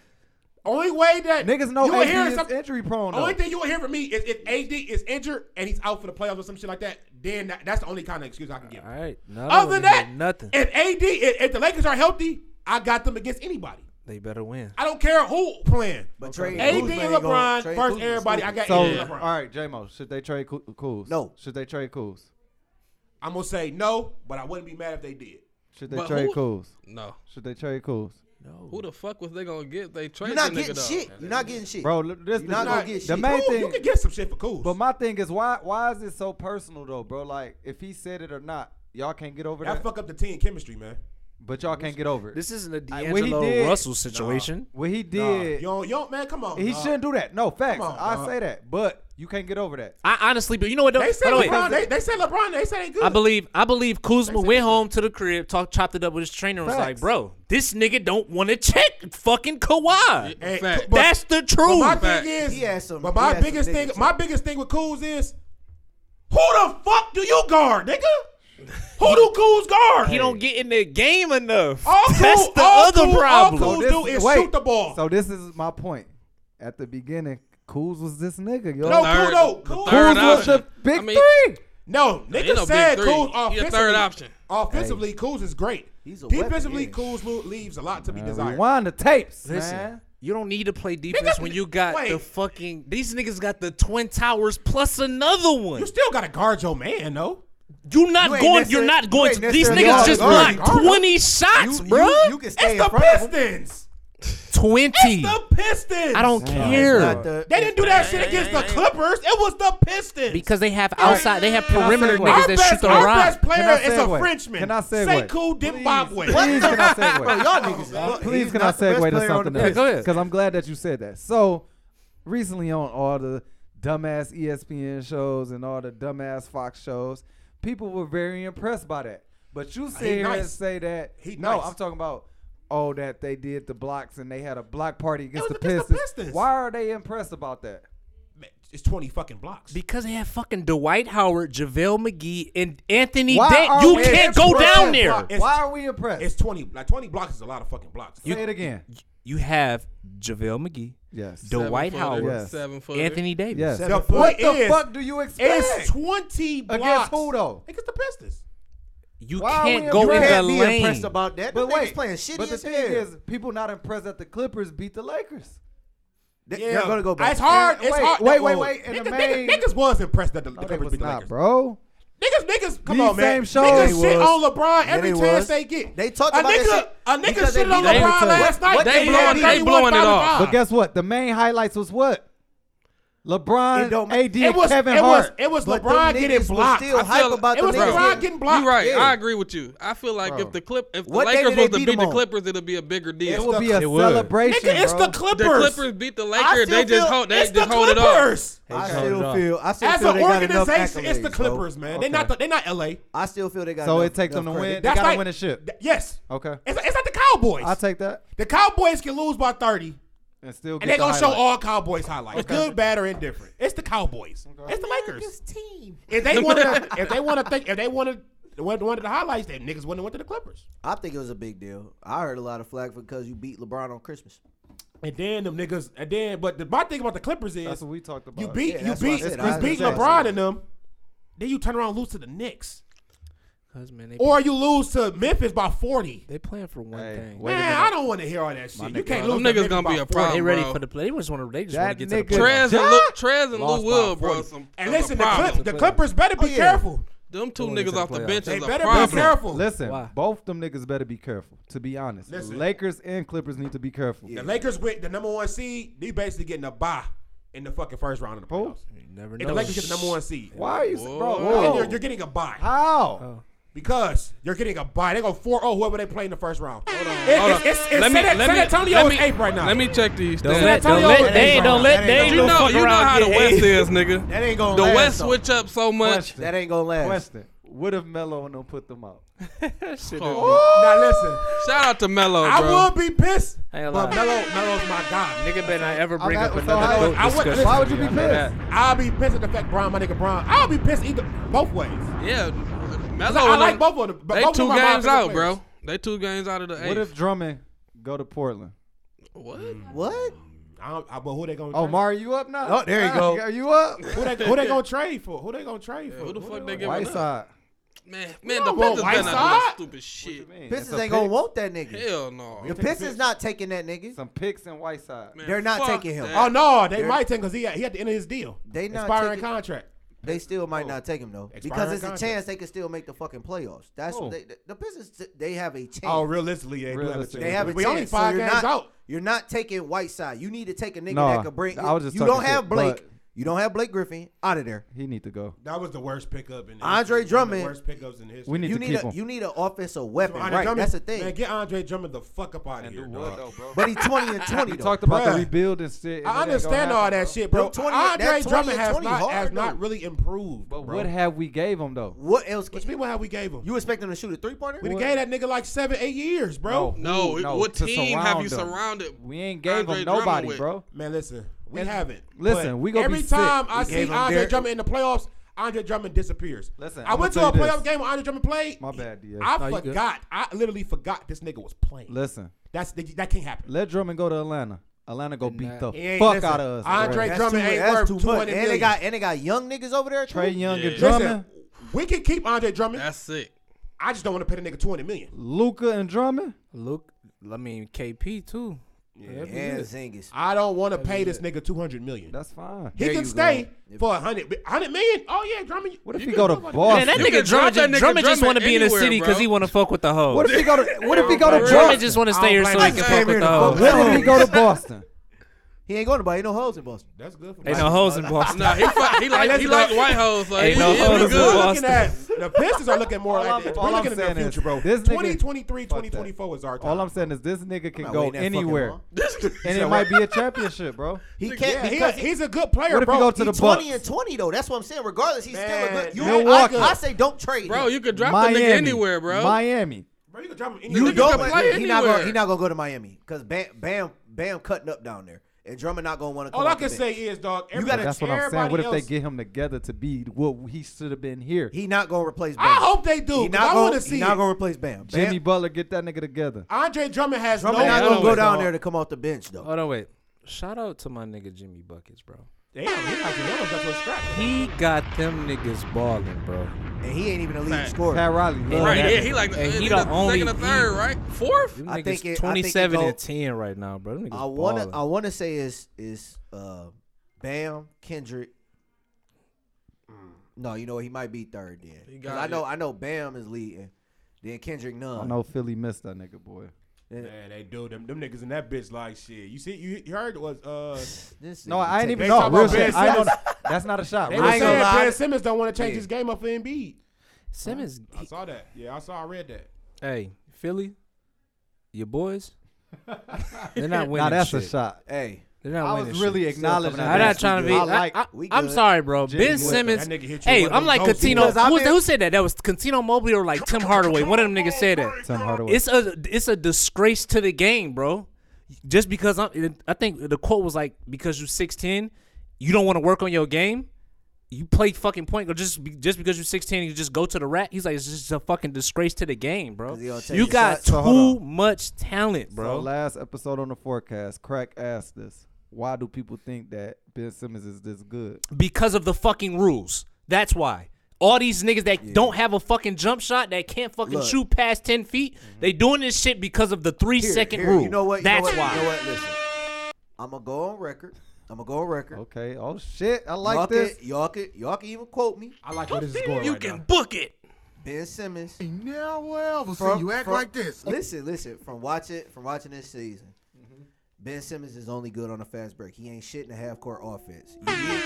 [SPEAKER 6] only way that
[SPEAKER 5] niggas know
[SPEAKER 6] you will
[SPEAKER 5] AD
[SPEAKER 6] hear Oh,
[SPEAKER 5] is
[SPEAKER 6] some-
[SPEAKER 5] injury prone.
[SPEAKER 6] Only
[SPEAKER 5] Though.
[SPEAKER 6] thing you will hear from me is if AD is injured and he's out for the playoffs or some shit like that. Then that, that's the only kind of excuse I can give.
[SPEAKER 1] All right. No, I don't
[SPEAKER 6] Other than
[SPEAKER 1] wanna hear
[SPEAKER 6] that,
[SPEAKER 1] nothing.
[SPEAKER 6] If AD, if, if the Lakers are healthy, I got them against anybody.
[SPEAKER 1] They better win.
[SPEAKER 6] I don't care who playing.
[SPEAKER 3] But Trey
[SPEAKER 6] AD
[SPEAKER 3] Kuzma
[SPEAKER 6] and
[SPEAKER 3] ain't gonna-
[SPEAKER 6] LeBron
[SPEAKER 3] Trey
[SPEAKER 6] versus
[SPEAKER 3] Kuzma
[SPEAKER 6] everybody. I
[SPEAKER 3] stupid.
[SPEAKER 6] got
[SPEAKER 5] So,
[SPEAKER 6] AD and
[SPEAKER 5] all
[SPEAKER 6] LeBron.
[SPEAKER 5] right, J-Mo, should they trade Coo- Kuz?
[SPEAKER 3] No.
[SPEAKER 5] Should they trade Kuz?
[SPEAKER 6] I'm gonna say no, but I wouldn't be mad if they did.
[SPEAKER 5] Should they
[SPEAKER 2] But
[SPEAKER 5] trade
[SPEAKER 2] who-
[SPEAKER 5] Kuz?
[SPEAKER 2] No.
[SPEAKER 5] Should they trade Kuz?
[SPEAKER 2] Who the fuck was they gonna get? if They
[SPEAKER 3] You're
[SPEAKER 2] traded that
[SPEAKER 3] not
[SPEAKER 2] nigga
[SPEAKER 3] getting
[SPEAKER 2] though.
[SPEAKER 3] shit. You're not getting shit.
[SPEAKER 5] Bro, look, this
[SPEAKER 3] You're not
[SPEAKER 5] the-
[SPEAKER 3] gonna get
[SPEAKER 5] the
[SPEAKER 3] shit.
[SPEAKER 5] main
[SPEAKER 6] Ooh, you
[SPEAKER 5] thing.
[SPEAKER 6] could get some shit for cool.
[SPEAKER 5] But my thing is, why why is it so personal though, bro? Like, if he said it or not, y'all can't get over
[SPEAKER 6] that
[SPEAKER 5] that.
[SPEAKER 6] fuck up the team chemistry, man.
[SPEAKER 5] but y'all can't get over it.
[SPEAKER 1] This isn't a
[SPEAKER 5] I- what he
[SPEAKER 1] D'Angelo
[SPEAKER 5] did-
[SPEAKER 1] Russell situation.
[SPEAKER 5] what he
[SPEAKER 6] Nah, you
[SPEAKER 5] did,
[SPEAKER 6] don't, you don't, man. Come on.
[SPEAKER 5] he
[SPEAKER 6] dog.
[SPEAKER 5] shouldn't do that. No facts.
[SPEAKER 6] Come on,
[SPEAKER 5] I
[SPEAKER 6] dog.
[SPEAKER 5] say that, but you can't get over that.
[SPEAKER 1] I honestly, but you know what? Though?
[SPEAKER 6] They said
[SPEAKER 1] Hold on, wait.
[SPEAKER 6] LeBron. They, they said LeBron. They said they good.
[SPEAKER 1] I believe I believe Kuzma went home to the crib, talked, chopped it up with his trainer, and was
[SPEAKER 5] Facts.
[SPEAKER 1] like, "Bro, this nigga don't want to check fucking Kawhi.
[SPEAKER 6] Hey,
[SPEAKER 2] Fact.
[SPEAKER 6] but-
[SPEAKER 1] That's the
[SPEAKER 6] But
[SPEAKER 1] truth."
[SPEAKER 6] my
[SPEAKER 2] Fact.
[SPEAKER 6] thing is,
[SPEAKER 3] He had some-
[SPEAKER 6] but
[SPEAKER 3] he
[SPEAKER 6] my
[SPEAKER 3] had some
[SPEAKER 6] biggest
[SPEAKER 3] niggas
[SPEAKER 6] thing,
[SPEAKER 3] too.
[SPEAKER 6] my biggest thing with Coos is, who the fuck do you guard, nigga? Who do Coos guard?
[SPEAKER 1] he don't get in the game enough.
[SPEAKER 6] All
[SPEAKER 1] That's
[SPEAKER 6] Kuz-
[SPEAKER 1] the
[SPEAKER 6] all
[SPEAKER 1] other
[SPEAKER 6] Kuz- all
[SPEAKER 1] problem.
[SPEAKER 6] Kuz- Kuz do is shoot the ball.
[SPEAKER 5] So this is my point. At the beginning, Kuz was this nigga, yo.
[SPEAKER 6] No,
[SPEAKER 2] The third-
[SPEAKER 6] Kudo,
[SPEAKER 2] the
[SPEAKER 6] Kudo.
[SPEAKER 2] third
[SPEAKER 5] Kuz was the
[SPEAKER 2] option.
[SPEAKER 5] big
[SPEAKER 2] I mean,
[SPEAKER 5] three.
[SPEAKER 6] No,
[SPEAKER 2] ain't no
[SPEAKER 6] nigga
[SPEAKER 2] big
[SPEAKER 6] said
[SPEAKER 2] three.
[SPEAKER 6] Coos
[SPEAKER 2] He a
[SPEAKER 6] offensively.
[SPEAKER 2] third option.
[SPEAKER 6] Offensively, Coos is great.
[SPEAKER 3] He's a weapon,
[SPEAKER 6] Defensively,
[SPEAKER 3] yeah.
[SPEAKER 6] Coos lo- leaves a lot to be
[SPEAKER 5] Man,
[SPEAKER 6] desired.
[SPEAKER 5] rewind the tapes,
[SPEAKER 1] Listen,
[SPEAKER 5] man.
[SPEAKER 1] you don't need to play defense when you got
[SPEAKER 6] wait.
[SPEAKER 1] the fucking these niggas got the twin towers plus another one.
[SPEAKER 6] You still gotta guard your man, though.
[SPEAKER 1] You're not
[SPEAKER 3] You ain't
[SPEAKER 1] going. You're
[SPEAKER 3] necessar-
[SPEAKER 1] not going.
[SPEAKER 3] you
[SPEAKER 1] to,
[SPEAKER 3] ain't
[SPEAKER 1] these
[SPEAKER 3] necessarily
[SPEAKER 1] niggas
[SPEAKER 5] all
[SPEAKER 1] just
[SPEAKER 5] guarding.
[SPEAKER 1] blocked twenty shots,
[SPEAKER 3] you,
[SPEAKER 1] bro.
[SPEAKER 3] You, you can stay
[SPEAKER 6] It's the
[SPEAKER 3] in front of him.
[SPEAKER 6] Pistons.
[SPEAKER 1] twenty.
[SPEAKER 6] The Pistons.
[SPEAKER 1] I don't
[SPEAKER 5] Damn,
[SPEAKER 1] care.
[SPEAKER 3] Not the-
[SPEAKER 6] They didn't do that shit against the Clippers. It was the Pistons.
[SPEAKER 1] Because they have outside, they have perimeter
[SPEAKER 5] Can I
[SPEAKER 1] niggas
[SPEAKER 6] our
[SPEAKER 5] segue?
[SPEAKER 1] that
[SPEAKER 6] best,
[SPEAKER 1] shoot the
[SPEAKER 6] our
[SPEAKER 1] rock.
[SPEAKER 6] best player
[SPEAKER 5] Can I
[SPEAKER 6] is a
[SPEAKER 5] segue?
[SPEAKER 6] Frenchman.
[SPEAKER 5] Can I segue?
[SPEAKER 6] Sekou Dimbabwe.
[SPEAKER 5] Please, can I segue?
[SPEAKER 3] Y'all niggas. look,
[SPEAKER 5] Please,
[SPEAKER 3] he's
[SPEAKER 5] can I
[SPEAKER 3] not the best
[SPEAKER 5] segue to
[SPEAKER 3] player on the
[SPEAKER 5] something
[SPEAKER 3] bench.
[SPEAKER 5] else?
[SPEAKER 1] Go ahead.
[SPEAKER 5] Because I'm glad that you said that. So, recently on all the dumbass E ESPN shows and all the dumbass Fox shows, people were very impressed by that. But you sit here and
[SPEAKER 6] nice.
[SPEAKER 5] say that.
[SPEAKER 6] He
[SPEAKER 5] no,
[SPEAKER 6] nice.
[SPEAKER 5] I'm talking about. Oh, that they did the blocks and they had a block party against,
[SPEAKER 6] was
[SPEAKER 5] the,
[SPEAKER 6] against the
[SPEAKER 5] Pistons.
[SPEAKER 6] Pistons.
[SPEAKER 5] Why are they impressed about that?
[SPEAKER 6] Man, It's 20 fucking blocks.
[SPEAKER 1] Because they have fucking Dwight Howard, JaVale McGee, and Anthony
[SPEAKER 5] Why
[SPEAKER 1] Dent.
[SPEAKER 5] are
[SPEAKER 1] You
[SPEAKER 5] we
[SPEAKER 1] can't go
[SPEAKER 5] impressed?
[SPEAKER 1] down there.
[SPEAKER 6] It's-
[SPEAKER 5] Why are we impressed?
[SPEAKER 6] It's 20. Like 20 blocks is a lot of fucking blocks.
[SPEAKER 5] say it again.
[SPEAKER 1] You have JaVale McGee,
[SPEAKER 5] Yes.
[SPEAKER 1] Dwight Howard,
[SPEAKER 5] Yes.
[SPEAKER 2] Seven footer.
[SPEAKER 1] Anthony Davis.
[SPEAKER 5] yes.
[SPEAKER 6] The
[SPEAKER 5] what
[SPEAKER 6] point
[SPEAKER 5] the
[SPEAKER 6] is,
[SPEAKER 5] fuck do you expect?
[SPEAKER 6] it's 20 blocks.
[SPEAKER 5] who, though?
[SPEAKER 6] Against the Pistons.
[SPEAKER 1] You
[SPEAKER 5] Why are we
[SPEAKER 1] can't go in
[SPEAKER 5] impressed?
[SPEAKER 1] the
[SPEAKER 3] can't be
[SPEAKER 1] lane.
[SPEAKER 3] impressed about that.
[SPEAKER 5] but
[SPEAKER 3] Them niggas
[SPEAKER 5] wait,
[SPEAKER 3] playing shitty
[SPEAKER 5] but the
[SPEAKER 3] as
[SPEAKER 5] thing
[SPEAKER 3] hell.
[SPEAKER 5] is, people not impressed that the Clippers beat the Lakers.
[SPEAKER 3] They- they're gonna go back.
[SPEAKER 6] It's hard. It's
[SPEAKER 5] Wait,
[SPEAKER 6] hard.
[SPEAKER 5] wait,
[SPEAKER 6] No,
[SPEAKER 5] wait,
[SPEAKER 6] whoa.
[SPEAKER 5] wait, and
[SPEAKER 6] Niggas,
[SPEAKER 5] the
[SPEAKER 6] niggas,
[SPEAKER 5] main-
[SPEAKER 6] niggas was impressed that the, the
[SPEAKER 5] No, they
[SPEAKER 6] Clippers
[SPEAKER 5] was
[SPEAKER 6] beat the
[SPEAKER 5] not,
[SPEAKER 6] Lakers.
[SPEAKER 5] bro.
[SPEAKER 6] Niggas, niggas, come
[SPEAKER 5] These
[SPEAKER 6] on,
[SPEAKER 5] same
[SPEAKER 6] man.
[SPEAKER 5] shows.
[SPEAKER 6] niggas
[SPEAKER 5] They
[SPEAKER 6] shit
[SPEAKER 5] was.
[SPEAKER 6] on LeBron every
[SPEAKER 3] Yeah, they
[SPEAKER 6] chance
[SPEAKER 3] was.
[SPEAKER 6] they get.
[SPEAKER 3] They talked
[SPEAKER 6] a
[SPEAKER 3] about
[SPEAKER 6] nigga,
[SPEAKER 3] that shit
[SPEAKER 6] A nigga
[SPEAKER 3] because they
[SPEAKER 6] shit on
[SPEAKER 3] beat them.
[SPEAKER 6] LeBron
[SPEAKER 5] What-
[SPEAKER 6] last night.
[SPEAKER 3] what
[SPEAKER 1] They
[SPEAKER 3] they
[SPEAKER 1] blowing,
[SPEAKER 3] beat
[SPEAKER 1] they
[SPEAKER 3] them.
[SPEAKER 1] blowing it off.
[SPEAKER 5] But guess what? The main highlights was what? LeBron,
[SPEAKER 3] It don't-
[SPEAKER 5] AD,
[SPEAKER 6] It was,
[SPEAKER 5] Kevin
[SPEAKER 6] it was,
[SPEAKER 5] Hart.
[SPEAKER 6] it was
[SPEAKER 3] But
[SPEAKER 6] LeBron
[SPEAKER 3] them
[SPEAKER 6] getting
[SPEAKER 3] niggas was
[SPEAKER 6] blocked.
[SPEAKER 3] still
[SPEAKER 6] I
[SPEAKER 3] hype
[SPEAKER 6] feel-
[SPEAKER 3] about
[SPEAKER 6] it
[SPEAKER 3] the
[SPEAKER 6] was
[SPEAKER 3] niggas.
[SPEAKER 6] LeBron getting blocked.
[SPEAKER 2] You right.
[SPEAKER 3] Yeah.
[SPEAKER 2] I agree with you. I feel like
[SPEAKER 5] Bro.
[SPEAKER 2] if the clip, if the
[SPEAKER 3] What day
[SPEAKER 2] Lakers
[SPEAKER 3] did they
[SPEAKER 2] was to beat
[SPEAKER 3] beat them
[SPEAKER 2] the
[SPEAKER 3] on?
[SPEAKER 2] Clippers, it'll be a bigger
[SPEAKER 5] It
[SPEAKER 2] deal.
[SPEAKER 5] would be a
[SPEAKER 1] It would.
[SPEAKER 5] celebration,
[SPEAKER 6] Nigga, it's
[SPEAKER 5] bro.
[SPEAKER 6] the
[SPEAKER 2] The
[SPEAKER 6] Clippers.
[SPEAKER 2] Clippers beat the
[SPEAKER 6] I
[SPEAKER 2] Lakers.
[SPEAKER 6] still
[SPEAKER 2] They just
[SPEAKER 6] feel-
[SPEAKER 2] hold. They
[SPEAKER 6] it's the
[SPEAKER 2] just hold it off.
[SPEAKER 6] Clippers.
[SPEAKER 3] I
[SPEAKER 1] Hey,
[SPEAKER 3] still
[SPEAKER 1] Jordan.
[SPEAKER 3] feel. I still
[SPEAKER 6] As
[SPEAKER 3] feel
[SPEAKER 6] an
[SPEAKER 3] they got enough
[SPEAKER 6] organization, it's the
[SPEAKER 3] accolades,
[SPEAKER 6] Clippers,
[SPEAKER 3] bro.
[SPEAKER 6] man. They're not. The, they're not LA.
[SPEAKER 3] I still feel they got.
[SPEAKER 5] So
[SPEAKER 3] enough,
[SPEAKER 5] it takes them to
[SPEAKER 3] enough
[SPEAKER 5] win.
[SPEAKER 3] credit.
[SPEAKER 5] They
[SPEAKER 6] That's
[SPEAKER 5] gotta
[SPEAKER 6] like-
[SPEAKER 5] win a ship.
[SPEAKER 6] th- yes.
[SPEAKER 5] Okay.
[SPEAKER 6] It's, it's like the Cowboys.
[SPEAKER 5] I'll take that
[SPEAKER 6] the Cowboys can lose by thirty,
[SPEAKER 5] and still get
[SPEAKER 6] and they're
[SPEAKER 5] the
[SPEAKER 6] gonna show
[SPEAKER 5] highlight.
[SPEAKER 6] all Cowboys highlights, good, bad, or indifferent. It's the Cowboys. It's the Lakers.
[SPEAKER 1] team.
[SPEAKER 6] If they want to, if they want to think, if they want to, one of the highlights, then niggas wouldn't have went to the Clippers.
[SPEAKER 3] I think it was a big deal. I heard a lot of flack because you beat LeBron on Christmas.
[SPEAKER 6] And then them niggas, and then, but the, my thing about the Clippers is
[SPEAKER 5] That's what we talked about.
[SPEAKER 6] you beat,
[SPEAKER 3] Yeah,
[SPEAKER 6] you
[SPEAKER 3] that's what I
[SPEAKER 6] beat,
[SPEAKER 3] said.
[SPEAKER 6] you
[SPEAKER 3] I
[SPEAKER 6] beat
[SPEAKER 3] understand.
[SPEAKER 6] LeBron and them, then you turn around and lose to the Knicks,
[SPEAKER 1] man, they,
[SPEAKER 6] or you lose to Memphis by forty.
[SPEAKER 1] they playing for one
[SPEAKER 5] Hey,
[SPEAKER 1] thing.
[SPEAKER 5] wait a
[SPEAKER 6] Man,
[SPEAKER 5] minute.
[SPEAKER 6] I don't want to hear all that shit. You can't
[SPEAKER 2] Them niggas
[SPEAKER 6] lose. to Memphis
[SPEAKER 2] gonna be
[SPEAKER 6] by
[SPEAKER 2] a
[SPEAKER 6] 40.
[SPEAKER 1] They
[SPEAKER 2] problem,
[SPEAKER 1] ready
[SPEAKER 2] bro.
[SPEAKER 1] for the play. They just want to. They just
[SPEAKER 5] That
[SPEAKER 1] want to get to the
[SPEAKER 5] nigga-
[SPEAKER 1] playoffs.
[SPEAKER 2] Trez and Lou, Trez and
[SPEAKER 5] Lost
[SPEAKER 2] Lou
[SPEAKER 5] by
[SPEAKER 2] Will, bro.
[SPEAKER 5] 40.
[SPEAKER 2] Some,
[SPEAKER 6] And
[SPEAKER 2] some
[SPEAKER 6] listen, the,
[SPEAKER 2] problem.
[SPEAKER 6] Clip, the Clippers better be
[SPEAKER 3] Oh, yeah.
[SPEAKER 6] careful.
[SPEAKER 2] them two
[SPEAKER 5] Going into
[SPEAKER 2] niggas
[SPEAKER 5] the
[SPEAKER 2] off the
[SPEAKER 5] playoffs.
[SPEAKER 2] bench
[SPEAKER 6] They
[SPEAKER 2] is a
[SPEAKER 6] better
[SPEAKER 2] problem.
[SPEAKER 6] be careful.
[SPEAKER 5] Listen,
[SPEAKER 1] Why?
[SPEAKER 5] both them niggas better be careful. To be honest,
[SPEAKER 6] Listen.
[SPEAKER 5] Lakers and Clippers need to be careful.
[SPEAKER 6] The Lakers with the number one seed, they basically getting a bye in the fucking first round of the
[SPEAKER 5] Who?
[SPEAKER 6] playoffs.
[SPEAKER 1] You never
[SPEAKER 6] And the
[SPEAKER 1] know.
[SPEAKER 6] Lakers get the number one seed.
[SPEAKER 5] Why are you, bro?
[SPEAKER 2] Oh. Whoa.
[SPEAKER 6] And
[SPEAKER 5] whoa.
[SPEAKER 6] You're, you're getting a bye
[SPEAKER 1] Oh.
[SPEAKER 5] How?
[SPEAKER 6] because you're getting a bye. They go 4-0 whoever they play in the first round. Hold on,
[SPEAKER 2] Hold on.
[SPEAKER 6] It's, it's, it's
[SPEAKER 2] Let me-
[SPEAKER 6] San,
[SPEAKER 2] let
[SPEAKER 6] San
[SPEAKER 2] me-
[SPEAKER 6] Antonio
[SPEAKER 2] let
[SPEAKER 6] is
[SPEAKER 2] me-
[SPEAKER 6] eighth right now.
[SPEAKER 2] Let me check these
[SPEAKER 1] Don't let,
[SPEAKER 2] stats.
[SPEAKER 1] don't
[SPEAKER 6] Antonio
[SPEAKER 1] let,
[SPEAKER 6] was
[SPEAKER 1] they
[SPEAKER 6] eight
[SPEAKER 1] ain't don't
[SPEAKER 6] round.
[SPEAKER 1] let they
[SPEAKER 3] That
[SPEAKER 1] ain't
[SPEAKER 2] You
[SPEAKER 1] no
[SPEAKER 2] know,
[SPEAKER 1] fuck
[SPEAKER 2] you know
[SPEAKER 1] around
[SPEAKER 2] how the
[SPEAKER 1] get
[SPEAKER 2] West
[SPEAKER 1] eight.
[SPEAKER 2] is, nigga.
[SPEAKER 3] That ain't gonna
[SPEAKER 2] The
[SPEAKER 3] last.
[SPEAKER 2] West
[SPEAKER 3] though.
[SPEAKER 2] switch up so much.
[SPEAKER 5] Question.
[SPEAKER 3] That ain't gonna last.
[SPEAKER 5] Question. Would have Melo and them put them out?
[SPEAKER 2] Oh,
[SPEAKER 6] now listen,
[SPEAKER 2] Shout out to Melo, bro.
[SPEAKER 6] I would be pissed,
[SPEAKER 1] I ain't
[SPEAKER 6] but
[SPEAKER 1] lying.
[SPEAKER 6] Melo, Melo's my guy.
[SPEAKER 1] Nigga better not ever bring
[SPEAKER 5] I'm
[SPEAKER 1] up
[SPEAKER 5] not- so
[SPEAKER 1] another
[SPEAKER 5] how-
[SPEAKER 1] goat
[SPEAKER 6] I wouldn't-
[SPEAKER 1] discussion.
[SPEAKER 5] Why would you be
[SPEAKER 1] I know that.
[SPEAKER 5] pissed?
[SPEAKER 6] I'll be pissed at the fact Brown, my nigga Brown. I'll be pissed either both ways.
[SPEAKER 2] Yeah, Melo.
[SPEAKER 6] I
[SPEAKER 2] and
[SPEAKER 6] like
[SPEAKER 2] them-
[SPEAKER 6] both of them. but
[SPEAKER 2] They
[SPEAKER 6] both of
[SPEAKER 2] two
[SPEAKER 6] them are my
[SPEAKER 2] games
[SPEAKER 6] favorite
[SPEAKER 2] out,
[SPEAKER 6] players.
[SPEAKER 2] bro. They two games out of the
[SPEAKER 5] What
[SPEAKER 2] eight.
[SPEAKER 5] if Drummond go to Portland?
[SPEAKER 2] What?
[SPEAKER 3] What?
[SPEAKER 6] I don't, I, but who they gonna?
[SPEAKER 5] Oh,
[SPEAKER 6] trade?
[SPEAKER 5] Mari, you up now?
[SPEAKER 3] Oh, there you go.
[SPEAKER 5] Are you up?
[SPEAKER 6] Who they, who they gonna trade for? Who they gonna trade for?
[SPEAKER 2] Who the fuck they
[SPEAKER 6] gonna-
[SPEAKER 2] giving up?
[SPEAKER 5] Whiteside.
[SPEAKER 2] Man, man,
[SPEAKER 6] don't
[SPEAKER 2] the
[SPEAKER 6] want
[SPEAKER 2] Pistons better not
[SPEAKER 6] Whiteside?
[SPEAKER 2] do that stupid shit.
[SPEAKER 3] Pistons ain't gonna want that nigga.
[SPEAKER 2] Hell no.
[SPEAKER 3] The
[SPEAKER 5] Take a
[SPEAKER 3] Pistons
[SPEAKER 5] pic.
[SPEAKER 3] not taking that nigga.
[SPEAKER 5] some picks in Whiteside.
[SPEAKER 2] Man,
[SPEAKER 3] They're not
[SPEAKER 2] fuck
[SPEAKER 3] taking him.
[SPEAKER 2] that.
[SPEAKER 6] Oh no, they
[SPEAKER 3] They're-
[SPEAKER 6] might take because he at- he at the end of his deal.
[SPEAKER 3] They not
[SPEAKER 6] expiring
[SPEAKER 3] taking-
[SPEAKER 6] contract.
[SPEAKER 3] They still might not take him though, because
[SPEAKER 6] Oh. Expiring
[SPEAKER 3] it's a
[SPEAKER 6] contract.
[SPEAKER 3] chance they could still make the fucking playoffs. That's
[SPEAKER 6] Oh.
[SPEAKER 3] what they, the Pistons. They have a chance.
[SPEAKER 6] Oh, realistically, they do have a
[SPEAKER 5] Realistically.
[SPEAKER 3] They
[SPEAKER 6] chance.
[SPEAKER 3] have a
[SPEAKER 6] we
[SPEAKER 3] chance.
[SPEAKER 6] only five
[SPEAKER 3] so you're
[SPEAKER 6] games
[SPEAKER 3] not,
[SPEAKER 6] out.
[SPEAKER 3] You're not taking Whiteside. You need to take a nigga
[SPEAKER 5] Nah,
[SPEAKER 3] that could bring.
[SPEAKER 5] I was just
[SPEAKER 3] you don't
[SPEAKER 5] talking
[SPEAKER 3] have
[SPEAKER 5] shit,
[SPEAKER 3] Blake.
[SPEAKER 5] but-
[SPEAKER 3] You don't have Blake Griffin out of there.
[SPEAKER 5] He need to go.
[SPEAKER 6] That was the worst pickup in
[SPEAKER 3] Andre
[SPEAKER 6] history. One of
[SPEAKER 3] Drummond.
[SPEAKER 6] The worst pickups in history.
[SPEAKER 5] We need
[SPEAKER 3] You
[SPEAKER 5] to
[SPEAKER 3] need
[SPEAKER 5] keep
[SPEAKER 3] a
[SPEAKER 5] him.
[SPEAKER 3] you need an offensive weapon,
[SPEAKER 6] Andre
[SPEAKER 3] right?
[SPEAKER 6] Drummond-
[SPEAKER 3] That's the thing.
[SPEAKER 6] Man, get Andre Drummond the fuck up out of here. dog.
[SPEAKER 3] but he twenty and twenty
[SPEAKER 5] we
[SPEAKER 3] though.
[SPEAKER 5] talked about
[SPEAKER 6] Bruh.
[SPEAKER 5] the rebuild and shit. and it
[SPEAKER 6] I
[SPEAKER 5] ain't gonna
[SPEAKER 6] understand
[SPEAKER 5] happen,
[SPEAKER 6] all that
[SPEAKER 5] bro.
[SPEAKER 6] shit, bro.
[SPEAKER 3] Them 20 that
[SPEAKER 6] Andre
[SPEAKER 3] 20
[SPEAKER 6] Drummond has,
[SPEAKER 3] 20
[SPEAKER 6] not,
[SPEAKER 3] hard,
[SPEAKER 6] has not
[SPEAKER 3] though.
[SPEAKER 6] really improved.
[SPEAKER 5] But
[SPEAKER 6] bro.
[SPEAKER 5] what have we gave him though?
[SPEAKER 3] what else? Can,
[SPEAKER 6] Which people have we gave him?
[SPEAKER 3] you expect him to shoot a three pointer?
[SPEAKER 6] we done gave that nigga like seven, eight years, bro.
[SPEAKER 2] No,
[SPEAKER 5] who-
[SPEAKER 2] what
[SPEAKER 5] to
[SPEAKER 2] team have you
[SPEAKER 5] surround him.
[SPEAKER 2] surrounded?
[SPEAKER 5] We ain't gave
[SPEAKER 2] Andre
[SPEAKER 5] him
[SPEAKER 2] Drummond
[SPEAKER 5] nobody,
[SPEAKER 2] with?
[SPEAKER 5] bro.
[SPEAKER 6] Man, listen, we
[SPEAKER 5] And-
[SPEAKER 6] haven't.
[SPEAKER 5] listen,
[SPEAKER 6] But
[SPEAKER 5] we gonna be
[SPEAKER 6] every
[SPEAKER 5] sick.
[SPEAKER 6] time I
[SPEAKER 5] We
[SPEAKER 6] see
[SPEAKER 5] gave him
[SPEAKER 6] Andre
[SPEAKER 5] Derrick-
[SPEAKER 6] Drummond in the playoffs, Andre Drummond disappears.
[SPEAKER 5] Listen,
[SPEAKER 6] I
[SPEAKER 5] I'ma
[SPEAKER 6] went to
[SPEAKER 5] tell
[SPEAKER 6] a
[SPEAKER 5] you
[SPEAKER 6] playoff
[SPEAKER 5] this.
[SPEAKER 6] game where Andre Drummond played.
[SPEAKER 5] My bad, DA.
[SPEAKER 6] I
[SPEAKER 1] No, you good.
[SPEAKER 6] forgot. I literally forgot this nigga was playing.
[SPEAKER 5] Listen,
[SPEAKER 6] That's that can't happen.
[SPEAKER 5] let Drummond go to Atlanta. Atlanta go beat the
[SPEAKER 1] Nah.
[SPEAKER 6] He ain't-
[SPEAKER 5] fuck
[SPEAKER 6] listen,
[SPEAKER 5] out of us. bro.
[SPEAKER 6] Andre
[SPEAKER 3] That's
[SPEAKER 6] Drummond
[SPEAKER 3] too-
[SPEAKER 6] ain't
[SPEAKER 3] that's
[SPEAKER 6] worth
[SPEAKER 3] too
[SPEAKER 6] 200
[SPEAKER 3] much. And they
[SPEAKER 6] million.
[SPEAKER 3] got and they got young niggas over there.
[SPEAKER 5] Trey
[SPEAKER 3] too?
[SPEAKER 5] Young
[SPEAKER 2] Yeah.
[SPEAKER 5] and
[SPEAKER 6] Listen,
[SPEAKER 5] Drummond,
[SPEAKER 6] we can keep Andre Drummond.
[SPEAKER 2] That's it.
[SPEAKER 6] I just don't want to pay the nigga twenty million.
[SPEAKER 5] Luca and Drummond.
[SPEAKER 1] Luke, I mean KP too. Yeah,
[SPEAKER 3] Yeah, Zingis.
[SPEAKER 6] I don't want to pay this nigga two hundred million.
[SPEAKER 5] That's fine.
[SPEAKER 6] He
[SPEAKER 3] There
[SPEAKER 6] can
[SPEAKER 3] you
[SPEAKER 6] stay
[SPEAKER 3] go.
[SPEAKER 6] for a hundred, hundred million. Oh yeah, Drummond.
[SPEAKER 5] What if
[SPEAKER 6] you
[SPEAKER 5] he
[SPEAKER 6] can
[SPEAKER 5] go to
[SPEAKER 6] about it.
[SPEAKER 5] Boston?
[SPEAKER 1] Man, that
[SPEAKER 2] You
[SPEAKER 1] nigga
[SPEAKER 2] can drop
[SPEAKER 1] Drummond,
[SPEAKER 2] that nigga
[SPEAKER 1] Drummond just want
[SPEAKER 2] Drummond
[SPEAKER 1] to be in the
[SPEAKER 2] anywhere,
[SPEAKER 1] city because
[SPEAKER 2] bro.
[SPEAKER 1] he want to fuck with the hoes.
[SPEAKER 5] What if he go to? What if he go to
[SPEAKER 6] Drummond
[SPEAKER 1] Drummond
[SPEAKER 5] Boston?
[SPEAKER 1] just want to stay
[SPEAKER 6] I
[SPEAKER 1] here
[SPEAKER 6] don't
[SPEAKER 1] so
[SPEAKER 6] blame
[SPEAKER 1] he
[SPEAKER 6] him.
[SPEAKER 1] can
[SPEAKER 2] Came
[SPEAKER 1] fuck
[SPEAKER 2] here
[SPEAKER 1] with
[SPEAKER 2] to
[SPEAKER 1] the
[SPEAKER 2] fuck
[SPEAKER 1] hoes.
[SPEAKER 5] What if he go to Boston?
[SPEAKER 3] He ain't going to nobody. Ain't no hoes in Boston.
[SPEAKER 6] That's good. For
[SPEAKER 1] Ain't
[SPEAKER 6] Boston.
[SPEAKER 1] no hoes in Boston.
[SPEAKER 2] Nah, he fuck- he like
[SPEAKER 6] let's
[SPEAKER 2] he like
[SPEAKER 6] go.
[SPEAKER 2] white hoes. Like
[SPEAKER 1] Ain't
[SPEAKER 2] he,
[SPEAKER 1] no
[SPEAKER 2] he
[SPEAKER 1] hoes
[SPEAKER 2] look
[SPEAKER 1] in
[SPEAKER 2] good.
[SPEAKER 1] Boston.
[SPEAKER 6] We're looking at the Pistons are looking more
[SPEAKER 5] All I'm-
[SPEAKER 6] like that.
[SPEAKER 5] all
[SPEAKER 6] We're
[SPEAKER 5] I'm
[SPEAKER 6] looking in the
[SPEAKER 5] saying is,
[SPEAKER 6] future, bro.
[SPEAKER 5] this nigga-
[SPEAKER 6] 2023,
[SPEAKER 5] fuck that.
[SPEAKER 6] 2024 is our time.
[SPEAKER 5] All I'm saying is this nigga
[SPEAKER 3] I'm
[SPEAKER 5] can
[SPEAKER 3] not
[SPEAKER 5] go
[SPEAKER 3] waiting that fucking
[SPEAKER 5] anywhere,
[SPEAKER 3] long.
[SPEAKER 5] and it might be a championship, bro.
[SPEAKER 3] He can't
[SPEAKER 6] yeah, he a-
[SPEAKER 3] because
[SPEAKER 6] he's a good player,
[SPEAKER 5] What if
[SPEAKER 6] bro.
[SPEAKER 5] he go to
[SPEAKER 3] he
[SPEAKER 5] the
[SPEAKER 3] 20 and
[SPEAKER 5] Bucks?
[SPEAKER 3] 20 though. That's what I'm saying. Regardless, he's still a
[SPEAKER 6] Man,
[SPEAKER 3] good. You,
[SPEAKER 5] Milwaukee.
[SPEAKER 3] I, I say don't trade.
[SPEAKER 2] Bro,
[SPEAKER 3] him.
[SPEAKER 2] you could drop
[SPEAKER 5] Miami,
[SPEAKER 2] the nigga anywhere, bro.
[SPEAKER 5] Miami.
[SPEAKER 6] Bro, you can drop him
[SPEAKER 2] You
[SPEAKER 6] anywhere.
[SPEAKER 2] don't-
[SPEAKER 6] Nigga can play
[SPEAKER 3] He not gonna,
[SPEAKER 2] anywhere.
[SPEAKER 3] he not gonna go to Miami because Bam Bam Bam cutting up down there, and Drummond not gonna want to.
[SPEAKER 6] All I can say is, dog. Every,
[SPEAKER 3] gotta-
[SPEAKER 5] That's what I'm saying.
[SPEAKER 6] everybody
[SPEAKER 5] What if they
[SPEAKER 6] else-
[SPEAKER 5] get him together to be what he should have been here?
[SPEAKER 3] he not gonna replace. Bam.
[SPEAKER 6] I hope they
[SPEAKER 3] he
[SPEAKER 6] do. 'cause
[SPEAKER 3] not
[SPEAKER 6] I want
[SPEAKER 3] gonna.
[SPEAKER 6] to
[SPEAKER 3] He
[SPEAKER 6] see.
[SPEAKER 3] not
[SPEAKER 6] it.
[SPEAKER 3] gonna replace Bam. Bam
[SPEAKER 5] Jimmy Butler, get that nigga together.
[SPEAKER 6] Andre Drummond has no.
[SPEAKER 3] Drummond not gonna go
[SPEAKER 6] influence,
[SPEAKER 3] down
[SPEAKER 6] dog.
[SPEAKER 3] there to come off the bench though.
[SPEAKER 1] Hold on, wait. Shout out to my nigga Jimmy Buckets, bro.
[SPEAKER 6] Damn, he got you. That was a strap.
[SPEAKER 1] He got them niggas balling, bro.
[SPEAKER 3] and he ain't even a leading
[SPEAKER 2] Fact.
[SPEAKER 5] Pat
[SPEAKER 3] scorer.
[SPEAKER 5] Riley, love
[SPEAKER 2] Right,
[SPEAKER 5] that.
[SPEAKER 2] yeah, he like
[SPEAKER 1] And
[SPEAKER 2] uh,
[SPEAKER 1] he
[SPEAKER 2] nigga
[SPEAKER 1] the
[SPEAKER 2] second
[SPEAKER 1] only-
[SPEAKER 2] or third,
[SPEAKER 1] he-
[SPEAKER 2] right? Fourth.
[SPEAKER 1] Them
[SPEAKER 3] I
[SPEAKER 1] niggas
[SPEAKER 3] think it- I think it
[SPEAKER 1] 27
[SPEAKER 3] go-
[SPEAKER 1] and 10 right now, bro. Them niggas
[SPEAKER 3] I wanna I
[SPEAKER 1] balling.
[SPEAKER 3] wanna say is is uh, Bam Kendrick.
[SPEAKER 4] Mm.
[SPEAKER 3] No, you know what? He might be third then. 'Cause
[SPEAKER 2] got
[SPEAKER 3] I know
[SPEAKER 2] it.
[SPEAKER 3] I know Bam is leading. Then Kendrick
[SPEAKER 5] I
[SPEAKER 3] Nunn.
[SPEAKER 5] know Philly missed that nigga, boy.
[SPEAKER 6] Man, they do. Them, them niggas in that bitch like shit. You see, you, you heard was uh.
[SPEAKER 3] This
[SPEAKER 5] No,
[SPEAKER 3] nigga
[SPEAKER 5] I ain't
[SPEAKER 3] take-
[SPEAKER 5] even.
[SPEAKER 6] They
[SPEAKER 5] No,
[SPEAKER 6] talk
[SPEAKER 5] real
[SPEAKER 6] about Ben
[SPEAKER 5] shit. I ain't know.
[SPEAKER 6] Simmons.
[SPEAKER 5] That's not a shot.
[SPEAKER 6] They
[SPEAKER 5] Real
[SPEAKER 6] were
[SPEAKER 3] ain't
[SPEAKER 5] shit.
[SPEAKER 3] gonna
[SPEAKER 6] saying
[SPEAKER 3] lie.
[SPEAKER 6] Ben Simmons don't want to change his game up for Embiid.
[SPEAKER 1] Simmons,
[SPEAKER 6] I
[SPEAKER 1] he-
[SPEAKER 6] saw that. Yeah, I saw. I read that.
[SPEAKER 1] hey, Philly, your boys, they're not winning
[SPEAKER 5] Nah, that's
[SPEAKER 1] shit.
[SPEAKER 5] a shot.
[SPEAKER 3] Hey,
[SPEAKER 1] They're not
[SPEAKER 5] I
[SPEAKER 1] winning
[SPEAKER 5] was
[SPEAKER 1] shit.
[SPEAKER 5] really acknowledging
[SPEAKER 1] I'm not
[SPEAKER 5] that.
[SPEAKER 1] trying to be.
[SPEAKER 5] I
[SPEAKER 1] I
[SPEAKER 5] like.
[SPEAKER 1] I,
[SPEAKER 3] we
[SPEAKER 1] am
[SPEAKER 3] good.
[SPEAKER 1] sorry, bro.
[SPEAKER 5] Jimmy
[SPEAKER 1] ben
[SPEAKER 5] Butler.
[SPEAKER 1] Simmons.
[SPEAKER 6] That nigga hit you
[SPEAKER 1] Hey,
[SPEAKER 6] with one
[SPEAKER 1] I'm
[SPEAKER 6] of
[SPEAKER 1] like
[SPEAKER 6] them noses.
[SPEAKER 1] Catino.
[SPEAKER 3] Because I've
[SPEAKER 1] Who,
[SPEAKER 3] been-
[SPEAKER 1] who said that? That was Catino Mobley or like Tim Hardaway. One of them niggas said that.
[SPEAKER 5] Tim Hardaway.
[SPEAKER 1] It's a it's a disgrace to the game, bro. Just because I'm, I think the quote was like, because you're six ten, you don't want to work on your game. You play fucking point guard just be- just because you're six ten, you just go to the rack. He's like, it's just a fucking disgrace to the game, bro.
[SPEAKER 3] 'Cause he don't take
[SPEAKER 1] You
[SPEAKER 3] the
[SPEAKER 1] got
[SPEAKER 3] shots. So
[SPEAKER 5] hold
[SPEAKER 1] too much talent,
[SPEAKER 5] Bro,
[SPEAKER 1] bro.
[SPEAKER 5] so last episode on the forecast, Crack asked us, "Why do people think that Ben Simmons is this good?"
[SPEAKER 1] because of the fucking rules. That's why. All these niggas that don't have a fucking jump shot, that can't fucking
[SPEAKER 3] Look. Mm-hmm.
[SPEAKER 1] shoot past ten feet, they doing this shit because of the three second
[SPEAKER 3] here, here,
[SPEAKER 1] rule.
[SPEAKER 3] You know what? You
[SPEAKER 1] That's
[SPEAKER 3] know what,
[SPEAKER 1] why.
[SPEAKER 3] You know what? Listen, I'm gonna go on record. I'm gonna go on record.
[SPEAKER 5] Okay. Oh shit, I like
[SPEAKER 3] y'all
[SPEAKER 5] this.
[SPEAKER 3] Can, y'all can y'all can even quote me.
[SPEAKER 6] I like where this is going
[SPEAKER 2] You
[SPEAKER 6] right
[SPEAKER 2] can
[SPEAKER 6] now.
[SPEAKER 2] book it.
[SPEAKER 3] Ben Simmons.
[SPEAKER 4] Now well, ever
[SPEAKER 3] From-
[SPEAKER 4] see you act
[SPEAKER 3] from-
[SPEAKER 4] like this? Mm-hmm.
[SPEAKER 3] Listen, listen. From watching from watching this season, Ben Simmons is only good on a fast break. He ain't shit in the half court offense. You need-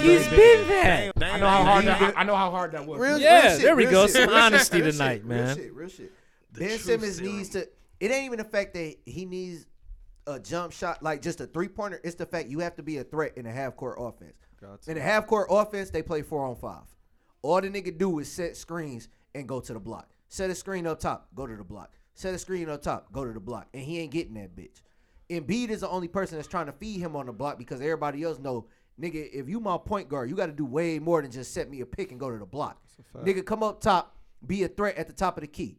[SPEAKER 1] He's been that.
[SPEAKER 6] I know how hard that. I, I know how hard that was.
[SPEAKER 3] real,
[SPEAKER 1] Yeah,
[SPEAKER 3] real shit,
[SPEAKER 1] there we
[SPEAKER 3] real
[SPEAKER 1] go.
[SPEAKER 3] shit,
[SPEAKER 1] Some
[SPEAKER 3] real shit,
[SPEAKER 1] honesty
[SPEAKER 3] real
[SPEAKER 1] tonight,
[SPEAKER 3] shit,
[SPEAKER 1] man.
[SPEAKER 3] Real shit, real shit.
[SPEAKER 2] The
[SPEAKER 3] Ben
[SPEAKER 2] truth
[SPEAKER 3] Simmons
[SPEAKER 2] serum.
[SPEAKER 3] needs to. It ain't even the fact that he needs a jump shot, like just a three pointer. It's the fact you have to be a threat in a half court offense.
[SPEAKER 5] Gotcha.
[SPEAKER 3] In a half court offense, they play four on five. All the nigga do is set screens and go to the block. Set a screen up top, go to the block. Set a screen up top, go to the block, and he ain't getting that bitch. Embiid is the only person that's trying to feed him on the block because everybody else know, nigga, if you my point guard, you got to do way more than just set me a pick and go to the block. Nigga, come up top, be a threat at the top of the key.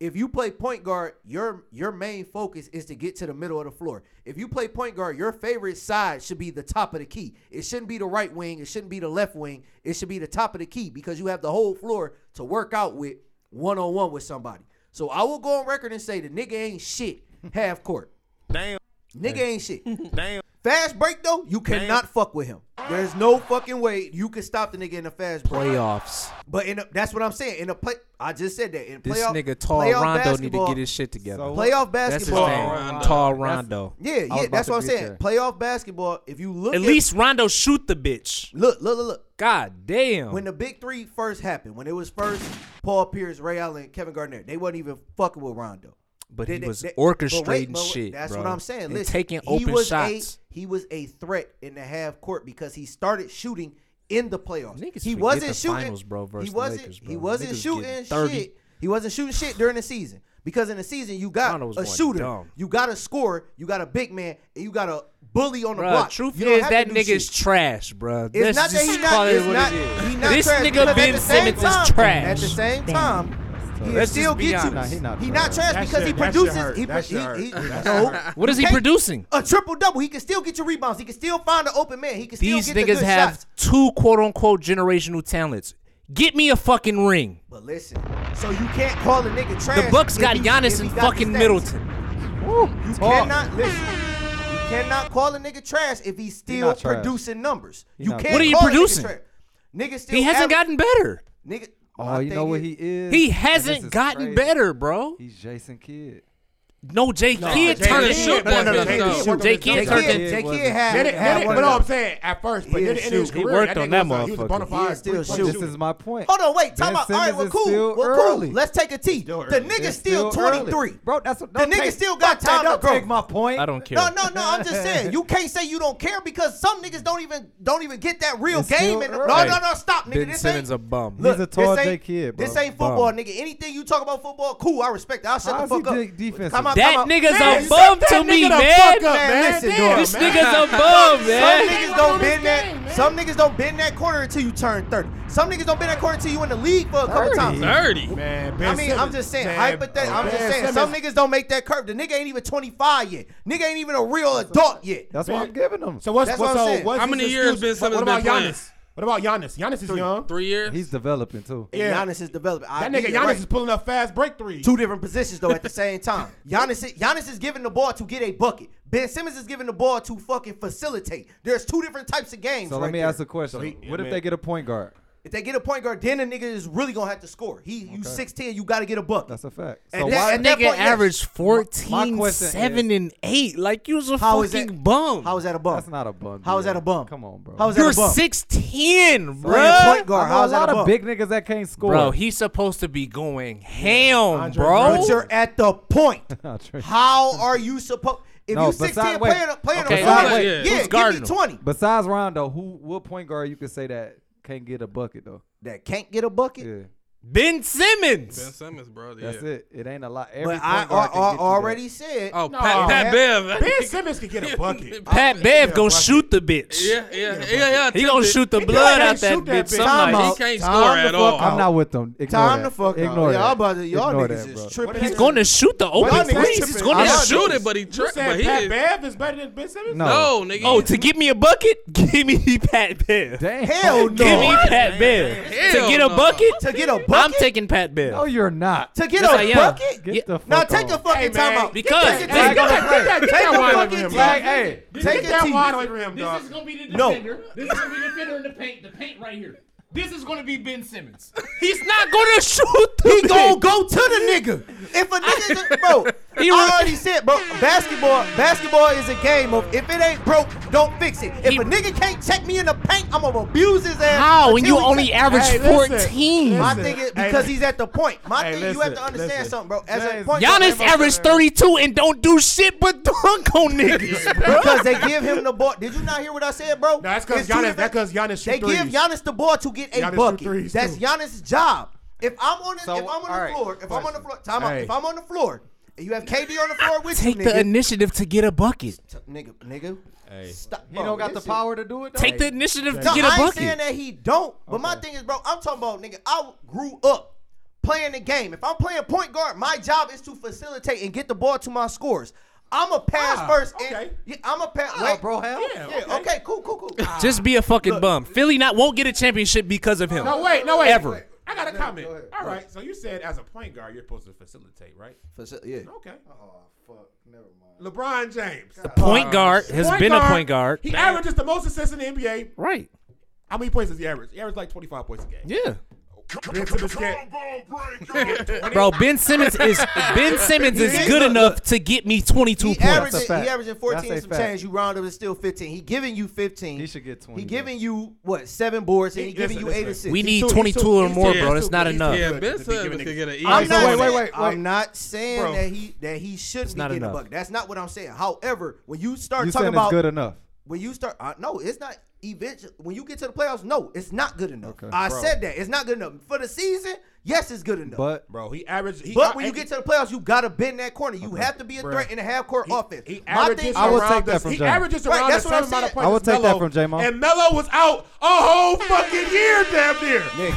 [SPEAKER 3] If you play point guard, your your main focus is to get to the middle of the floor. If you play point guard, your favorite side should be the top of the key. It shouldn't be the right wing. It shouldn't be the left wing. It should be the top of the key because you have the whole floor to work out with one on one with somebody. So I will go on record and say the nigga ain't shit half court.
[SPEAKER 4] Damn.
[SPEAKER 3] Nigga ain't shit.
[SPEAKER 4] Damn.
[SPEAKER 3] Fast break though, you cannot fuck with him. There's no fucking way you can stop the nigga in the fast break.
[SPEAKER 1] Playoffs.
[SPEAKER 3] But in a, that's what I'm saying. In a play, I just said that. In
[SPEAKER 1] This
[SPEAKER 3] playoff,
[SPEAKER 1] nigga Tall
[SPEAKER 3] playoff
[SPEAKER 1] Rondo need to
[SPEAKER 3] basketball-
[SPEAKER 1] get his shit together.
[SPEAKER 5] So-
[SPEAKER 3] playoff
[SPEAKER 1] That's his
[SPEAKER 3] basketball.
[SPEAKER 2] Tall
[SPEAKER 1] name.
[SPEAKER 2] Rondo.
[SPEAKER 1] Tall
[SPEAKER 5] That's-
[SPEAKER 1] Rondo.
[SPEAKER 3] Yeah,
[SPEAKER 5] I was
[SPEAKER 3] yeah,
[SPEAKER 5] about
[SPEAKER 3] that's
[SPEAKER 5] to
[SPEAKER 3] what I'm
[SPEAKER 5] get
[SPEAKER 3] saying.
[SPEAKER 5] there.
[SPEAKER 3] Playoff basketball. If you look
[SPEAKER 1] At least Rondo shoot the bitch.
[SPEAKER 3] look, look, look, look.
[SPEAKER 1] God
[SPEAKER 5] Oh.
[SPEAKER 1] damn.
[SPEAKER 3] When the big three first happened, when it was first Paul Pierce, Ray Allen, Kevin Garnett, they wasn't even fucking with Rondo.
[SPEAKER 1] but
[SPEAKER 3] They-
[SPEAKER 1] he
[SPEAKER 3] they-
[SPEAKER 1] was
[SPEAKER 3] they- but wait,
[SPEAKER 1] orchestrating
[SPEAKER 3] but wait,
[SPEAKER 1] shit.
[SPEAKER 3] That's
[SPEAKER 1] bro.
[SPEAKER 3] what I'm saying.
[SPEAKER 1] And
[SPEAKER 3] Listen,
[SPEAKER 1] taking
[SPEAKER 3] he
[SPEAKER 1] open
[SPEAKER 3] was
[SPEAKER 1] shots.
[SPEAKER 3] A, he was a threat in the half court because he started shooting in the playoffs.
[SPEAKER 1] Niggas
[SPEAKER 3] he
[SPEAKER 1] forget
[SPEAKER 3] wasn't
[SPEAKER 1] the
[SPEAKER 3] shooting.
[SPEAKER 1] finals, bro, versus
[SPEAKER 3] he
[SPEAKER 1] the
[SPEAKER 3] wasn't.
[SPEAKER 1] Lakers,
[SPEAKER 3] He
[SPEAKER 1] bro.
[SPEAKER 3] wasn't
[SPEAKER 1] Niggas
[SPEAKER 3] shooting
[SPEAKER 1] getting 30.
[SPEAKER 3] shit. He wasn't shooting shit during the season because in the season you got
[SPEAKER 1] Rondo was
[SPEAKER 3] a
[SPEAKER 1] going
[SPEAKER 3] shooter,
[SPEAKER 1] dumb.
[SPEAKER 3] you got a scorer, you got a big man, and you got a bully on the
[SPEAKER 1] Bruh,
[SPEAKER 3] block.
[SPEAKER 1] truth
[SPEAKER 3] You don't
[SPEAKER 1] is
[SPEAKER 3] have
[SPEAKER 1] that
[SPEAKER 3] to do
[SPEAKER 1] nigga is
[SPEAKER 3] shit.
[SPEAKER 1] trash, bro.
[SPEAKER 3] It's not that he not. It's not, He not
[SPEAKER 1] this
[SPEAKER 3] trash, because
[SPEAKER 1] nigga
[SPEAKER 3] at
[SPEAKER 1] Ben
[SPEAKER 3] the same
[SPEAKER 1] Simmons
[SPEAKER 3] time-
[SPEAKER 1] is trash.
[SPEAKER 3] At the same time, he
[SPEAKER 1] Let's
[SPEAKER 3] still
[SPEAKER 1] just be
[SPEAKER 3] get you.
[SPEAKER 1] honest. Nah,
[SPEAKER 5] he not
[SPEAKER 3] he
[SPEAKER 5] trash.
[SPEAKER 3] not trash
[SPEAKER 6] That
[SPEAKER 3] because
[SPEAKER 6] shit-
[SPEAKER 3] he
[SPEAKER 6] that shit
[SPEAKER 3] produces.
[SPEAKER 6] hurt.
[SPEAKER 3] He,
[SPEAKER 6] That shit
[SPEAKER 3] pro- he, he,
[SPEAKER 6] hurt. That
[SPEAKER 3] no.
[SPEAKER 6] shit hurt.
[SPEAKER 1] What is he
[SPEAKER 3] can't-
[SPEAKER 1] producing?
[SPEAKER 3] A triple double. He can still get your rebounds. He can still find an open man. He can still
[SPEAKER 1] These
[SPEAKER 3] get the
[SPEAKER 1] niggas
[SPEAKER 3] good
[SPEAKER 1] have
[SPEAKER 3] shots.
[SPEAKER 1] two quote unquote generational talents. Get me a fucking ring.
[SPEAKER 3] But listen, so you can't call a nigga trash.
[SPEAKER 1] The Bucks
[SPEAKER 3] if
[SPEAKER 1] got
[SPEAKER 3] he- if
[SPEAKER 1] Giannis
[SPEAKER 3] he
[SPEAKER 1] and
[SPEAKER 3] got the
[SPEAKER 1] fucking
[SPEAKER 3] stats.
[SPEAKER 1] Middleton.
[SPEAKER 3] You cannot listen. You cannot call a nigga trash if he's still
[SPEAKER 5] not trash.
[SPEAKER 3] producing numbers.
[SPEAKER 5] He
[SPEAKER 3] you
[SPEAKER 5] not
[SPEAKER 3] can't.
[SPEAKER 5] What are
[SPEAKER 1] you
[SPEAKER 3] call a nigga
[SPEAKER 1] producing?
[SPEAKER 3] trash. Nigga still.
[SPEAKER 1] He hasn't
[SPEAKER 3] aver-
[SPEAKER 1] gotten better.
[SPEAKER 3] Nigga.
[SPEAKER 5] Oh,
[SPEAKER 3] my
[SPEAKER 5] you know
[SPEAKER 3] thing
[SPEAKER 5] what
[SPEAKER 3] is-
[SPEAKER 5] he is?
[SPEAKER 1] He
[SPEAKER 5] And this
[SPEAKER 1] hasn't
[SPEAKER 5] is
[SPEAKER 1] gotten
[SPEAKER 5] crazy.
[SPEAKER 1] better, bro.
[SPEAKER 5] He's Jason Kidd.
[SPEAKER 1] No, Jay Kidd
[SPEAKER 2] Jay
[SPEAKER 1] turned to
[SPEAKER 2] Kidd
[SPEAKER 1] shoot. No,
[SPEAKER 2] wasn't
[SPEAKER 1] no, no,
[SPEAKER 2] his
[SPEAKER 1] no.
[SPEAKER 2] zone.
[SPEAKER 1] shoot. Jay Kidd
[SPEAKER 5] Jay
[SPEAKER 1] turned
[SPEAKER 5] Kidd-
[SPEAKER 1] to
[SPEAKER 5] Jay
[SPEAKER 3] Jake
[SPEAKER 5] wasn't-
[SPEAKER 3] Kidd had,
[SPEAKER 6] Then it-
[SPEAKER 3] had
[SPEAKER 6] then it-
[SPEAKER 3] one
[SPEAKER 6] but
[SPEAKER 3] of
[SPEAKER 6] no, I'm
[SPEAKER 1] uh,
[SPEAKER 3] those-
[SPEAKER 6] saying at first,
[SPEAKER 3] He
[SPEAKER 6] but then
[SPEAKER 3] didn't
[SPEAKER 6] in his
[SPEAKER 1] shoot. He
[SPEAKER 6] career,
[SPEAKER 1] worked
[SPEAKER 6] that
[SPEAKER 1] on
[SPEAKER 6] nigga
[SPEAKER 1] that
[SPEAKER 6] was a- He was a
[SPEAKER 1] motherfucker.
[SPEAKER 6] bona
[SPEAKER 3] He
[SPEAKER 6] fide
[SPEAKER 3] is still
[SPEAKER 6] three-point
[SPEAKER 5] This
[SPEAKER 3] shooting.
[SPEAKER 5] is my point.
[SPEAKER 3] Hold on, wait. Time
[SPEAKER 5] Ben
[SPEAKER 3] out. All right,
[SPEAKER 5] Simmons
[SPEAKER 3] well,
[SPEAKER 5] is
[SPEAKER 3] cool.
[SPEAKER 5] still
[SPEAKER 3] Well, cool.
[SPEAKER 5] early.
[SPEAKER 3] Let's take a T. The
[SPEAKER 2] still early.
[SPEAKER 3] nigga's
[SPEAKER 5] It's
[SPEAKER 3] still
[SPEAKER 5] early.
[SPEAKER 3] 23.
[SPEAKER 5] Bro, that's what
[SPEAKER 3] The nigga still got time to
[SPEAKER 5] don't
[SPEAKER 3] grow.
[SPEAKER 5] take my point.
[SPEAKER 1] I don't care.
[SPEAKER 3] No, no, no. I'm just saying. You can't say you don't care because some niggas don't even don't even get that real
[SPEAKER 5] It's
[SPEAKER 3] game.
[SPEAKER 5] still
[SPEAKER 3] And, no,
[SPEAKER 5] early.
[SPEAKER 3] no, no. Stop, nigga.
[SPEAKER 1] Ben
[SPEAKER 3] this
[SPEAKER 1] Simmons
[SPEAKER 3] ain't.
[SPEAKER 1] a bum.
[SPEAKER 5] Look, He's a tall
[SPEAKER 3] this ain't-
[SPEAKER 5] J kid, bro.
[SPEAKER 3] This ain't football,
[SPEAKER 1] Bum.
[SPEAKER 3] nigga. Anything you talk about football, cool. I respect that. I'll shut
[SPEAKER 5] How
[SPEAKER 3] the
[SPEAKER 5] is he
[SPEAKER 3] fuck up.
[SPEAKER 5] de- defensive?
[SPEAKER 3] Come out-
[SPEAKER 1] That
[SPEAKER 3] come out.
[SPEAKER 1] nigga's a
[SPEAKER 3] Man,
[SPEAKER 1] bum
[SPEAKER 3] shut that
[SPEAKER 1] to me,
[SPEAKER 3] nigga the
[SPEAKER 1] man.
[SPEAKER 3] fuck up, man.
[SPEAKER 5] Listen,
[SPEAKER 3] Listen, dog.
[SPEAKER 1] This nigga's a bum,
[SPEAKER 3] Some
[SPEAKER 1] man.
[SPEAKER 3] niggas don't bend that. Some niggas don't bend that corner until you turn 30. Some niggas don't bend that corner until you in the league for a couple
[SPEAKER 5] 30.
[SPEAKER 3] times.
[SPEAKER 2] Dirty.
[SPEAKER 6] Man, Ben
[SPEAKER 3] I mean, I'm
[SPEAKER 6] Simmons,
[SPEAKER 3] just saying,
[SPEAKER 6] man,
[SPEAKER 3] hypothetical. I'm
[SPEAKER 6] Ben
[SPEAKER 3] just saying,
[SPEAKER 6] Simmons-
[SPEAKER 3] some niggas don't make that curve. The nigga ain't even 25 yet. Nigga ain't even a real adult yet.
[SPEAKER 5] That's what I'm giving him.
[SPEAKER 6] So what's
[SPEAKER 3] That's
[SPEAKER 6] what's
[SPEAKER 3] what I'm
[SPEAKER 6] so
[SPEAKER 3] saying.
[SPEAKER 6] what's
[SPEAKER 2] How
[SPEAKER 6] his
[SPEAKER 2] many years Ben
[SPEAKER 6] excuse? What-
[SPEAKER 2] Simmons
[SPEAKER 6] What about
[SPEAKER 2] been playing?
[SPEAKER 6] Giannis? What about Giannis? Giannis is young.
[SPEAKER 2] Three years.
[SPEAKER 5] He's developing too.
[SPEAKER 3] And
[SPEAKER 6] Yeah.
[SPEAKER 3] Giannis is developing. I
[SPEAKER 6] That
[SPEAKER 3] get
[SPEAKER 6] nigga
[SPEAKER 3] it,
[SPEAKER 6] Giannis
[SPEAKER 3] right.
[SPEAKER 6] is pulling up fast break threes.
[SPEAKER 3] Two different positions though at the same time. Giannis, is- Giannis is giving the ball to get a bucket. Ben Simmons is giving the ball to fucking facilitate. There's two different types of games.
[SPEAKER 5] So
[SPEAKER 3] right
[SPEAKER 5] let me
[SPEAKER 3] there.
[SPEAKER 5] ask a question.
[SPEAKER 6] So he-
[SPEAKER 5] what
[SPEAKER 6] I
[SPEAKER 5] if
[SPEAKER 6] mean-
[SPEAKER 5] they get a point guard?
[SPEAKER 3] If they get a point guard, then the nigga is really gonna have to score. He, you six ten, you gotta get a bucket.
[SPEAKER 5] That's a fact.
[SPEAKER 3] And
[SPEAKER 5] So
[SPEAKER 3] that-
[SPEAKER 5] why
[SPEAKER 1] That
[SPEAKER 3] at that
[SPEAKER 1] nigga
[SPEAKER 3] point, yes.
[SPEAKER 1] averaged 14,
[SPEAKER 5] My- my question
[SPEAKER 1] 7,
[SPEAKER 5] is-
[SPEAKER 1] and 8. Like, you was a
[SPEAKER 3] How is
[SPEAKER 1] fucking
[SPEAKER 3] that-
[SPEAKER 1] bum.
[SPEAKER 3] How is that a bum?
[SPEAKER 5] that's not a bum.
[SPEAKER 3] How is
[SPEAKER 5] dude.
[SPEAKER 3] that a bum?
[SPEAKER 5] Come on, bro.
[SPEAKER 3] How is that
[SPEAKER 1] You're
[SPEAKER 3] a bum?
[SPEAKER 1] 6'10,
[SPEAKER 3] Playing point
[SPEAKER 1] bro.
[SPEAKER 3] guard.
[SPEAKER 5] I know
[SPEAKER 3] How
[SPEAKER 5] a
[SPEAKER 3] is that
[SPEAKER 5] lot
[SPEAKER 3] a
[SPEAKER 5] of
[SPEAKER 3] bum?
[SPEAKER 5] big niggas that can't score.
[SPEAKER 1] Bro, he's supposed to be going ham,
[SPEAKER 6] Andre
[SPEAKER 1] bro.
[SPEAKER 3] But you're at the point.
[SPEAKER 5] Trey.
[SPEAKER 3] How are you supposed? If
[SPEAKER 5] No,
[SPEAKER 3] you six ten
[SPEAKER 5] beside- wait.
[SPEAKER 3] playing a playing
[SPEAKER 1] Okay,
[SPEAKER 3] a corner,
[SPEAKER 1] wait,
[SPEAKER 2] wait.
[SPEAKER 3] yeah,
[SPEAKER 2] Who's
[SPEAKER 1] guarding
[SPEAKER 3] give me
[SPEAKER 1] him?
[SPEAKER 3] twenty.
[SPEAKER 5] Besides Rondo, who what point guard you could say that can't get a bucket though?
[SPEAKER 3] That can't get a bucket.
[SPEAKER 5] Yeah,
[SPEAKER 1] Ben
[SPEAKER 2] Ben
[SPEAKER 1] Simmons.
[SPEAKER 2] Simmons, bro. Yeah.
[SPEAKER 5] that's it. It ain't a lot. Every
[SPEAKER 3] But
[SPEAKER 5] point
[SPEAKER 3] I,
[SPEAKER 5] guard
[SPEAKER 3] I,
[SPEAKER 5] can
[SPEAKER 3] I
[SPEAKER 5] get you
[SPEAKER 3] already
[SPEAKER 5] that.
[SPEAKER 3] said.
[SPEAKER 2] Oh, Pat, Pat Bev.
[SPEAKER 6] Ben Simmons could get a bucket.
[SPEAKER 1] Pat Bev gonna shoot the bitch.
[SPEAKER 2] Yeah, yeah, yeah, yeah.
[SPEAKER 1] He gonna
[SPEAKER 2] attempted.
[SPEAKER 1] shoot the
[SPEAKER 6] He
[SPEAKER 1] blood
[SPEAKER 6] can't
[SPEAKER 1] out that
[SPEAKER 6] shoot that
[SPEAKER 1] bitch
[SPEAKER 6] bitch.
[SPEAKER 1] some
[SPEAKER 3] Time
[SPEAKER 1] night.
[SPEAKER 3] out.
[SPEAKER 2] He can't
[SPEAKER 3] Time
[SPEAKER 2] score
[SPEAKER 3] the
[SPEAKER 2] at
[SPEAKER 3] fuck
[SPEAKER 2] all.
[SPEAKER 5] I'm not with them. Ignore
[SPEAKER 3] Time
[SPEAKER 5] that.
[SPEAKER 3] to fuck out.
[SPEAKER 5] Ignore
[SPEAKER 3] Yeah,
[SPEAKER 5] that.
[SPEAKER 3] I'm about to- y'all niggas
[SPEAKER 5] Ignore that,
[SPEAKER 3] is
[SPEAKER 5] bro.
[SPEAKER 3] tripping.
[SPEAKER 1] He's gonna shoot the
[SPEAKER 6] Y'all
[SPEAKER 1] open
[SPEAKER 6] niggas
[SPEAKER 1] threes.
[SPEAKER 6] tripping.
[SPEAKER 1] He's gonna
[SPEAKER 2] He
[SPEAKER 6] Y'all
[SPEAKER 1] shoot
[SPEAKER 2] shoot
[SPEAKER 6] niggas-
[SPEAKER 1] it.
[SPEAKER 2] it, but he
[SPEAKER 6] You
[SPEAKER 2] tripped. But
[SPEAKER 6] said
[SPEAKER 2] he
[SPEAKER 6] Pat
[SPEAKER 2] is-
[SPEAKER 6] Bev is better than Ben Simmons?
[SPEAKER 5] No.
[SPEAKER 2] No, nigga.
[SPEAKER 1] Oh,
[SPEAKER 2] he-
[SPEAKER 1] to give me a bucket? Give me Pat Bev.
[SPEAKER 5] Damn.
[SPEAKER 3] Hell no.
[SPEAKER 1] Give me
[SPEAKER 3] What?
[SPEAKER 1] Pat Bev.
[SPEAKER 2] Hell
[SPEAKER 1] To get a
[SPEAKER 2] no.
[SPEAKER 1] bucket?
[SPEAKER 3] To get a
[SPEAKER 1] I'm
[SPEAKER 3] bucket?
[SPEAKER 1] taking Pat Bev.
[SPEAKER 5] No, you're not.
[SPEAKER 3] to get
[SPEAKER 1] Yes, I
[SPEAKER 3] a
[SPEAKER 1] am.
[SPEAKER 3] bucket.
[SPEAKER 5] Get
[SPEAKER 1] Yeah.
[SPEAKER 5] the
[SPEAKER 3] Now
[SPEAKER 5] fuck
[SPEAKER 3] take a
[SPEAKER 5] off.
[SPEAKER 3] fucking
[SPEAKER 6] Hey, man.
[SPEAKER 3] timeout.
[SPEAKER 1] Because
[SPEAKER 3] Take a
[SPEAKER 1] hey,
[SPEAKER 3] timeout.
[SPEAKER 1] go-
[SPEAKER 6] Get that, get
[SPEAKER 3] Take
[SPEAKER 6] that
[SPEAKER 3] a
[SPEAKER 6] wine away
[SPEAKER 3] fucking
[SPEAKER 6] from him,
[SPEAKER 5] Like,
[SPEAKER 3] flag.
[SPEAKER 6] dog.
[SPEAKER 5] hey,
[SPEAKER 3] Take
[SPEAKER 6] Get
[SPEAKER 3] a
[SPEAKER 6] that
[SPEAKER 3] tee.
[SPEAKER 6] wine away from him,
[SPEAKER 7] This
[SPEAKER 6] dog.
[SPEAKER 7] is gonna be the
[SPEAKER 3] No.
[SPEAKER 7] defender. This is gonna be the defender in the paint. The paint right here. This is gonna be Ben Simmons.
[SPEAKER 1] He's not gonna shoot the
[SPEAKER 3] He
[SPEAKER 1] bitch.
[SPEAKER 3] gon' go to the nigga. If a nigga, just, bro,
[SPEAKER 1] He
[SPEAKER 3] I
[SPEAKER 1] was-
[SPEAKER 3] already said, bro. Basketball, basketball is a game of if it ain't broke, don't fix it. If
[SPEAKER 1] He-
[SPEAKER 3] a nigga can't check me in the paint, I'm gonna abuse his ass.
[SPEAKER 1] How? And
[SPEAKER 3] until
[SPEAKER 1] you
[SPEAKER 3] he
[SPEAKER 1] only
[SPEAKER 3] check-
[SPEAKER 1] average
[SPEAKER 6] Hey, listen,
[SPEAKER 1] 14.
[SPEAKER 3] My
[SPEAKER 6] listen.
[SPEAKER 3] thing is
[SPEAKER 6] Hey,
[SPEAKER 3] because
[SPEAKER 6] li-
[SPEAKER 3] he's at the point. My
[SPEAKER 6] Hey,
[SPEAKER 3] thing, you have to
[SPEAKER 6] listen,
[SPEAKER 3] understand
[SPEAKER 6] listen.
[SPEAKER 3] something, bro. As a
[SPEAKER 5] James-
[SPEAKER 3] point, guard,
[SPEAKER 1] Giannis averaged 32 and don't do shit but dunk on niggas.
[SPEAKER 3] because they give him the ball. Did you not hear what I said, bro?
[SPEAKER 6] No, that's 'cause
[SPEAKER 3] It's two
[SPEAKER 6] Giannis-
[SPEAKER 3] different-
[SPEAKER 6] that's 'cause Giannis shoot
[SPEAKER 3] They give
[SPEAKER 6] threes.
[SPEAKER 3] Giannis the ball to get a
[SPEAKER 6] Giannis shoot
[SPEAKER 3] bucket.
[SPEAKER 6] threes,
[SPEAKER 3] that's
[SPEAKER 6] too.
[SPEAKER 3] Giannis' job. If I'm on, the,
[SPEAKER 5] So,
[SPEAKER 3] if I'm on the
[SPEAKER 5] all right,
[SPEAKER 3] floor, if I'm on the
[SPEAKER 5] question.
[SPEAKER 3] floor, time out.
[SPEAKER 6] Hey.
[SPEAKER 3] If I'm on the floor and you have KD on the floor with
[SPEAKER 1] Take
[SPEAKER 3] you,
[SPEAKER 1] the
[SPEAKER 3] nigga,
[SPEAKER 1] initiative to get a bucket.
[SPEAKER 3] t- nigga, nigga, stop.
[SPEAKER 5] He
[SPEAKER 3] bro,
[SPEAKER 5] don't got the
[SPEAKER 3] this is-
[SPEAKER 5] power to do it. though?
[SPEAKER 1] Take the initiative to
[SPEAKER 3] No,
[SPEAKER 1] get a
[SPEAKER 3] I ain't saying
[SPEAKER 1] bucket.
[SPEAKER 3] that he don't. But my thing is, bro, I'm talking about nigga. I grew up playing the game. If I'm playing point guard, my job is to facilitate and get the ball to my scores. I'm a pass
[SPEAKER 6] Ah,
[SPEAKER 3] first.
[SPEAKER 6] okay.
[SPEAKER 3] And, yeah, I'm a pass.
[SPEAKER 5] Oh,
[SPEAKER 3] wait,
[SPEAKER 5] bro, hell. Ah.
[SPEAKER 6] Yeah,
[SPEAKER 3] Yeah, okay. cool, cool, cool.
[SPEAKER 1] Just be a fucking bum. Philly not won't get a championship because of him.
[SPEAKER 6] No, wait, no, wait.
[SPEAKER 1] Ever.
[SPEAKER 6] Wait, I got a comment.
[SPEAKER 5] go ahead.
[SPEAKER 6] All right, so you said as a point guard, you're supposed to facilitate, right?
[SPEAKER 3] Faci- yeah.
[SPEAKER 6] Okay.
[SPEAKER 5] Oh, fuck. Never mind.
[SPEAKER 6] LeBron James.
[SPEAKER 1] Point guard has been a point guard.
[SPEAKER 6] He averages the most assists in the NBA.
[SPEAKER 1] Right.
[SPEAKER 6] How many points does he average? He averages like 25 points a game.
[SPEAKER 1] Yeah.
[SPEAKER 6] Ben Simmons can't-
[SPEAKER 1] Bro, Ben Simmons is Ben Simmons is good enough to get me 22
[SPEAKER 3] He
[SPEAKER 1] points.
[SPEAKER 3] averaging, he
[SPEAKER 5] fact.
[SPEAKER 3] averaging 14
[SPEAKER 5] That's a
[SPEAKER 3] some
[SPEAKER 5] fact.
[SPEAKER 3] change. You round up, it's still 15. He giving you 15.
[SPEAKER 5] He should get 20,
[SPEAKER 3] He
[SPEAKER 5] bro.
[SPEAKER 3] giving you what seven boards, and he,
[SPEAKER 6] He-
[SPEAKER 3] giving
[SPEAKER 6] listen,
[SPEAKER 3] you eight
[SPEAKER 6] listen.
[SPEAKER 3] assists.
[SPEAKER 1] We
[SPEAKER 6] too-
[SPEAKER 1] need
[SPEAKER 6] he's
[SPEAKER 1] 22
[SPEAKER 6] too-
[SPEAKER 1] or
[SPEAKER 6] he's
[SPEAKER 1] more,
[SPEAKER 6] too-
[SPEAKER 1] bro.
[SPEAKER 6] he's
[SPEAKER 1] That's
[SPEAKER 6] too
[SPEAKER 1] not
[SPEAKER 6] good.
[SPEAKER 1] enough.
[SPEAKER 2] Yeah,
[SPEAKER 6] Good
[SPEAKER 2] Ben
[SPEAKER 6] to be
[SPEAKER 2] Simmons
[SPEAKER 6] giving
[SPEAKER 2] could
[SPEAKER 6] niggas-
[SPEAKER 2] get an E.
[SPEAKER 5] I'm
[SPEAKER 2] easy.
[SPEAKER 5] not-
[SPEAKER 2] bucket.
[SPEAKER 5] wait, wait, wait, wait.
[SPEAKER 3] I'm not saying
[SPEAKER 6] Bro.
[SPEAKER 3] that he that he shouldn't be
[SPEAKER 1] not
[SPEAKER 3] getting
[SPEAKER 1] enough.
[SPEAKER 3] a bucket. That's not what I'm saying. However, when you start
[SPEAKER 5] You
[SPEAKER 3] talking
[SPEAKER 5] saying it's
[SPEAKER 3] about
[SPEAKER 5] good enough?
[SPEAKER 3] when you start, uh, no, it's not. Eventually, when you get to the playoffs, no, it's not good enough.
[SPEAKER 5] Okay.
[SPEAKER 3] I
[SPEAKER 6] Bro.
[SPEAKER 3] said that it's not good enough for the season. Yes, it's good enough. But,
[SPEAKER 5] But
[SPEAKER 6] Bro, he averages. He,
[SPEAKER 3] when you get to the playoffs, you gotta bend that corner. You have to be a
[SPEAKER 6] Bruh.
[SPEAKER 3] threat in a half court offense.
[SPEAKER 6] He
[SPEAKER 3] My
[SPEAKER 6] averages
[SPEAKER 3] thing,
[SPEAKER 5] I would
[SPEAKER 6] around
[SPEAKER 5] take
[SPEAKER 6] the-
[SPEAKER 5] that from
[SPEAKER 6] he
[SPEAKER 5] Jay.
[SPEAKER 6] averages
[SPEAKER 3] Right,
[SPEAKER 6] around
[SPEAKER 3] that's
[SPEAKER 6] the
[SPEAKER 3] what I'm
[SPEAKER 6] same amount of
[SPEAKER 3] saying.
[SPEAKER 6] points.
[SPEAKER 5] I would
[SPEAKER 6] as
[SPEAKER 5] take that
[SPEAKER 6] Melo.
[SPEAKER 5] from Jay Mo.
[SPEAKER 6] And Melo was out a whole fucking year, damn near.
[SPEAKER 5] Nick,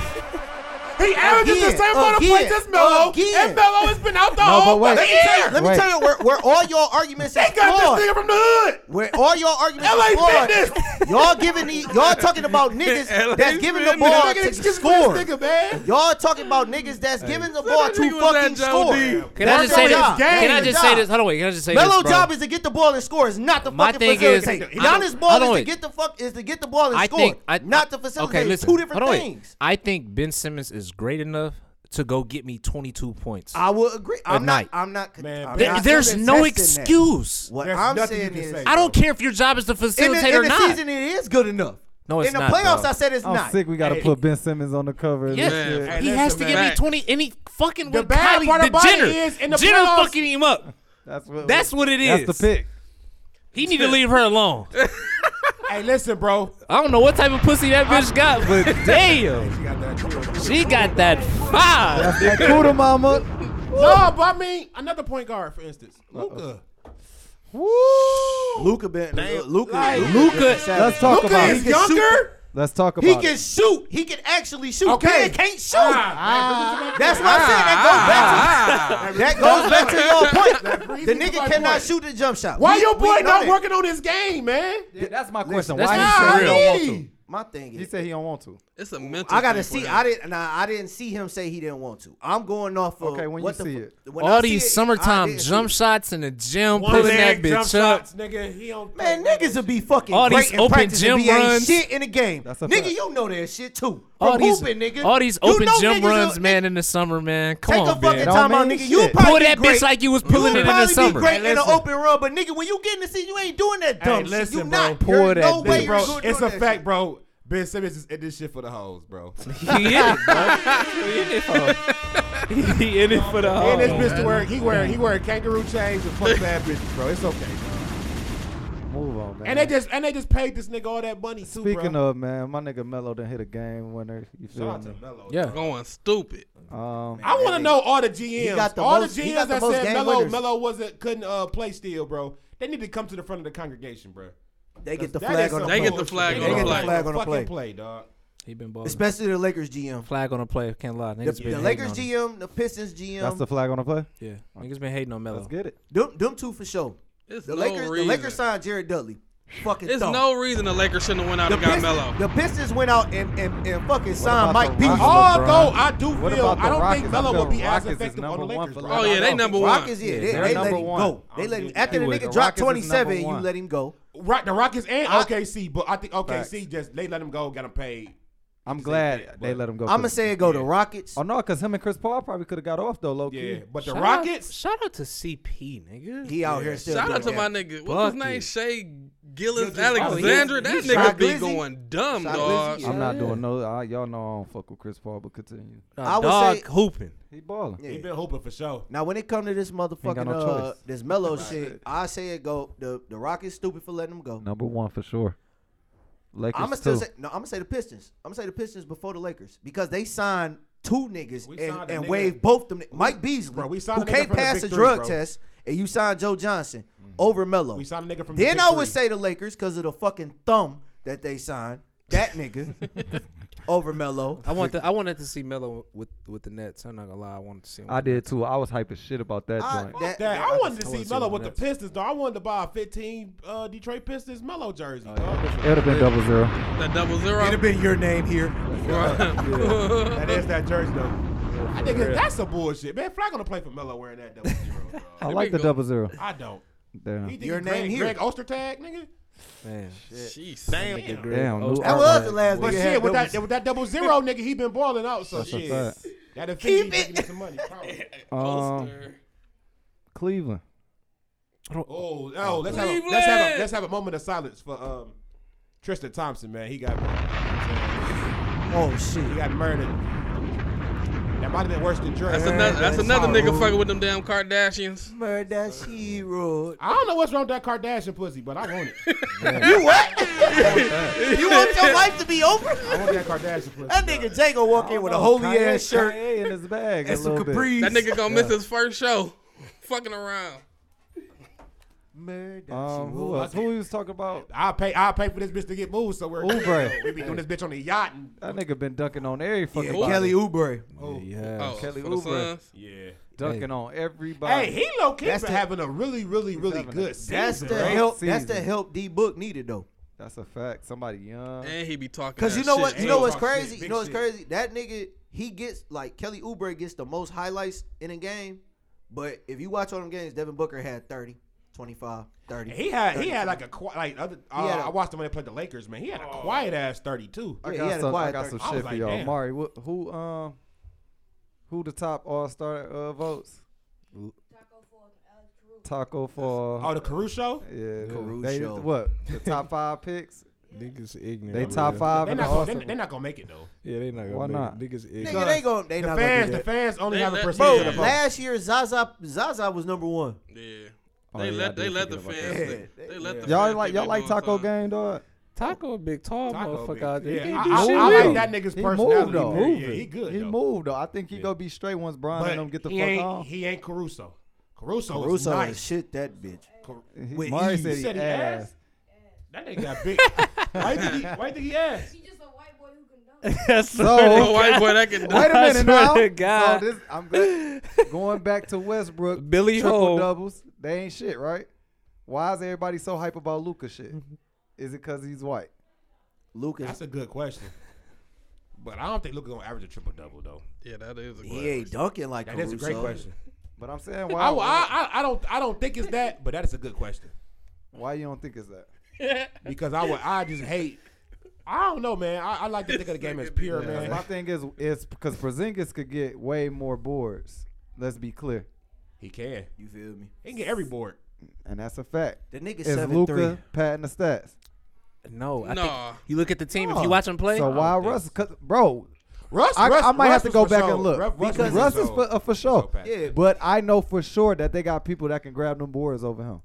[SPEAKER 6] He averages the
[SPEAKER 3] Again,
[SPEAKER 6] same amount of
[SPEAKER 3] again,
[SPEAKER 6] points as Melo,
[SPEAKER 3] again.
[SPEAKER 6] and Melo has been out the
[SPEAKER 5] No,
[SPEAKER 6] whole
[SPEAKER 5] but wait.
[SPEAKER 6] fucking year.
[SPEAKER 3] let me
[SPEAKER 5] Wait.
[SPEAKER 3] tell you where, where all your arguments is
[SPEAKER 6] They got
[SPEAKER 3] flawed.
[SPEAKER 6] this nigga from the hood.
[SPEAKER 3] Where all your arguments
[SPEAKER 6] LA
[SPEAKER 3] is flawed.
[SPEAKER 6] Fitness.
[SPEAKER 3] Y'all giving the y'all talking about niggas that's giving the
[SPEAKER 2] Fitness.
[SPEAKER 3] ball
[SPEAKER 6] Nigga,
[SPEAKER 3] to
[SPEAKER 6] excuse me,
[SPEAKER 3] score.
[SPEAKER 6] this nigga, man.
[SPEAKER 3] Y'all talking about niggas that's giving the ball
[SPEAKER 2] that
[SPEAKER 3] to
[SPEAKER 2] nigga was
[SPEAKER 3] fucking
[SPEAKER 2] at Joe
[SPEAKER 3] score.
[SPEAKER 2] D.
[SPEAKER 1] Can
[SPEAKER 3] That's
[SPEAKER 1] I just
[SPEAKER 3] your
[SPEAKER 1] say this?
[SPEAKER 3] job.
[SPEAKER 1] Can I
[SPEAKER 3] That's your
[SPEAKER 1] just say
[SPEAKER 3] job.
[SPEAKER 1] this? Hold on, wait. Can I just say
[SPEAKER 3] Melo's
[SPEAKER 1] this, bro?
[SPEAKER 3] job is to get the ball and score. It's not to
[SPEAKER 1] My
[SPEAKER 3] fucking
[SPEAKER 1] thing is-
[SPEAKER 3] facilitate.
[SPEAKER 1] I don't- I
[SPEAKER 3] Giannis' ball
[SPEAKER 1] don't
[SPEAKER 3] is to
[SPEAKER 1] wait.
[SPEAKER 3] get the fuck is to get the ball and
[SPEAKER 1] I
[SPEAKER 3] score,
[SPEAKER 1] think I,
[SPEAKER 3] not to
[SPEAKER 1] I-
[SPEAKER 3] facilitate.
[SPEAKER 1] Okay,
[SPEAKER 3] It's
[SPEAKER 1] listen.
[SPEAKER 3] two different
[SPEAKER 1] Hold on, wait.
[SPEAKER 3] things.
[SPEAKER 1] I think Ben Simmons is great enough to go get me 22 points.
[SPEAKER 3] I will agree. I'm
[SPEAKER 1] night.
[SPEAKER 3] not. I'm not.
[SPEAKER 6] Man,
[SPEAKER 3] I'm
[SPEAKER 6] Ben
[SPEAKER 1] There-
[SPEAKER 3] not
[SPEAKER 1] there's
[SPEAKER 3] contesting
[SPEAKER 1] no
[SPEAKER 3] that.
[SPEAKER 1] excuse.
[SPEAKER 3] What
[SPEAKER 6] There's
[SPEAKER 3] I'm
[SPEAKER 6] nothing you
[SPEAKER 3] saying
[SPEAKER 6] can
[SPEAKER 3] is,
[SPEAKER 6] say.
[SPEAKER 1] I don't care if your job is to
[SPEAKER 3] in
[SPEAKER 1] facilitate
[SPEAKER 3] the, in
[SPEAKER 1] or
[SPEAKER 3] the
[SPEAKER 1] not.
[SPEAKER 3] season, it is good enough.
[SPEAKER 1] No, it's
[SPEAKER 3] in the
[SPEAKER 1] not,
[SPEAKER 3] playoffs,
[SPEAKER 1] bro.
[SPEAKER 3] I said it's
[SPEAKER 5] I'm
[SPEAKER 3] not.
[SPEAKER 5] sick. We gotta
[SPEAKER 6] Hey.
[SPEAKER 5] put Ben Simmons on the cover. and
[SPEAKER 1] Yeah,
[SPEAKER 5] shit.
[SPEAKER 1] he
[SPEAKER 6] Hey,
[SPEAKER 1] has
[SPEAKER 6] listen,
[SPEAKER 1] to give me
[SPEAKER 6] man.
[SPEAKER 1] twenty, and he fucking
[SPEAKER 6] The
[SPEAKER 1] with
[SPEAKER 6] bad
[SPEAKER 1] Kylie,
[SPEAKER 6] part
[SPEAKER 1] the
[SPEAKER 6] about it
[SPEAKER 1] Jenner.
[SPEAKER 6] is in the
[SPEAKER 1] Jenner
[SPEAKER 6] playoffs-
[SPEAKER 1] fucking him up.
[SPEAKER 5] That's what.
[SPEAKER 1] That's what it is.
[SPEAKER 5] That's the pick.
[SPEAKER 1] He need to leave her alone.
[SPEAKER 6] Hey, listen, bro.
[SPEAKER 1] I don't know what type of pussy that bitch got, but damn,
[SPEAKER 6] She got that.
[SPEAKER 1] she got that five.
[SPEAKER 5] That Kuda mama.
[SPEAKER 6] No, but I mean another point guard, for instance, Luca. Woo.
[SPEAKER 3] Luca been Luca.
[SPEAKER 6] Like,
[SPEAKER 1] Luca,
[SPEAKER 5] Let's talk
[SPEAKER 6] Luca
[SPEAKER 5] about
[SPEAKER 6] is
[SPEAKER 5] it.
[SPEAKER 6] younger.
[SPEAKER 5] Let's talk about
[SPEAKER 3] He
[SPEAKER 5] it.
[SPEAKER 3] can shoot. He can actually shoot.
[SPEAKER 6] Okay.
[SPEAKER 3] Okay, can't shoot.
[SPEAKER 6] Ah,
[SPEAKER 3] That's what
[SPEAKER 2] Ah.
[SPEAKER 3] I'm saying. That goes back to that goes back to your point. The
[SPEAKER 6] brings me to my
[SPEAKER 3] nigga cannot
[SPEAKER 6] point.
[SPEAKER 3] shoot the jump shot.
[SPEAKER 6] Why
[SPEAKER 3] We-
[SPEAKER 6] your boy
[SPEAKER 3] we know
[SPEAKER 6] not
[SPEAKER 3] that.
[SPEAKER 6] working on his game, man?
[SPEAKER 5] Yeah, that's my question.
[SPEAKER 1] that's
[SPEAKER 5] Why he
[SPEAKER 1] not
[SPEAKER 5] said he don't want
[SPEAKER 6] Golly.
[SPEAKER 5] to?
[SPEAKER 3] My thing
[SPEAKER 5] He
[SPEAKER 3] is,
[SPEAKER 5] said he don't want to.
[SPEAKER 2] It's a mental.
[SPEAKER 3] I gotta
[SPEAKER 2] thing for
[SPEAKER 3] see.
[SPEAKER 2] him.
[SPEAKER 3] I didn't. Nah, I didn't see him say he didn't want to. I'm going off of
[SPEAKER 5] Okay, when you
[SPEAKER 3] what the
[SPEAKER 5] see
[SPEAKER 3] fu-
[SPEAKER 5] it.
[SPEAKER 3] when I
[SPEAKER 1] all
[SPEAKER 3] see
[SPEAKER 1] these
[SPEAKER 3] it, I
[SPEAKER 1] summertime
[SPEAKER 3] didn't
[SPEAKER 1] jump
[SPEAKER 3] see it.
[SPEAKER 1] shots in the gym, pulling that
[SPEAKER 6] leg
[SPEAKER 1] bitch
[SPEAKER 6] jump
[SPEAKER 1] up.
[SPEAKER 6] shots, nigga. He don't.
[SPEAKER 3] Man, niggas will be fucking
[SPEAKER 1] All
[SPEAKER 3] great
[SPEAKER 1] these
[SPEAKER 3] in
[SPEAKER 1] open
[SPEAKER 3] practice
[SPEAKER 1] gym
[SPEAKER 3] and be ain't
[SPEAKER 1] runs.
[SPEAKER 3] shit in the game.
[SPEAKER 5] That's a
[SPEAKER 3] nigga,
[SPEAKER 5] fact.
[SPEAKER 3] you know that shit too.
[SPEAKER 1] All
[SPEAKER 3] All
[SPEAKER 1] these,
[SPEAKER 3] hooping, nigga.
[SPEAKER 1] all these
[SPEAKER 3] You
[SPEAKER 1] open
[SPEAKER 3] know
[SPEAKER 1] gym
[SPEAKER 3] niggas
[SPEAKER 1] runs,
[SPEAKER 3] are-
[SPEAKER 1] man, in the summer, man. Come
[SPEAKER 3] Take
[SPEAKER 1] on,
[SPEAKER 3] a fucking
[SPEAKER 1] Ben.
[SPEAKER 5] Don't
[SPEAKER 3] time out,
[SPEAKER 5] mean
[SPEAKER 3] nigga. You
[SPEAKER 5] shit.
[SPEAKER 3] probably
[SPEAKER 1] Pull
[SPEAKER 3] be
[SPEAKER 1] that
[SPEAKER 3] great.
[SPEAKER 1] bitch like you was
[SPEAKER 3] You
[SPEAKER 1] pulling it in the
[SPEAKER 3] probably be
[SPEAKER 1] summer.
[SPEAKER 3] great in the
[SPEAKER 6] listen.
[SPEAKER 3] open run, but nigga, when you get in the seat, you ain't doing that dumb shit.
[SPEAKER 6] listen,
[SPEAKER 3] You
[SPEAKER 6] bro.
[SPEAKER 3] not.
[SPEAKER 1] Pour
[SPEAKER 3] There's
[SPEAKER 1] that
[SPEAKER 3] no way
[SPEAKER 1] bitch.
[SPEAKER 3] you're
[SPEAKER 6] bro,
[SPEAKER 3] good
[SPEAKER 6] it's a
[SPEAKER 3] doing that
[SPEAKER 6] fact,
[SPEAKER 3] shit.
[SPEAKER 6] bro. Ben Simmons is in this shit for the hoes, bro.
[SPEAKER 1] He in it, bro. He in it for. He in it for the.
[SPEAKER 6] and this
[SPEAKER 1] hoe.
[SPEAKER 6] bitch to wear, he wear, he wear kangaroo chains and fuck bad bitches, bro. It's okay. Bro.
[SPEAKER 5] Move on, man.
[SPEAKER 6] And they just, and they just paid this nigga all that money too,
[SPEAKER 5] Speaking
[SPEAKER 6] bro.
[SPEAKER 5] of man, my nigga Melo done hit a game winner. You feel me?
[SPEAKER 1] Yeah.
[SPEAKER 2] Going stupid.
[SPEAKER 5] Um,
[SPEAKER 6] I want to know all the GMs,
[SPEAKER 3] got the
[SPEAKER 6] all
[SPEAKER 3] most-
[SPEAKER 6] the
[SPEAKER 3] he
[SPEAKER 6] GMs
[SPEAKER 3] got the
[SPEAKER 6] that
[SPEAKER 3] most
[SPEAKER 6] said
[SPEAKER 3] game
[SPEAKER 6] Melo,
[SPEAKER 3] winners.
[SPEAKER 6] Melo wasn't couldn't uh, play still, bro. They need to come to the front of the congregation, bro.
[SPEAKER 3] They get the
[SPEAKER 6] That is
[SPEAKER 3] flag on the
[SPEAKER 6] some
[SPEAKER 2] They
[SPEAKER 3] play.
[SPEAKER 2] get the
[SPEAKER 6] bullshit.
[SPEAKER 2] flag
[SPEAKER 3] on the
[SPEAKER 6] get
[SPEAKER 3] play. Flag on the
[SPEAKER 6] fucking
[SPEAKER 3] play.
[SPEAKER 6] dog.
[SPEAKER 1] He been balling.
[SPEAKER 3] Especially the Lakers GM.
[SPEAKER 1] flag on the play. Can't lie.
[SPEAKER 3] The,
[SPEAKER 1] Niggas
[SPEAKER 3] the
[SPEAKER 1] been hating
[SPEAKER 3] Lakers
[SPEAKER 1] on him.
[SPEAKER 3] GM, the Pistons
[SPEAKER 5] that's
[SPEAKER 3] GM,
[SPEAKER 5] the flag on the play.
[SPEAKER 1] Yeah, niggas been hating on Melo.
[SPEAKER 5] Let's get it.
[SPEAKER 3] them, them two for sure.
[SPEAKER 2] It's
[SPEAKER 3] The
[SPEAKER 2] no
[SPEAKER 3] Lakers, the
[SPEAKER 2] reason.
[SPEAKER 3] Lakers signed Jared Dudley. Fucking
[SPEAKER 2] There's
[SPEAKER 3] thump.
[SPEAKER 2] no reason the Lakers shouldn't have went out
[SPEAKER 3] the
[SPEAKER 2] and got
[SPEAKER 3] Pistons,
[SPEAKER 2] Melo.
[SPEAKER 3] The Pistons went out and, and, and fucking signed
[SPEAKER 5] about
[SPEAKER 3] Mike
[SPEAKER 5] the
[SPEAKER 3] Beasley.
[SPEAKER 5] Rockets?
[SPEAKER 6] Although I do
[SPEAKER 5] What
[SPEAKER 6] feel,
[SPEAKER 5] about the
[SPEAKER 6] I don't
[SPEAKER 5] Rockets?
[SPEAKER 6] think
[SPEAKER 5] I
[SPEAKER 6] Melo
[SPEAKER 5] feel
[SPEAKER 6] will be as
[SPEAKER 5] Rockets is
[SPEAKER 6] effective on
[SPEAKER 5] number
[SPEAKER 6] the
[SPEAKER 5] one
[SPEAKER 6] Lakers.
[SPEAKER 5] for
[SPEAKER 6] bro.
[SPEAKER 5] Lakers.
[SPEAKER 2] oh yeah, they number one.
[SPEAKER 3] Rockets, yeah,
[SPEAKER 5] Yeah,
[SPEAKER 3] they,
[SPEAKER 5] they're
[SPEAKER 3] they let
[SPEAKER 5] number
[SPEAKER 3] him
[SPEAKER 5] one.
[SPEAKER 3] go.
[SPEAKER 5] I
[SPEAKER 3] They
[SPEAKER 5] don't
[SPEAKER 3] let him,
[SPEAKER 5] think
[SPEAKER 3] after the
[SPEAKER 5] he was. The
[SPEAKER 3] nigga dropped
[SPEAKER 5] Rockets is number
[SPEAKER 3] 27, you
[SPEAKER 5] one.
[SPEAKER 3] let him go.
[SPEAKER 6] Right, the Rockets and
[SPEAKER 3] I-
[SPEAKER 6] OKC, but I think OKC
[SPEAKER 5] Facts.
[SPEAKER 6] just they let him go, got him paid.
[SPEAKER 5] I'm glad
[SPEAKER 6] that,
[SPEAKER 5] they
[SPEAKER 6] but-
[SPEAKER 5] let him go.
[SPEAKER 3] I'm gonna
[SPEAKER 5] 'cause-
[SPEAKER 3] say it go to Rockets.
[SPEAKER 5] Oh no, because him and Chris Paul probably could have got off though, low key.
[SPEAKER 6] Yeah, but the
[SPEAKER 1] Shout out-
[SPEAKER 6] Rockets.
[SPEAKER 1] shout out to CP, nigga.
[SPEAKER 3] He out here still.
[SPEAKER 2] Shout out to
[SPEAKER 3] doing
[SPEAKER 2] my
[SPEAKER 3] that.
[SPEAKER 2] nigga. What's
[SPEAKER 1] Bucket.
[SPEAKER 2] his name? Shay Gillis
[SPEAKER 6] Gilgeous-
[SPEAKER 2] Alexander.
[SPEAKER 3] oh, he-
[SPEAKER 2] that
[SPEAKER 3] he
[SPEAKER 2] nigga
[SPEAKER 3] shot
[SPEAKER 2] be
[SPEAKER 3] Glizzy?
[SPEAKER 2] going dumb,
[SPEAKER 3] Shot
[SPEAKER 2] dog.
[SPEAKER 3] Glizzy,
[SPEAKER 5] I'm
[SPEAKER 3] yeah.
[SPEAKER 5] not
[SPEAKER 1] Yeah.
[SPEAKER 5] doing no. I, y'all know I don't fuck with Chris Paul, but continue.
[SPEAKER 1] Nah,
[SPEAKER 3] I would
[SPEAKER 1] dog
[SPEAKER 3] say-
[SPEAKER 1] hooping.
[SPEAKER 5] He balling.
[SPEAKER 3] Yeah.
[SPEAKER 6] He been hoping for sure.
[SPEAKER 3] Now when it come to this motherfucking
[SPEAKER 5] no
[SPEAKER 3] uh,
[SPEAKER 5] choice.
[SPEAKER 3] this mellow shit, I say it go. The the Rockets stupid for letting him go.
[SPEAKER 5] Number one for sure. Lakers
[SPEAKER 3] I'm gonna
[SPEAKER 5] too.
[SPEAKER 3] still say no. I'm gonna say the Pistons. I'm gonna say the Pistons before the Lakers because they signed two niggas
[SPEAKER 6] We
[SPEAKER 3] and,
[SPEAKER 6] signed a
[SPEAKER 3] and
[SPEAKER 6] nigga-
[SPEAKER 3] waived both them. Mike Beasley,
[SPEAKER 6] Bro, we signed
[SPEAKER 3] who
[SPEAKER 6] a nigga
[SPEAKER 3] can't
[SPEAKER 6] from the
[SPEAKER 3] pass
[SPEAKER 6] Big
[SPEAKER 3] the
[SPEAKER 6] Three,
[SPEAKER 3] drug
[SPEAKER 6] bro. Mm.
[SPEAKER 3] test, and you signed Joe Johnson over Mello.
[SPEAKER 6] We signed a nigga from the
[SPEAKER 3] Then
[SPEAKER 6] Big
[SPEAKER 3] I would
[SPEAKER 6] Three.
[SPEAKER 3] say the Lakers because of the fucking thumb that they signed that nigga. over Melo.
[SPEAKER 1] I want. The, I wanted to see Melo with with the Nets. I'm not gonna lie. I wanted to see him.
[SPEAKER 5] I did too. I was hype as shit about that
[SPEAKER 3] I-
[SPEAKER 5] joint.
[SPEAKER 3] that-
[SPEAKER 6] That,
[SPEAKER 3] that-
[SPEAKER 6] I wanted to see
[SPEAKER 5] wanna see
[SPEAKER 6] Melo
[SPEAKER 5] him
[SPEAKER 6] with the
[SPEAKER 5] next.
[SPEAKER 6] Pistons, though. I wanted to buy a 15 uh, Detroit Pistons Melo jersey.
[SPEAKER 5] Oh,
[SPEAKER 6] dog.
[SPEAKER 5] It would have been double zero.
[SPEAKER 2] That double zero.
[SPEAKER 8] It'd have been your name here.
[SPEAKER 6] That is that jersey, though. I think that's some bullshit. Man, Flag gonna play for Melo wearing that double zero, dog.
[SPEAKER 5] I like the
[SPEAKER 2] go.
[SPEAKER 5] double zero.
[SPEAKER 6] I don't. You
[SPEAKER 5] Damn.
[SPEAKER 6] think
[SPEAKER 8] Your
[SPEAKER 6] he
[SPEAKER 8] name
[SPEAKER 6] Greg,
[SPEAKER 8] here.
[SPEAKER 6] Greg Ostertag, nigga?
[SPEAKER 1] Man,
[SPEAKER 2] Jeez.
[SPEAKER 6] Damn.
[SPEAKER 5] Damn. new
[SPEAKER 3] That was the
[SPEAKER 5] outlet.
[SPEAKER 3] last
[SPEAKER 6] But
[SPEAKER 3] nigga
[SPEAKER 6] shit,
[SPEAKER 3] had
[SPEAKER 6] with that,
[SPEAKER 3] doubles.
[SPEAKER 6] with that double zero, nigga, he been balling out. So
[SPEAKER 5] That's a
[SPEAKER 6] shit,
[SPEAKER 5] fact.
[SPEAKER 6] that Infinity making him some money. probably.
[SPEAKER 5] Um, Cleveland.
[SPEAKER 6] Oh, oh, let's have, a, let's have a let's have a moment of silence for um Tristan Thompson, man. He got
[SPEAKER 3] Oh
[SPEAKER 6] he
[SPEAKER 3] shit.
[SPEAKER 6] got murdered. That might have been worse than Dre.
[SPEAKER 2] That's another. That's
[SPEAKER 3] that's
[SPEAKER 2] another nigga
[SPEAKER 3] horrible.
[SPEAKER 2] fucking with them damn Kardashians.
[SPEAKER 3] Murder that she wrote.
[SPEAKER 6] I don't know what's wrong with that Kardashian pussy, but I want it.
[SPEAKER 3] You what? you want your life to be over?
[SPEAKER 6] I want that Kardashian pussy.
[SPEAKER 3] That nigga Jay gonna walk in with a holy
[SPEAKER 5] Kanye-
[SPEAKER 3] ass shirt
[SPEAKER 5] Kanye in his bag a
[SPEAKER 8] And some
[SPEAKER 5] little bit.
[SPEAKER 8] capris.
[SPEAKER 2] That nigga gonna miss his first show. Fucking around.
[SPEAKER 3] Murder
[SPEAKER 5] Um,
[SPEAKER 3] she
[SPEAKER 5] who
[SPEAKER 3] wrote.
[SPEAKER 5] else? Who we was talking about?
[SPEAKER 6] I'll pay. I'll pay for this bitch to get moved somewhere.
[SPEAKER 5] Oubre.
[SPEAKER 6] we be doing this bitch on the yacht. And,
[SPEAKER 5] That nigga been dunking on every fucking
[SPEAKER 8] Yeah,
[SPEAKER 5] body.
[SPEAKER 8] Kelly Oubre.
[SPEAKER 6] oh,
[SPEAKER 5] Yeah,
[SPEAKER 2] Oh,
[SPEAKER 5] Kelly
[SPEAKER 2] for the
[SPEAKER 5] Oubre
[SPEAKER 2] Suns.
[SPEAKER 6] yeah.
[SPEAKER 5] dunking on everybody.
[SPEAKER 6] Hey, he low key been
[SPEAKER 3] That's the-
[SPEAKER 6] having a really, really, really
[SPEAKER 5] having a-
[SPEAKER 6] good season.
[SPEAKER 3] That's the
[SPEAKER 5] Great
[SPEAKER 3] help. That's the
[SPEAKER 5] season.
[SPEAKER 3] help D book needed though.
[SPEAKER 5] That's a fact. Somebody young.
[SPEAKER 2] And he be talking.
[SPEAKER 3] Cause
[SPEAKER 2] that
[SPEAKER 3] you know
[SPEAKER 2] shit,
[SPEAKER 3] what? You
[SPEAKER 2] too.
[SPEAKER 3] know what's
[SPEAKER 6] Talk shit,
[SPEAKER 3] crazy? You
[SPEAKER 6] big
[SPEAKER 3] know what's
[SPEAKER 6] shit.
[SPEAKER 3] crazy? That nigga he gets like Kelly Oubre gets the most highlights in a game, but if you watch all them games, Devin Booker had 30, 25, 30.
[SPEAKER 6] He had he had like a qui- like other. Uh,
[SPEAKER 3] had a-
[SPEAKER 6] I watched him when they played the Lakers. Man, he had a quiet ass thirty two.
[SPEAKER 5] I
[SPEAKER 3] Yeah,
[SPEAKER 5] got
[SPEAKER 3] he had a
[SPEAKER 5] some. I
[SPEAKER 3] quiet Oh,
[SPEAKER 5] got
[SPEAKER 3] third-
[SPEAKER 5] some
[SPEAKER 6] I was
[SPEAKER 5] shit for
[SPEAKER 6] like,
[SPEAKER 5] y'all.
[SPEAKER 6] damn.
[SPEAKER 5] Mari, wh- who um, who the top All Star uh, votes? Taco for
[SPEAKER 6] Oh, the Caruso.
[SPEAKER 5] yeah. They,
[SPEAKER 3] Caruso.
[SPEAKER 5] what the top five picks?
[SPEAKER 8] Niggas ignorant.
[SPEAKER 5] They top five
[SPEAKER 6] They're
[SPEAKER 5] in the
[SPEAKER 6] not,
[SPEAKER 5] All
[SPEAKER 6] gonna,
[SPEAKER 5] Star.
[SPEAKER 6] they're, they're not gonna make it though.
[SPEAKER 8] Yeah, they not gonna
[SPEAKER 5] Why
[SPEAKER 8] make it.
[SPEAKER 5] not?
[SPEAKER 8] Niggas ignorant.
[SPEAKER 3] nigga, they gon' they
[SPEAKER 6] The
[SPEAKER 3] not
[SPEAKER 6] fans,
[SPEAKER 3] gonna
[SPEAKER 6] the
[SPEAKER 3] do that.
[SPEAKER 6] fans only
[SPEAKER 2] They
[SPEAKER 6] have a
[SPEAKER 2] let-
[SPEAKER 6] percentage
[SPEAKER 3] Bro,
[SPEAKER 6] of the vote.
[SPEAKER 3] last year Zaza Zaza was number one.
[SPEAKER 2] Yeah.
[SPEAKER 5] Oh,
[SPEAKER 2] They
[SPEAKER 5] yeah, I
[SPEAKER 2] let they
[SPEAKER 5] did
[SPEAKER 2] let the
[SPEAKER 5] forget
[SPEAKER 2] fans.
[SPEAKER 3] that.
[SPEAKER 2] think- They let the
[SPEAKER 5] Y'all
[SPEAKER 2] fans
[SPEAKER 5] like
[SPEAKER 2] think
[SPEAKER 5] y'all
[SPEAKER 2] they
[SPEAKER 5] like
[SPEAKER 2] doing
[SPEAKER 5] Taco
[SPEAKER 2] something.
[SPEAKER 5] Game dog.
[SPEAKER 1] Taco, a big tall motherfucker
[SPEAKER 6] Taco, bitch.
[SPEAKER 1] out there.
[SPEAKER 6] Yeah,
[SPEAKER 1] He
[SPEAKER 6] I,
[SPEAKER 1] can't do shit
[SPEAKER 6] I, I like
[SPEAKER 1] with
[SPEAKER 6] that
[SPEAKER 1] him.
[SPEAKER 6] nigga's
[SPEAKER 5] He
[SPEAKER 6] personality.
[SPEAKER 5] moved though.
[SPEAKER 6] man. Yeah, he good.
[SPEAKER 5] He
[SPEAKER 6] though.
[SPEAKER 5] moved though. I think he gonna be straight once Brian
[SPEAKER 6] But
[SPEAKER 5] let him get the
[SPEAKER 6] he
[SPEAKER 5] fuck
[SPEAKER 6] ain't,
[SPEAKER 5] off.
[SPEAKER 6] He ain't Caruso. Caruso, is
[SPEAKER 3] Caruso
[SPEAKER 6] nice.
[SPEAKER 3] is shit that bitch.
[SPEAKER 6] Car-
[SPEAKER 5] He-
[SPEAKER 3] with
[SPEAKER 5] Mari
[SPEAKER 3] ease.
[SPEAKER 5] said
[SPEAKER 6] He
[SPEAKER 5] he
[SPEAKER 6] said he
[SPEAKER 5] ass.
[SPEAKER 6] ass. That nigga got big. why you think he, why you think he ass?
[SPEAKER 9] He's just a white boy who can dunk.
[SPEAKER 2] Oh,
[SPEAKER 5] So
[SPEAKER 2] white boy, that can
[SPEAKER 5] wait a
[SPEAKER 2] do.
[SPEAKER 1] I
[SPEAKER 5] minute
[SPEAKER 1] swear
[SPEAKER 5] now.
[SPEAKER 1] to God.
[SPEAKER 5] So this, I'm glad, going back to Westbrook.
[SPEAKER 1] Billy
[SPEAKER 5] triple
[SPEAKER 1] Ho.
[SPEAKER 5] doubles. They ain't shit, right? Why is everybody so hype about Luca shit? Is it because he's white?
[SPEAKER 3] Lucas,
[SPEAKER 6] That's a good question. But I don't think Luka gonna average a triple double though.
[SPEAKER 2] Yeah, that is a
[SPEAKER 3] he ain't
[SPEAKER 2] good.
[SPEAKER 3] dunking like
[SPEAKER 6] That
[SPEAKER 3] Caruso.
[SPEAKER 6] is a great question.
[SPEAKER 5] But I'm saying
[SPEAKER 6] I,
[SPEAKER 5] why?
[SPEAKER 6] I, I, I don't I don't think it's that, but that is a good question
[SPEAKER 5] why you don't think it's that?
[SPEAKER 6] because I would I just hate. I don't know, man. I, I like to think of the game as pure,
[SPEAKER 5] My
[SPEAKER 6] man.
[SPEAKER 5] thing is, it's because Porzingis could get way more boards. Let's be clear,
[SPEAKER 6] He can.
[SPEAKER 3] You feel me?
[SPEAKER 6] He can get every board.
[SPEAKER 5] and that's a fact.
[SPEAKER 3] The nigga
[SPEAKER 5] Is
[SPEAKER 3] seven
[SPEAKER 5] Luca
[SPEAKER 3] three.
[SPEAKER 5] patting the stats?
[SPEAKER 1] No, I
[SPEAKER 2] Nah.
[SPEAKER 1] think you look at the team. If
[SPEAKER 5] No.
[SPEAKER 1] you watch him play,
[SPEAKER 5] So why Russ? Cause, bro,
[SPEAKER 6] Russ,
[SPEAKER 5] I-
[SPEAKER 6] Russ
[SPEAKER 5] I might
[SPEAKER 6] Russ
[SPEAKER 5] have to
[SPEAKER 6] was
[SPEAKER 5] go
[SPEAKER 6] for
[SPEAKER 5] back
[SPEAKER 6] sure.
[SPEAKER 5] and look.
[SPEAKER 6] Russ, Russ
[SPEAKER 3] Because
[SPEAKER 6] was
[SPEAKER 5] Russ
[SPEAKER 6] for
[SPEAKER 5] is
[SPEAKER 6] sure.
[SPEAKER 5] for, uh, for sure.
[SPEAKER 6] Pat.
[SPEAKER 3] Yeah,
[SPEAKER 5] But I know for sure that they got people that can grab them boards over him.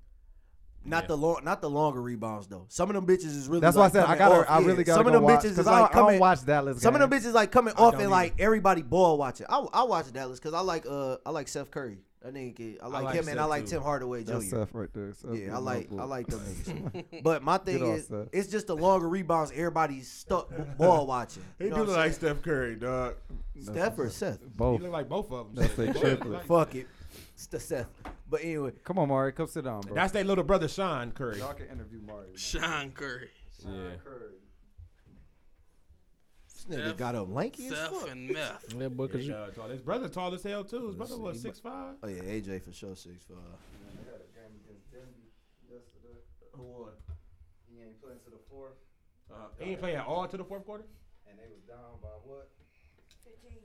[SPEAKER 3] Not the long, not the longer rebounds though. Some of them bitches is really.
[SPEAKER 5] That's
[SPEAKER 3] like,
[SPEAKER 5] why I said I
[SPEAKER 3] coming
[SPEAKER 5] got.
[SPEAKER 3] off.
[SPEAKER 5] to I
[SPEAKER 3] Yeah,
[SPEAKER 5] really got.
[SPEAKER 3] Some of them bitches is
[SPEAKER 5] I,
[SPEAKER 3] like
[SPEAKER 5] I don't
[SPEAKER 3] coming.
[SPEAKER 5] watch Dallas.
[SPEAKER 3] Some of them
[SPEAKER 5] games.
[SPEAKER 3] bitches like coming off
[SPEAKER 6] don't
[SPEAKER 3] and like everybody ball watching. I, I watch Dallas because I like uh I like Seth Curry. That nigga, kid. I like,
[SPEAKER 6] like
[SPEAKER 3] him and I
[SPEAKER 6] Seth,
[SPEAKER 3] like
[SPEAKER 6] too.
[SPEAKER 3] Tim Hardaway Jr.
[SPEAKER 5] That's Seth right there. Seth
[SPEAKER 3] Yeah, I
[SPEAKER 5] getting
[SPEAKER 3] like
[SPEAKER 5] no
[SPEAKER 3] I
[SPEAKER 5] bull.
[SPEAKER 3] like them niggas. But my thing
[SPEAKER 5] off,
[SPEAKER 3] is,
[SPEAKER 5] Seth.
[SPEAKER 3] it's just the longer rebounds. Everybody's stuck ball watching.
[SPEAKER 6] He
[SPEAKER 3] You know
[SPEAKER 6] do
[SPEAKER 3] what
[SPEAKER 6] look
[SPEAKER 3] I'm
[SPEAKER 6] like Steph Curry, dog.
[SPEAKER 3] saying? Steph or Seth.
[SPEAKER 6] He
[SPEAKER 5] both.
[SPEAKER 6] look like both of them.
[SPEAKER 5] That's a
[SPEAKER 6] Both
[SPEAKER 5] triplet.
[SPEAKER 6] look like-
[SPEAKER 3] Fuck it, it's the Seth. But anyway,
[SPEAKER 5] Come on, Mari, come sit down, bro.
[SPEAKER 6] That's their little brother Sean Curry.
[SPEAKER 5] Y'all can interview Mari.
[SPEAKER 2] Sean Curry,
[SPEAKER 3] this nigga got up lanky as
[SPEAKER 2] Seth,
[SPEAKER 3] fuck.
[SPEAKER 2] and Meth.
[SPEAKER 1] Yeah, boy, 'cause you-
[SPEAKER 6] Yeah, uh, tall. His brother tall as hell too. His brother was six five.
[SPEAKER 3] Oh yeah, AJ for sure six five.
[SPEAKER 6] Who won?
[SPEAKER 5] He ain't playing to the fourth,
[SPEAKER 6] Uh, he ain't playing at all to the fourth quarter.
[SPEAKER 5] and they was down by what? They came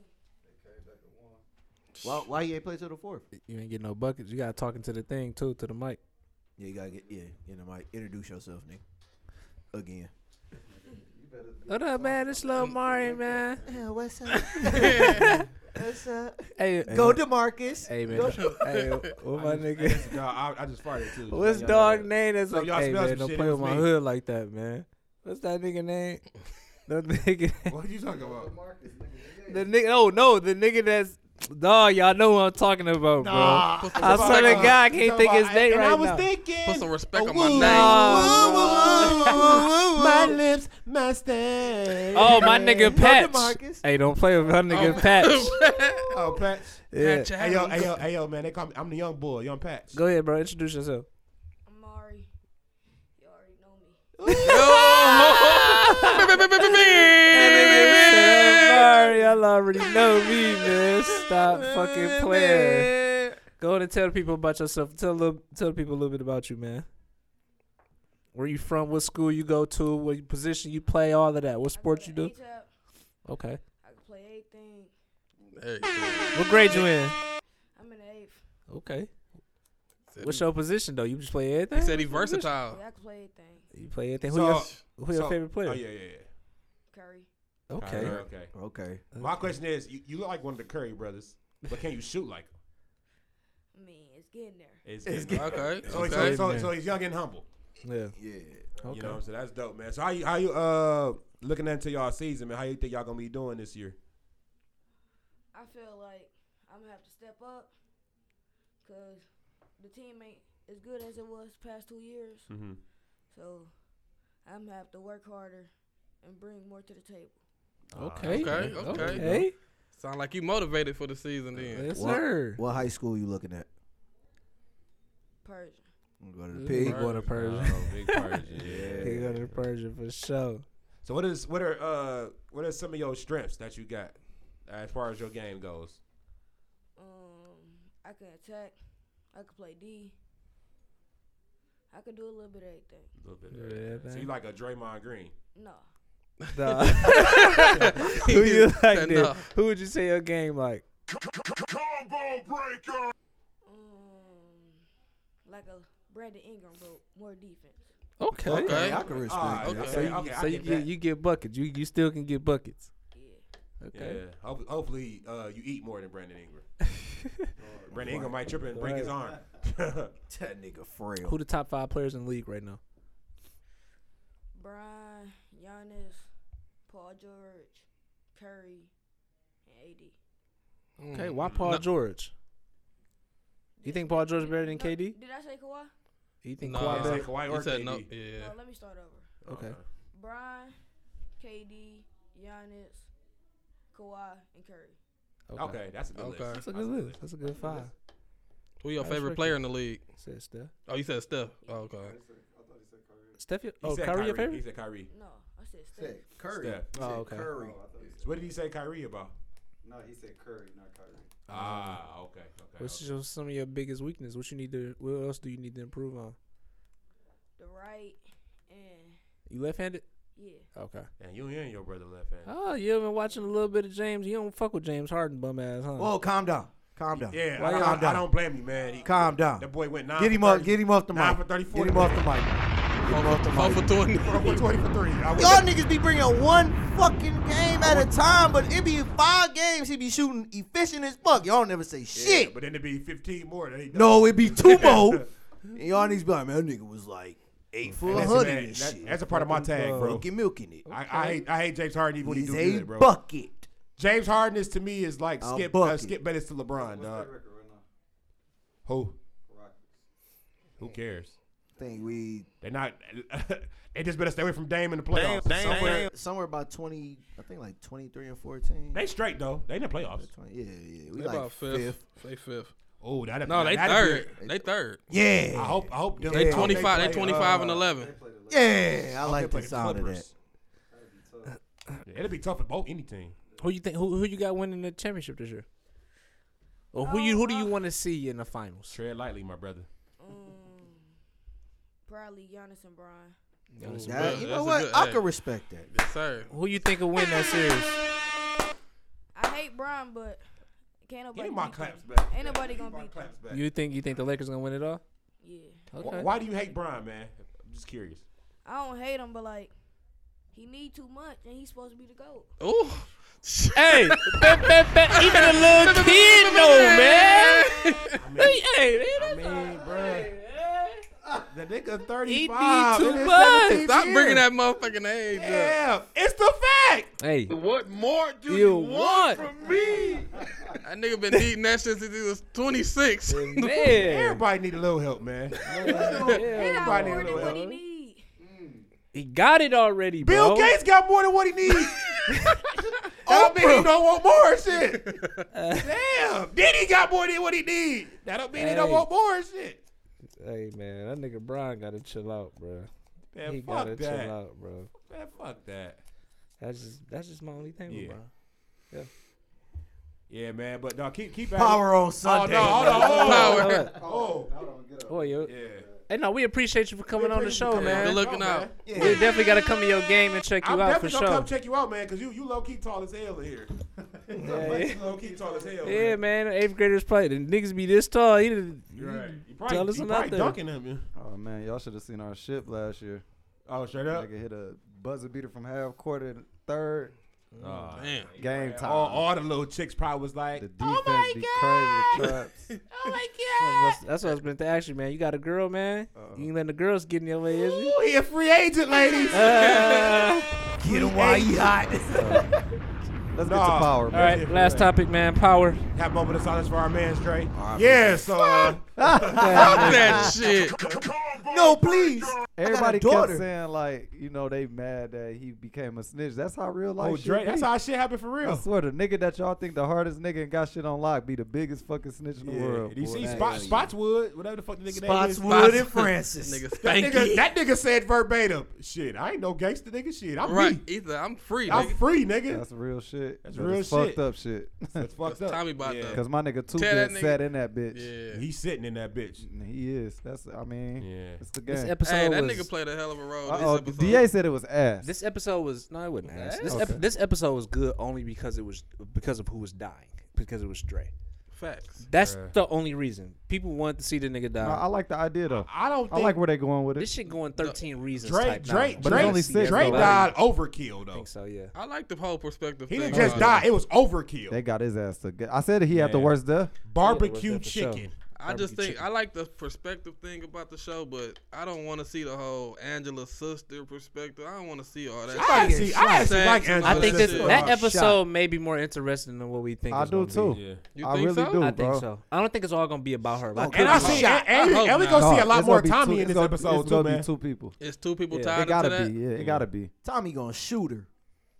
[SPEAKER 5] back and won.
[SPEAKER 3] Why why he ain't play till the fourth?
[SPEAKER 1] you ain't getting no buckets. You got to talking to the thing too, to the mic.
[SPEAKER 3] Yeah, you gotta get yeah. You know, Mike, introduce yourself, nigga. Again.
[SPEAKER 1] What up, man? It's Lil Mari, man.
[SPEAKER 3] what's up? what's up?
[SPEAKER 1] Hey,
[SPEAKER 3] Go Demarcus.
[SPEAKER 1] Hey man, hey, what my nigga?
[SPEAKER 6] Yes, dog, I, I just farted too.
[SPEAKER 1] What's
[SPEAKER 6] Y'all
[SPEAKER 1] dog
[SPEAKER 6] know
[SPEAKER 1] name? That's
[SPEAKER 6] So
[SPEAKER 1] like,
[SPEAKER 6] y'all
[SPEAKER 1] hey
[SPEAKER 6] smell
[SPEAKER 1] man,
[SPEAKER 6] some
[SPEAKER 1] don't
[SPEAKER 6] shit,
[SPEAKER 1] play
[SPEAKER 6] it
[SPEAKER 1] with
[SPEAKER 6] was
[SPEAKER 1] my
[SPEAKER 6] me.
[SPEAKER 1] hood like that, man. What's that nigga name? The nigga,
[SPEAKER 6] that. What are you talking about?
[SPEAKER 1] the nigga. Oh no, the nigga that's No, y'all know what I'm talking about, bro.
[SPEAKER 6] Nah,
[SPEAKER 1] I swear to God, I can't think his name
[SPEAKER 6] and
[SPEAKER 1] right
[SPEAKER 6] I was
[SPEAKER 1] now.
[SPEAKER 6] thinking.
[SPEAKER 2] Put some respect
[SPEAKER 6] a
[SPEAKER 2] on my
[SPEAKER 6] woo,
[SPEAKER 2] name.
[SPEAKER 6] woo, woo, woo, woo, woo, my lips, my stand.
[SPEAKER 1] Oh, my nigga Patch.
[SPEAKER 6] DeMarcus.
[SPEAKER 1] Hey, don't play with my nigga Patch.
[SPEAKER 6] Oh, Patch.
[SPEAKER 1] Yeah.
[SPEAKER 2] Patch,
[SPEAKER 6] Hey yo, hey yo, hey yo, man. They call me. I'm the young boy, young Patch.
[SPEAKER 1] Go ahead, bro. Introduce yourself.
[SPEAKER 9] Amari. You already know me.
[SPEAKER 1] Sorry, y'all already know me, man. Stop fucking playing. Go ahead and tell the people about yourself. Tell the tell the people a little bit about you, man. Where you from? What school you go to? What position you play? All of that. What sport you do?
[SPEAKER 9] HF,
[SPEAKER 1] Okay.
[SPEAKER 9] I can play anything.
[SPEAKER 2] There you go.
[SPEAKER 1] What grade you in?
[SPEAKER 9] I'm in the eighth.
[SPEAKER 1] Okay.
[SPEAKER 2] Said
[SPEAKER 1] What's
[SPEAKER 2] he-
[SPEAKER 1] your position though? You just play everything.
[SPEAKER 2] He said he's versatile.
[SPEAKER 9] Yeah, I can play anything.
[SPEAKER 1] You play anything. Who
[SPEAKER 6] So-
[SPEAKER 1] your who your
[SPEAKER 6] so-
[SPEAKER 1] favorite player?
[SPEAKER 6] Oh yeah, yeah, yeah.
[SPEAKER 9] Curry.
[SPEAKER 1] Okay.
[SPEAKER 6] Alright, okay.
[SPEAKER 3] Okay.
[SPEAKER 6] My question is, you, you look like one of the Curry brothers, but can you shoot like him?
[SPEAKER 9] I mean, it's getting there.
[SPEAKER 6] It's,
[SPEAKER 2] Okay.
[SPEAKER 6] So, he's- so,
[SPEAKER 2] Okay.
[SPEAKER 6] so- so he's young and humble.
[SPEAKER 1] Yeah.
[SPEAKER 3] Yeah.
[SPEAKER 6] You know, so that's dope, man. So how you how you uh looking into y'all season, man? How you think y'all gonna be doing this year?
[SPEAKER 9] I feel like I'm gonna have to step up because the team ain't as good as it was the past two years.
[SPEAKER 6] Mm-hmm.
[SPEAKER 9] So I'm gonna have to work harder and bring more to the table.
[SPEAKER 6] uh,
[SPEAKER 1] Okay.
[SPEAKER 2] Okay, okay.
[SPEAKER 1] Okay.
[SPEAKER 2] Sound like you motivated for the season then.
[SPEAKER 1] Yes,
[SPEAKER 3] What-
[SPEAKER 1] sir.
[SPEAKER 3] What high school you looking at?
[SPEAKER 9] Persian.
[SPEAKER 3] I'm gonna go to
[SPEAKER 6] Mm,
[SPEAKER 3] the
[SPEAKER 1] Ooh.
[SPEAKER 3] pig.
[SPEAKER 1] He going to Persia.
[SPEAKER 6] Oh, big Persian, yeah.
[SPEAKER 1] He go to Persia for sure.
[SPEAKER 6] So what is what are uh what are some of your strengths that you got as far as your game goes?
[SPEAKER 9] Um, I can attack. I can play D. I can do a little bit of everything.
[SPEAKER 6] A little bit. of
[SPEAKER 1] Yeah,
[SPEAKER 6] that. so you like a Draymond Green?
[SPEAKER 9] No,
[SPEAKER 1] Nah. Who you like?
[SPEAKER 2] Said
[SPEAKER 1] Then?
[SPEAKER 2] no.
[SPEAKER 1] Who would you say your game like?
[SPEAKER 9] um, like a Brandon Ingram, but more defense.
[SPEAKER 1] Okay.
[SPEAKER 2] Okay.
[SPEAKER 3] I can respect
[SPEAKER 6] Ah,
[SPEAKER 3] that.
[SPEAKER 6] okay.
[SPEAKER 1] So you,
[SPEAKER 6] okay, I
[SPEAKER 1] so you
[SPEAKER 6] get
[SPEAKER 1] get
[SPEAKER 6] that.
[SPEAKER 1] you get buckets. You you still can get buckets.
[SPEAKER 9] Yeah.
[SPEAKER 1] Okay.
[SPEAKER 6] Yeah. Hope- Hopefully, uh, you eat more than Brandon Ingram. Brandon Ingram might trip and break his arm.
[SPEAKER 3] That nigga frail.
[SPEAKER 1] Who the top five players in the league right now?
[SPEAKER 9] Brian, Giannis, Paul George, Curry, and AD.
[SPEAKER 2] Mm. Hmm.
[SPEAKER 1] Okay. Why Paul George? You think Paul George better than
[SPEAKER 9] No,
[SPEAKER 1] KD?
[SPEAKER 9] Did I say Kawhi?
[SPEAKER 1] You think
[SPEAKER 2] No.
[SPEAKER 1] Kawhi
[SPEAKER 6] It's
[SPEAKER 1] better?
[SPEAKER 6] like Kawhi
[SPEAKER 2] You
[SPEAKER 6] or
[SPEAKER 2] said
[SPEAKER 6] KD.
[SPEAKER 2] no. Yeah.
[SPEAKER 9] No, let me start over.
[SPEAKER 1] Okay.
[SPEAKER 9] Brian, KD, Giannis, Kawhi, and Curry.
[SPEAKER 6] Okay, that's a good
[SPEAKER 2] Okay.
[SPEAKER 6] list.
[SPEAKER 1] That's a good list. That's a good five.
[SPEAKER 2] Who your
[SPEAKER 1] I
[SPEAKER 2] favorite
[SPEAKER 1] respect
[SPEAKER 2] player in the league?
[SPEAKER 1] Says Steph.
[SPEAKER 2] Oh, you said Steph. Oh, okay.
[SPEAKER 1] Steph. your-
[SPEAKER 6] He
[SPEAKER 1] Oh,
[SPEAKER 6] said
[SPEAKER 1] Kyrie your
[SPEAKER 6] He
[SPEAKER 1] favorite?
[SPEAKER 6] said Kyrie.
[SPEAKER 9] No, I said Steph.
[SPEAKER 3] Curry.
[SPEAKER 6] Steph.
[SPEAKER 1] Oh, okay.
[SPEAKER 3] Curry.
[SPEAKER 6] So what did he say Kyrie about?
[SPEAKER 5] No, he said Curry, not Kyrie.
[SPEAKER 6] Ah, okay. okay,
[SPEAKER 1] Uh, What's
[SPEAKER 6] okay.
[SPEAKER 1] your, some of your biggest weakness? What you need to? What else do you need to improve on?
[SPEAKER 9] The right and
[SPEAKER 1] You left-handed.
[SPEAKER 9] yeah.
[SPEAKER 1] Okay.
[SPEAKER 6] And you and your brother left hand.
[SPEAKER 1] Oh, you been watching a little bit of James. You don't fuck with James Harden, bum ass, huh?
[SPEAKER 3] Whoa, calm down. Calm down.
[SPEAKER 6] Yeah,
[SPEAKER 1] Why
[SPEAKER 6] I,
[SPEAKER 1] y'all
[SPEAKER 6] I, I
[SPEAKER 3] down?
[SPEAKER 6] don't blame you, man. He,
[SPEAKER 3] Calm down.
[SPEAKER 6] that boy went nine.
[SPEAKER 3] Get him
[SPEAKER 6] for
[SPEAKER 3] off.
[SPEAKER 6] 30.
[SPEAKER 3] Get him off the
[SPEAKER 6] Nine
[SPEAKER 3] mic.
[SPEAKER 6] for 34.
[SPEAKER 3] Get him off the mic. Get him off the
[SPEAKER 2] Four
[SPEAKER 3] mic.
[SPEAKER 2] for twenty.
[SPEAKER 6] Four for twenty for three. I
[SPEAKER 3] Y'all
[SPEAKER 6] would've-
[SPEAKER 3] niggas be bringing one fucking game at a time, but it be five games. He be shooting efficient as fuck. Y'all never say
[SPEAKER 6] Yeah,
[SPEAKER 3] shit.
[SPEAKER 6] But then it'd be fifteen more. That he done.
[SPEAKER 3] no, it be two more. and y'all niggas be like, man, that nigga was like eight for a
[SPEAKER 6] Listen,
[SPEAKER 3] hundred
[SPEAKER 6] man,
[SPEAKER 3] and
[SPEAKER 6] that-
[SPEAKER 3] shit.
[SPEAKER 6] That's a part of my tag, bro.
[SPEAKER 3] Milky milking it.
[SPEAKER 6] I, I hate I hate James Harden even when he
[SPEAKER 3] He's
[SPEAKER 6] do
[SPEAKER 3] a
[SPEAKER 6] good, bro.
[SPEAKER 3] bucket.
[SPEAKER 6] James Harden is to me is like
[SPEAKER 3] A
[SPEAKER 6] skip uh,
[SPEAKER 3] bucket.
[SPEAKER 6] skip Bettis to LeBron, dog. Who? Who cares?
[SPEAKER 3] think we
[SPEAKER 6] They're not. they just better stay away from Dame in the playoffs. Somewhere-
[SPEAKER 3] somewhere somewhere about twenty. I think like twenty three and fourteen.
[SPEAKER 6] They straight though. They in the playoffs.
[SPEAKER 3] 20, yeah, yeah. We
[SPEAKER 2] They
[SPEAKER 3] like
[SPEAKER 2] about
[SPEAKER 3] fifth.
[SPEAKER 2] fifth. They fifth.
[SPEAKER 6] Oh, that
[SPEAKER 2] No, they
[SPEAKER 6] that'd
[SPEAKER 2] third.
[SPEAKER 6] be-
[SPEAKER 2] They third.
[SPEAKER 3] Yeah.
[SPEAKER 6] I hope I hope them-
[SPEAKER 3] They
[SPEAKER 6] I hope
[SPEAKER 2] Twenty five. They
[SPEAKER 6] play,
[SPEAKER 2] twenty five and
[SPEAKER 6] uh,
[SPEAKER 2] eleven.
[SPEAKER 3] Yeah, I like
[SPEAKER 6] I hope they
[SPEAKER 3] the
[SPEAKER 6] play
[SPEAKER 3] sound of that.
[SPEAKER 6] Clippers. Yeah, It'd be tough for both any team.
[SPEAKER 1] Who you think? Who who you got winning the championship this year? Or who you who do you want to see in the finals?
[SPEAKER 6] Tread lightly, my brother.
[SPEAKER 9] Um, probably Giannis and Brian.
[SPEAKER 3] That-
[SPEAKER 2] Yeah,
[SPEAKER 3] you
[SPEAKER 2] that's
[SPEAKER 3] know
[SPEAKER 2] a
[SPEAKER 3] what?
[SPEAKER 2] good-
[SPEAKER 3] I
[SPEAKER 2] hey.
[SPEAKER 3] can respect that.
[SPEAKER 2] Yes, sir.
[SPEAKER 1] Who you think will win that series?
[SPEAKER 9] I hate Brian, but can't nobody.
[SPEAKER 6] Give my
[SPEAKER 9] beat
[SPEAKER 6] claps
[SPEAKER 9] him.
[SPEAKER 6] back.
[SPEAKER 9] Ain't nobody
[SPEAKER 6] Give
[SPEAKER 9] gonna
[SPEAKER 6] my
[SPEAKER 9] beat them.
[SPEAKER 6] claps back.
[SPEAKER 1] You think you think the Lakers gonna win it all?
[SPEAKER 9] Yeah.
[SPEAKER 6] Wh-
[SPEAKER 1] Okay.
[SPEAKER 6] Why do you hate Brian, man? I'm just curious.
[SPEAKER 9] I don't hate him, but like, he need too much, and he's supposed to be the goat.
[SPEAKER 2] Ooh.
[SPEAKER 1] Hey, bet, bet, bet. even a little kid know, man.
[SPEAKER 6] I mean,
[SPEAKER 1] Hey, man,
[SPEAKER 6] I mean, bruh. The nigga
[SPEAKER 1] He
[SPEAKER 6] 35.
[SPEAKER 1] need
[SPEAKER 6] It
[SPEAKER 1] too
[SPEAKER 6] is
[SPEAKER 1] much.
[SPEAKER 6] 17
[SPEAKER 2] Stop
[SPEAKER 6] years.
[SPEAKER 2] bringing that motherfucking age up.
[SPEAKER 6] Yeah, it's the fact.
[SPEAKER 1] Hey,
[SPEAKER 10] What more do
[SPEAKER 1] You
[SPEAKER 10] you, want,
[SPEAKER 1] want.
[SPEAKER 10] from me?
[SPEAKER 2] That nigga been eating that shit since he was 26.
[SPEAKER 1] man,
[SPEAKER 6] Everybody need a little help, man.
[SPEAKER 9] He got
[SPEAKER 6] Everybody need
[SPEAKER 9] more
[SPEAKER 6] a
[SPEAKER 9] than
[SPEAKER 6] little
[SPEAKER 9] what he
[SPEAKER 6] help.
[SPEAKER 9] need.
[SPEAKER 1] he got it already,
[SPEAKER 6] Bill
[SPEAKER 1] bro.
[SPEAKER 6] Gates got more than what he needs. that don't mean he don't want more shit. Damn. Diddy got more than what he need. That don't mean he don't
[SPEAKER 11] Hey.
[SPEAKER 6] want more shit.
[SPEAKER 11] Hey man, that nigga Brian gotta chill out, bro.
[SPEAKER 6] Man,
[SPEAKER 11] he
[SPEAKER 6] fuck
[SPEAKER 11] gotta
[SPEAKER 6] that.
[SPEAKER 11] chill out, bro.
[SPEAKER 6] Man, fuck that.
[SPEAKER 11] That's just that's just my only thing
[SPEAKER 6] Yeah.
[SPEAKER 11] with Brian.
[SPEAKER 6] Yeah, man. But no, keep keep at it.
[SPEAKER 3] Power on
[SPEAKER 6] Oh
[SPEAKER 3] Sunday.
[SPEAKER 6] no, hold on, hold on.
[SPEAKER 2] Power.
[SPEAKER 6] Oh,
[SPEAKER 1] Oh, yo.
[SPEAKER 6] yeah.
[SPEAKER 1] Hey, no, we appreciate you for coming on the show, man.
[SPEAKER 2] Good looking
[SPEAKER 6] Come on,
[SPEAKER 2] out.
[SPEAKER 6] man.
[SPEAKER 1] We definitely got to come to your game and check you
[SPEAKER 6] I'm
[SPEAKER 1] out for
[SPEAKER 6] definitely gonna
[SPEAKER 1] sure.
[SPEAKER 6] come check you out, man, because you you low key tall as hell in here.
[SPEAKER 1] Yeah.
[SPEAKER 6] low key tall as hell.
[SPEAKER 1] Yeah, man, eighth graders play. The niggas be this tall. He did
[SPEAKER 6] You're right. You probably,
[SPEAKER 1] Tell us
[SPEAKER 6] you
[SPEAKER 1] about
[SPEAKER 6] probably
[SPEAKER 1] that.
[SPEAKER 6] dunking him. man.
[SPEAKER 5] Oh man, y'all should have seen our ship last year.
[SPEAKER 6] Oh, straight up.
[SPEAKER 5] Nigga hit a buzzer beater from half court in the third
[SPEAKER 6] Aw.
[SPEAKER 2] Damn.
[SPEAKER 5] game time.
[SPEAKER 6] all, Oh all the little chicks probably was like,
[SPEAKER 5] the defense be crazy traps.
[SPEAKER 6] "Oh my
[SPEAKER 1] That's, that's what I was been to ask you, man. You got a girl, man.
[SPEAKER 6] Uh-huh.
[SPEAKER 1] You ain't letting the girls get in your way, is you?
[SPEAKER 6] Ooh, he a free agent, ladies."
[SPEAKER 3] Get him while he hot.
[SPEAKER 5] Let's get to
[SPEAKER 6] Nah.
[SPEAKER 5] power,
[SPEAKER 1] All
[SPEAKER 5] man.
[SPEAKER 1] right, last topic, man. Power.
[SPEAKER 6] Have a moment of silence for our man, Trey. Yeah, so uh,
[SPEAKER 2] Fuck that shit.
[SPEAKER 3] no, please.
[SPEAKER 5] Everybody
[SPEAKER 3] daughter.
[SPEAKER 5] kept saying like, you know, they mad that he became a snitch. That's how real life.
[SPEAKER 6] oh,
[SPEAKER 5] shit
[SPEAKER 6] Dre, that's
[SPEAKER 5] be.
[SPEAKER 6] how shit happened for
[SPEAKER 5] I
[SPEAKER 6] real.
[SPEAKER 5] swear, the nigga that y'all think the hardest nigga and got shit on lock be the biggest fucking snitch in the
[SPEAKER 6] Yeah,
[SPEAKER 5] world.
[SPEAKER 6] you
[SPEAKER 5] boy.
[SPEAKER 6] see
[SPEAKER 5] Hey.
[SPEAKER 6] Spot, Spotswood, whatever the fuck the nigga name is.
[SPEAKER 3] Spotswood and Francis.
[SPEAKER 2] Nigga
[SPEAKER 6] That nigga,
[SPEAKER 2] stanky.
[SPEAKER 6] that nigga said verbatim, "Shit, I ain't no gangster, nigga. Shit, I'm
[SPEAKER 2] Right.
[SPEAKER 6] me.
[SPEAKER 2] Ether, I'm free.
[SPEAKER 6] I'm
[SPEAKER 2] nigga.
[SPEAKER 6] free, nigga.
[SPEAKER 5] That's real shit.
[SPEAKER 6] That's
[SPEAKER 5] But
[SPEAKER 6] real
[SPEAKER 5] it's
[SPEAKER 6] shit.
[SPEAKER 5] Fucked up shit.
[SPEAKER 6] That's fucked up.
[SPEAKER 2] Tommy bought
[SPEAKER 6] yeah.
[SPEAKER 5] Cause my nigga two
[SPEAKER 2] Tell that
[SPEAKER 5] bit
[SPEAKER 2] nigga-
[SPEAKER 5] sat in that bitch.
[SPEAKER 2] Yeah.
[SPEAKER 6] He's sitting in that bitch.
[SPEAKER 5] And He is. That's. I mean.
[SPEAKER 6] Yeah.
[SPEAKER 5] It's the
[SPEAKER 1] This
[SPEAKER 5] game.
[SPEAKER 1] episode
[SPEAKER 2] Hey, that
[SPEAKER 1] was.
[SPEAKER 2] nigga played a hell of a role.
[SPEAKER 5] Uh-oh,
[SPEAKER 2] this episode.
[SPEAKER 5] Da said it was ass.
[SPEAKER 1] this episode was no, it wasn't. ass. This
[SPEAKER 5] Okay.
[SPEAKER 1] ep- this episode was good only because it was because of who was dying because it was Dre.
[SPEAKER 2] Facts.
[SPEAKER 1] That's the only reason people wanted to see the nigga die.
[SPEAKER 5] No, I like the idea though.
[SPEAKER 6] I don't
[SPEAKER 5] I
[SPEAKER 6] think
[SPEAKER 5] like where they going with it.
[SPEAKER 1] this shit going thirteen reasons.
[SPEAKER 6] Dre,
[SPEAKER 1] type
[SPEAKER 6] Dre,
[SPEAKER 1] knowledge.
[SPEAKER 5] But
[SPEAKER 6] Dre,
[SPEAKER 5] it's only six,
[SPEAKER 6] Dre
[SPEAKER 5] though.
[SPEAKER 6] died overkill
[SPEAKER 1] I
[SPEAKER 6] though.
[SPEAKER 1] think so. Yeah.
[SPEAKER 2] I like the whole perspective.
[SPEAKER 6] He
[SPEAKER 2] thing uh,
[SPEAKER 6] didn't just
[SPEAKER 2] about
[SPEAKER 6] die;
[SPEAKER 2] it.
[SPEAKER 6] it was overkill.
[SPEAKER 5] They got his ass to get. I said he had the
[SPEAKER 6] Man.
[SPEAKER 5] worst death.
[SPEAKER 6] Barbecue
[SPEAKER 1] Yeah, it was that for
[SPEAKER 6] chicken.
[SPEAKER 2] I just
[SPEAKER 1] Barbecue
[SPEAKER 2] think I like the perspective thing about the show, but I don't want to see the whole Angela sister perspective. I don't want to see all that.
[SPEAKER 6] I
[SPEAKER 2] shit.
[SPEAKER 6] actually, I actually
[SPEAKER 2] Sex
[SPEAKER 6] like
[SPEAKER 2] and all
[SPEAKER 6] Angela.
[SPEAKER 1] I think
[SPEAKER 2] that
[SPEAKER 1] this
[SPEAKER 2] shit.
[SPEAKER 1] that
[SPEAKER 5] Oh, shot.
[SPEAKER 1] episode may be more interesting than what we think.
[SPEAKER 5] I
[SPEAKER 1] it's gonna
[SPEAKER 5] do
[SPEAKER 1] be.
[SPEAKER 5] too.
[SPEAKER 2] You
[SPEAKER 5] I
[SPEAKER 2] think
[SPEAKER 5] really
[SPEAKER 2] so?
[SPEAKER 5] do,
[SPEAKER 1] I
[SPEAKER 5] bro.
[SPEAKER 1] think so. I don't think it's all gonna be about her. but I
[SPEAKER 3] Okay.
[SPEAKER 1] think
[SPEAKER 6] And I
[SPEAKER 1] it's
[SPEAKER 6] see,
[SPEAKER 3] Shot.
[SPEAKER 6] and, and,
[SPEAKER 2] I hope
[SPEAKER 6] and we gonna see a
[SPEAKER 5] Dog,
[SPEAKER 6] lot
[SPEAKER 5] it's
[SPEAKER 6] more
[SPEAKER 5] gonna be
[SPEAKER 6] Tommy
[SPEAKER 5] two-
[SPEAKER 6] in
[SPEAKER 5] it's
[SPEAKER 6] this
[SPEAKER 5] gonna be-
[SPEAKER 6] episode
[SPEAKER 5] it's
[SPEAKER 6] too,
[SPEAKER 5] gonna be
[SPEAKER 6] man.
[SPEAKER 5] two people.
[SPEAKER 2] It's two people
[SPEAKER 1] Yeah.
[SPEAKER 5] It
[SPEAKER 2] tied into
[SPEAKER 5] gotta
[SPEAKER 2] that.
[SPEAKER 5] be. Yeah, it gotta be.
[SPEAKER 3] Tommy gonna shoot her.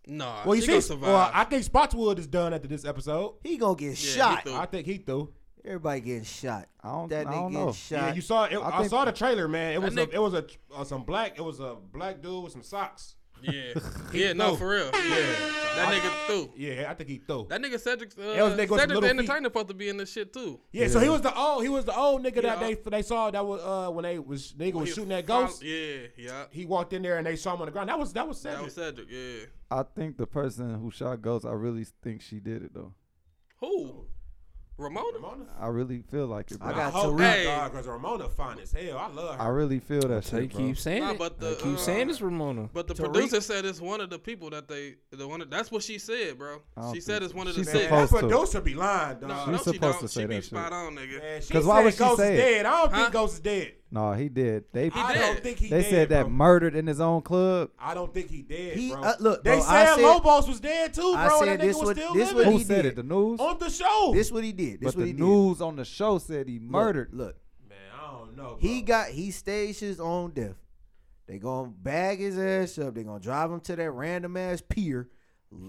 [SPEAKER 2] Nah,
[SPEAKER 6] Well,
[SPEAKER 2] she
[SPEAKER 6] you
[SPEAKER 2] gonna
[SPEAKER 6] see,
[SPEAKER 2] survive.
[SPEAKER 6] well, I think Spotswood is done after this episode.
[SPEAKER 3] He gonna get
[SPEAKER 2] Yeah, he
[SPEAKER 3] shot.
[SPEAKER 2] threw-
[SPEAKER 6] I think he threw.
[SPEAKER 3] Everybody getting shot.
[SPEAKER 5] I don't.
[SPEAKER 3] That
[SPEAKER 5] I
[SPEAKER 3] nigga
[SPEAKER 5] don't know.
[SPEAKER 3] getting
[SPEAKER 6] Yeah,
[SPEAKER 3] shot.
[SPEAKER 6] you saw. It,
[SPEAKER 5] I
[SPEAKER 6] I,
[SPEAKER 5] think-
[SPEAKER 6] saw the trailer, man. It was
[SPEAKER 2] That nigga-
[SPEAKER 6] a, it was a uh, some black. It was a black dude with some socks.
[SPEAKER 2] yeah, yeah, no,
[SPEAKER 6] threw.
[SPEAKER 2] for real. Yeah, that nigga threw.
[SPEAKER 6] Yeah, I think he threw.
[SPEAKER 2] That nigga Cedric, uh,
[SPEAKER 6] That was nigga with some
[SPEAKER 2] Cedric
[SPEAKER 6] little
[SPEAKER 2] the
[SPEAKER 6] feet.
[SPEAKER 2] Entertainer supposed to be in this shit too.
[SPEAKER 6] Yeah, so he was the old he was the old nigga
[SPEAKER 2] Yeah.
[SPEAKER 6] that they they saw that was uh when they was nigga was
[SPEAKER 2] He
[SPEAKER 6] shooting that
[SPEAKER 2] follow-
[SPEAKER 6] ghost.
[SPEAKER 2] Yeah, yeah.
[SPEAKER 6] He walked in there and they saw him on the ground. That was that was sad.
[SPEAKER 2] That was Cedric. Yeah.
[SPEAKER 5] I think the person who shot Ghost, I really think she did it though.
[SPEAKER 2] Who? Ramona.
[SPEAKER 6] Ramona.
[SPEAKER 5] I really feel like it. Bro.
[SPEAKER 3] I
[SPEAKER 5] I,
[SPEAKER 3] got-
[SPEAKER 6] hope
[SPEAKER 3] Tariq.
[SPEAKER 2] Hey.
[SPEAKER 6] because Ramona fine as hell. I love her.
[SPEAKER 5] really feel that
[SPEAKER 1] So you
[SPEAKER 5] shit, bro.
[SPEAKER 1] keep saying
[SPEAKER 2] Nah,
[SPEAKER 1] it.
[SPEAKER 2] but
[SPEAKER 1] They
[SPEAKER 2] the,
[SPEAKER 1] keep
[SPEAKER 2] uh,
[SPEAKER 1] saying it's Ramona.
[SPEAKER 2] But the
[SPEAKER 1] Tariq-
[SPEAKER 2] producer said it's one of the people that they the one. That's what she said, bro.
[SPEAKER 5] I don't
[SPEAKER 2] She said
[SPEAKER 5] think
[SPEAKER 2] it's
[SPEAKER 5] so.
[SPEAKER 2] one of the
[SPEAKER 5] She's
[SPEAKER 2] bad-
[SPEAKER 6] That
[SPEAKER 5] supposed to.
[SPEAKER 6] producer be lying, dog.
[SPEAKER 2] No,
[SPEAKER 5] She's
[SPEAKER 2] no, she
[SPEAKER 5] supposed
[SPEAKER 2] don't.
[SPEAKER 5] to
[SPEAKER 2] she
[SPEAKER 5] say
[SPEAKER 2] be
[SPEAKER 5] that shit.
[SPEAKER 2] spot on, nigga.
[SPEAKER 6] Man, she
[SPEAKER 5] 'Cause why
[SPEAKER 6] said
[SPEAKER 5] would she
[SPEAKER 6] Ghost
[SPEAKER 5] say
[SPEAKER 6] is
[SPEAKER 5] it?
[SPEAKER 6] dead. I don't
[SPEAKER 2] Huh?
[SPEAKER 6] think Ghost is dead.
[SPEAKER 5] No, he did. They
[SPEAKER 2] He
[SPEAKER 6] I
[SPEAKER 2] dead.
[SPEAKER 6] don't think he
[SPEAKER 5] they
[SPEAKER 6] dead,
[SPEAKER 5] said that
[SPEAKER 6] bro.
[SPEAKER 5] murdered in his own club.
[SPEAKER 6] I don't think he dead,
[SPEAKER 3] He-
[SPEAKER 6] bro.
[SPEAKER 3] uh, look,
[SPEAKER 6] they
[SPEAKER 3] bro, I
[SPEAKER 6] said,
[SPEAKER 3] said-
[SPEAKER 6] Lobos was dead too,
[SPEAKER 3] I
[SPEAKER 6] bro.
[SPEAKER 3] said
[SPEAKER 6] And that
[SPEAKER 3] this
[SPEAKER 6] nigga was
[SPEAKER 3] what-
[SPEAKER 6] still
[SPEAKER 3] this what
[SPEAKER 6] living
[SPEAKER 5] Who
[SPEAKER 3] he
[SPEAKER 5] said
[SPEAKER 3] did.
[SPEAKER 5] it? The news.
[SPEAKER 6] on the show.
[SPEAKER 3] This what he did. This
[SPEAKER 5] but
[SPEAKER 3] what
[SPEAKER 5] the
[SPEAKER 3] he did.
[SPEAKER 5] news on the show said he
[SPEAKER 3] Look,
[SPEAKER 5] murdered.
[SPEAKER 3] Look,
[SPEAKER 6] man, I don't know. Bro.
[SPEAKER 3] he got he staged his own death. They gonna bag his ass up. They gonna drive him to that random ass pier.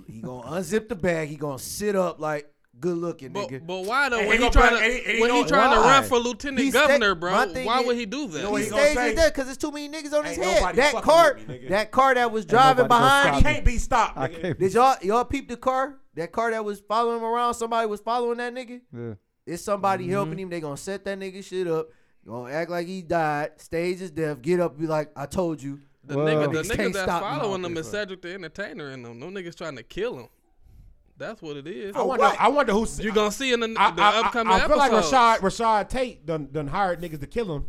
[SPEAKER 3] He gonna unzip the bag. He gonna sit up like good looking
[SPEAKER 2] But,
[SPEAKER 3] nigga.
[SPEAKER 2] but why though?
[SPEAKER 6] And
[SPEAKER 2] When
[SPEAKER 6] he
[SPEAKER 2] he
[SPEAKER 6] gonna
[SPEAKER 2] trying
[SPEAKER 6] put- and he-
[SPEAKER 2] to
[SPEAKER 6] and he
[SPEAKER 2] when he
[SPEAKER 6] gonna-
[SPEAKER 2] trying to run
[SPEAKER 3] why?
[SPEAKER 2] for lieutenant
[SPEAKER 3] He sta-
[SPEAKER 2] governor,
[SPEAKER 3] my
[SPEAKER 2] bro,
[SPEAKER 3] thing
[SPEAKER 2] why
[SPEAKER 3] is-
[SPEAKER 2] would he do that?
[SPEAKER 6] You know what
[SPEAKER 3] he
[SPEAKER 6] he gonna
[SPEAKER 3] staged
[SPEAKER 6] say?
[SPEAKER 3] his death because there's too many niggas on his
[SPEAKER 6] Ain't
[SPEAKER 3] head.
[SPEAKER 6] nobody
[SPEAKER 3] That
[SPEAKER 6] fucking
[SPEAKER 3] car,
[SPEAKER 6] with me, nigga.
[SPEAKER 3] that car that was driving
[SPEAKER 5] nobody gonna
[SPEAKER 3] behind
[SPEAKER 5] stop
[SPEAKER 6] I
[SPEAKER 3] him.
[SPEAKER 6] can't be stopped.
[SPEAKER 5] I
[SPEAKER 6] Nigga.
[SPEAKER 5] can't.
[SPEAKER 3] Did y'all y'all peep the car? That car that was following him around. Somebody was following that nigga.
[SPEAKER 5] Yeah.
[SPEAKER 3] It's somebody helping him. They gonna set that nigga shit up. Gonna act like he died. Stage his death. Get up. Be like, I told you.
[SPEAKER 2] The
[SPEAKER 5] Well,
[SPEAKER 2] nigga, the
[SPEAKER 3] niggas can't
[SPEAKER 2] nigga that's
[SPEAKER 3] stop me
[SPEAKER 2] following
[SPEAKER 3] out
[SPEAKER 2] them
[SPEAKER 3] there,
[SPEAKER 2] is
[SPEAKER 3] bro.
[SPEAKER 2] Cedric the Entertainer and them. No niggas trying to kill him. That's what it is.
[SPEAKER 6] I
[SPEAKER 5] Oh,
[SPEAKER 6] wonder. I wonder who.
[SPEAKER 2] you gonna see in the, the
[SPEAKER 6] I, I,
[SPEAKER 2] upcoming
[SPEAKER 6] I, I feel like
[SPEAKER 2] episodes.
[SPEAKER 6] Rashad Rashad Tate done done hired niggas to kill him,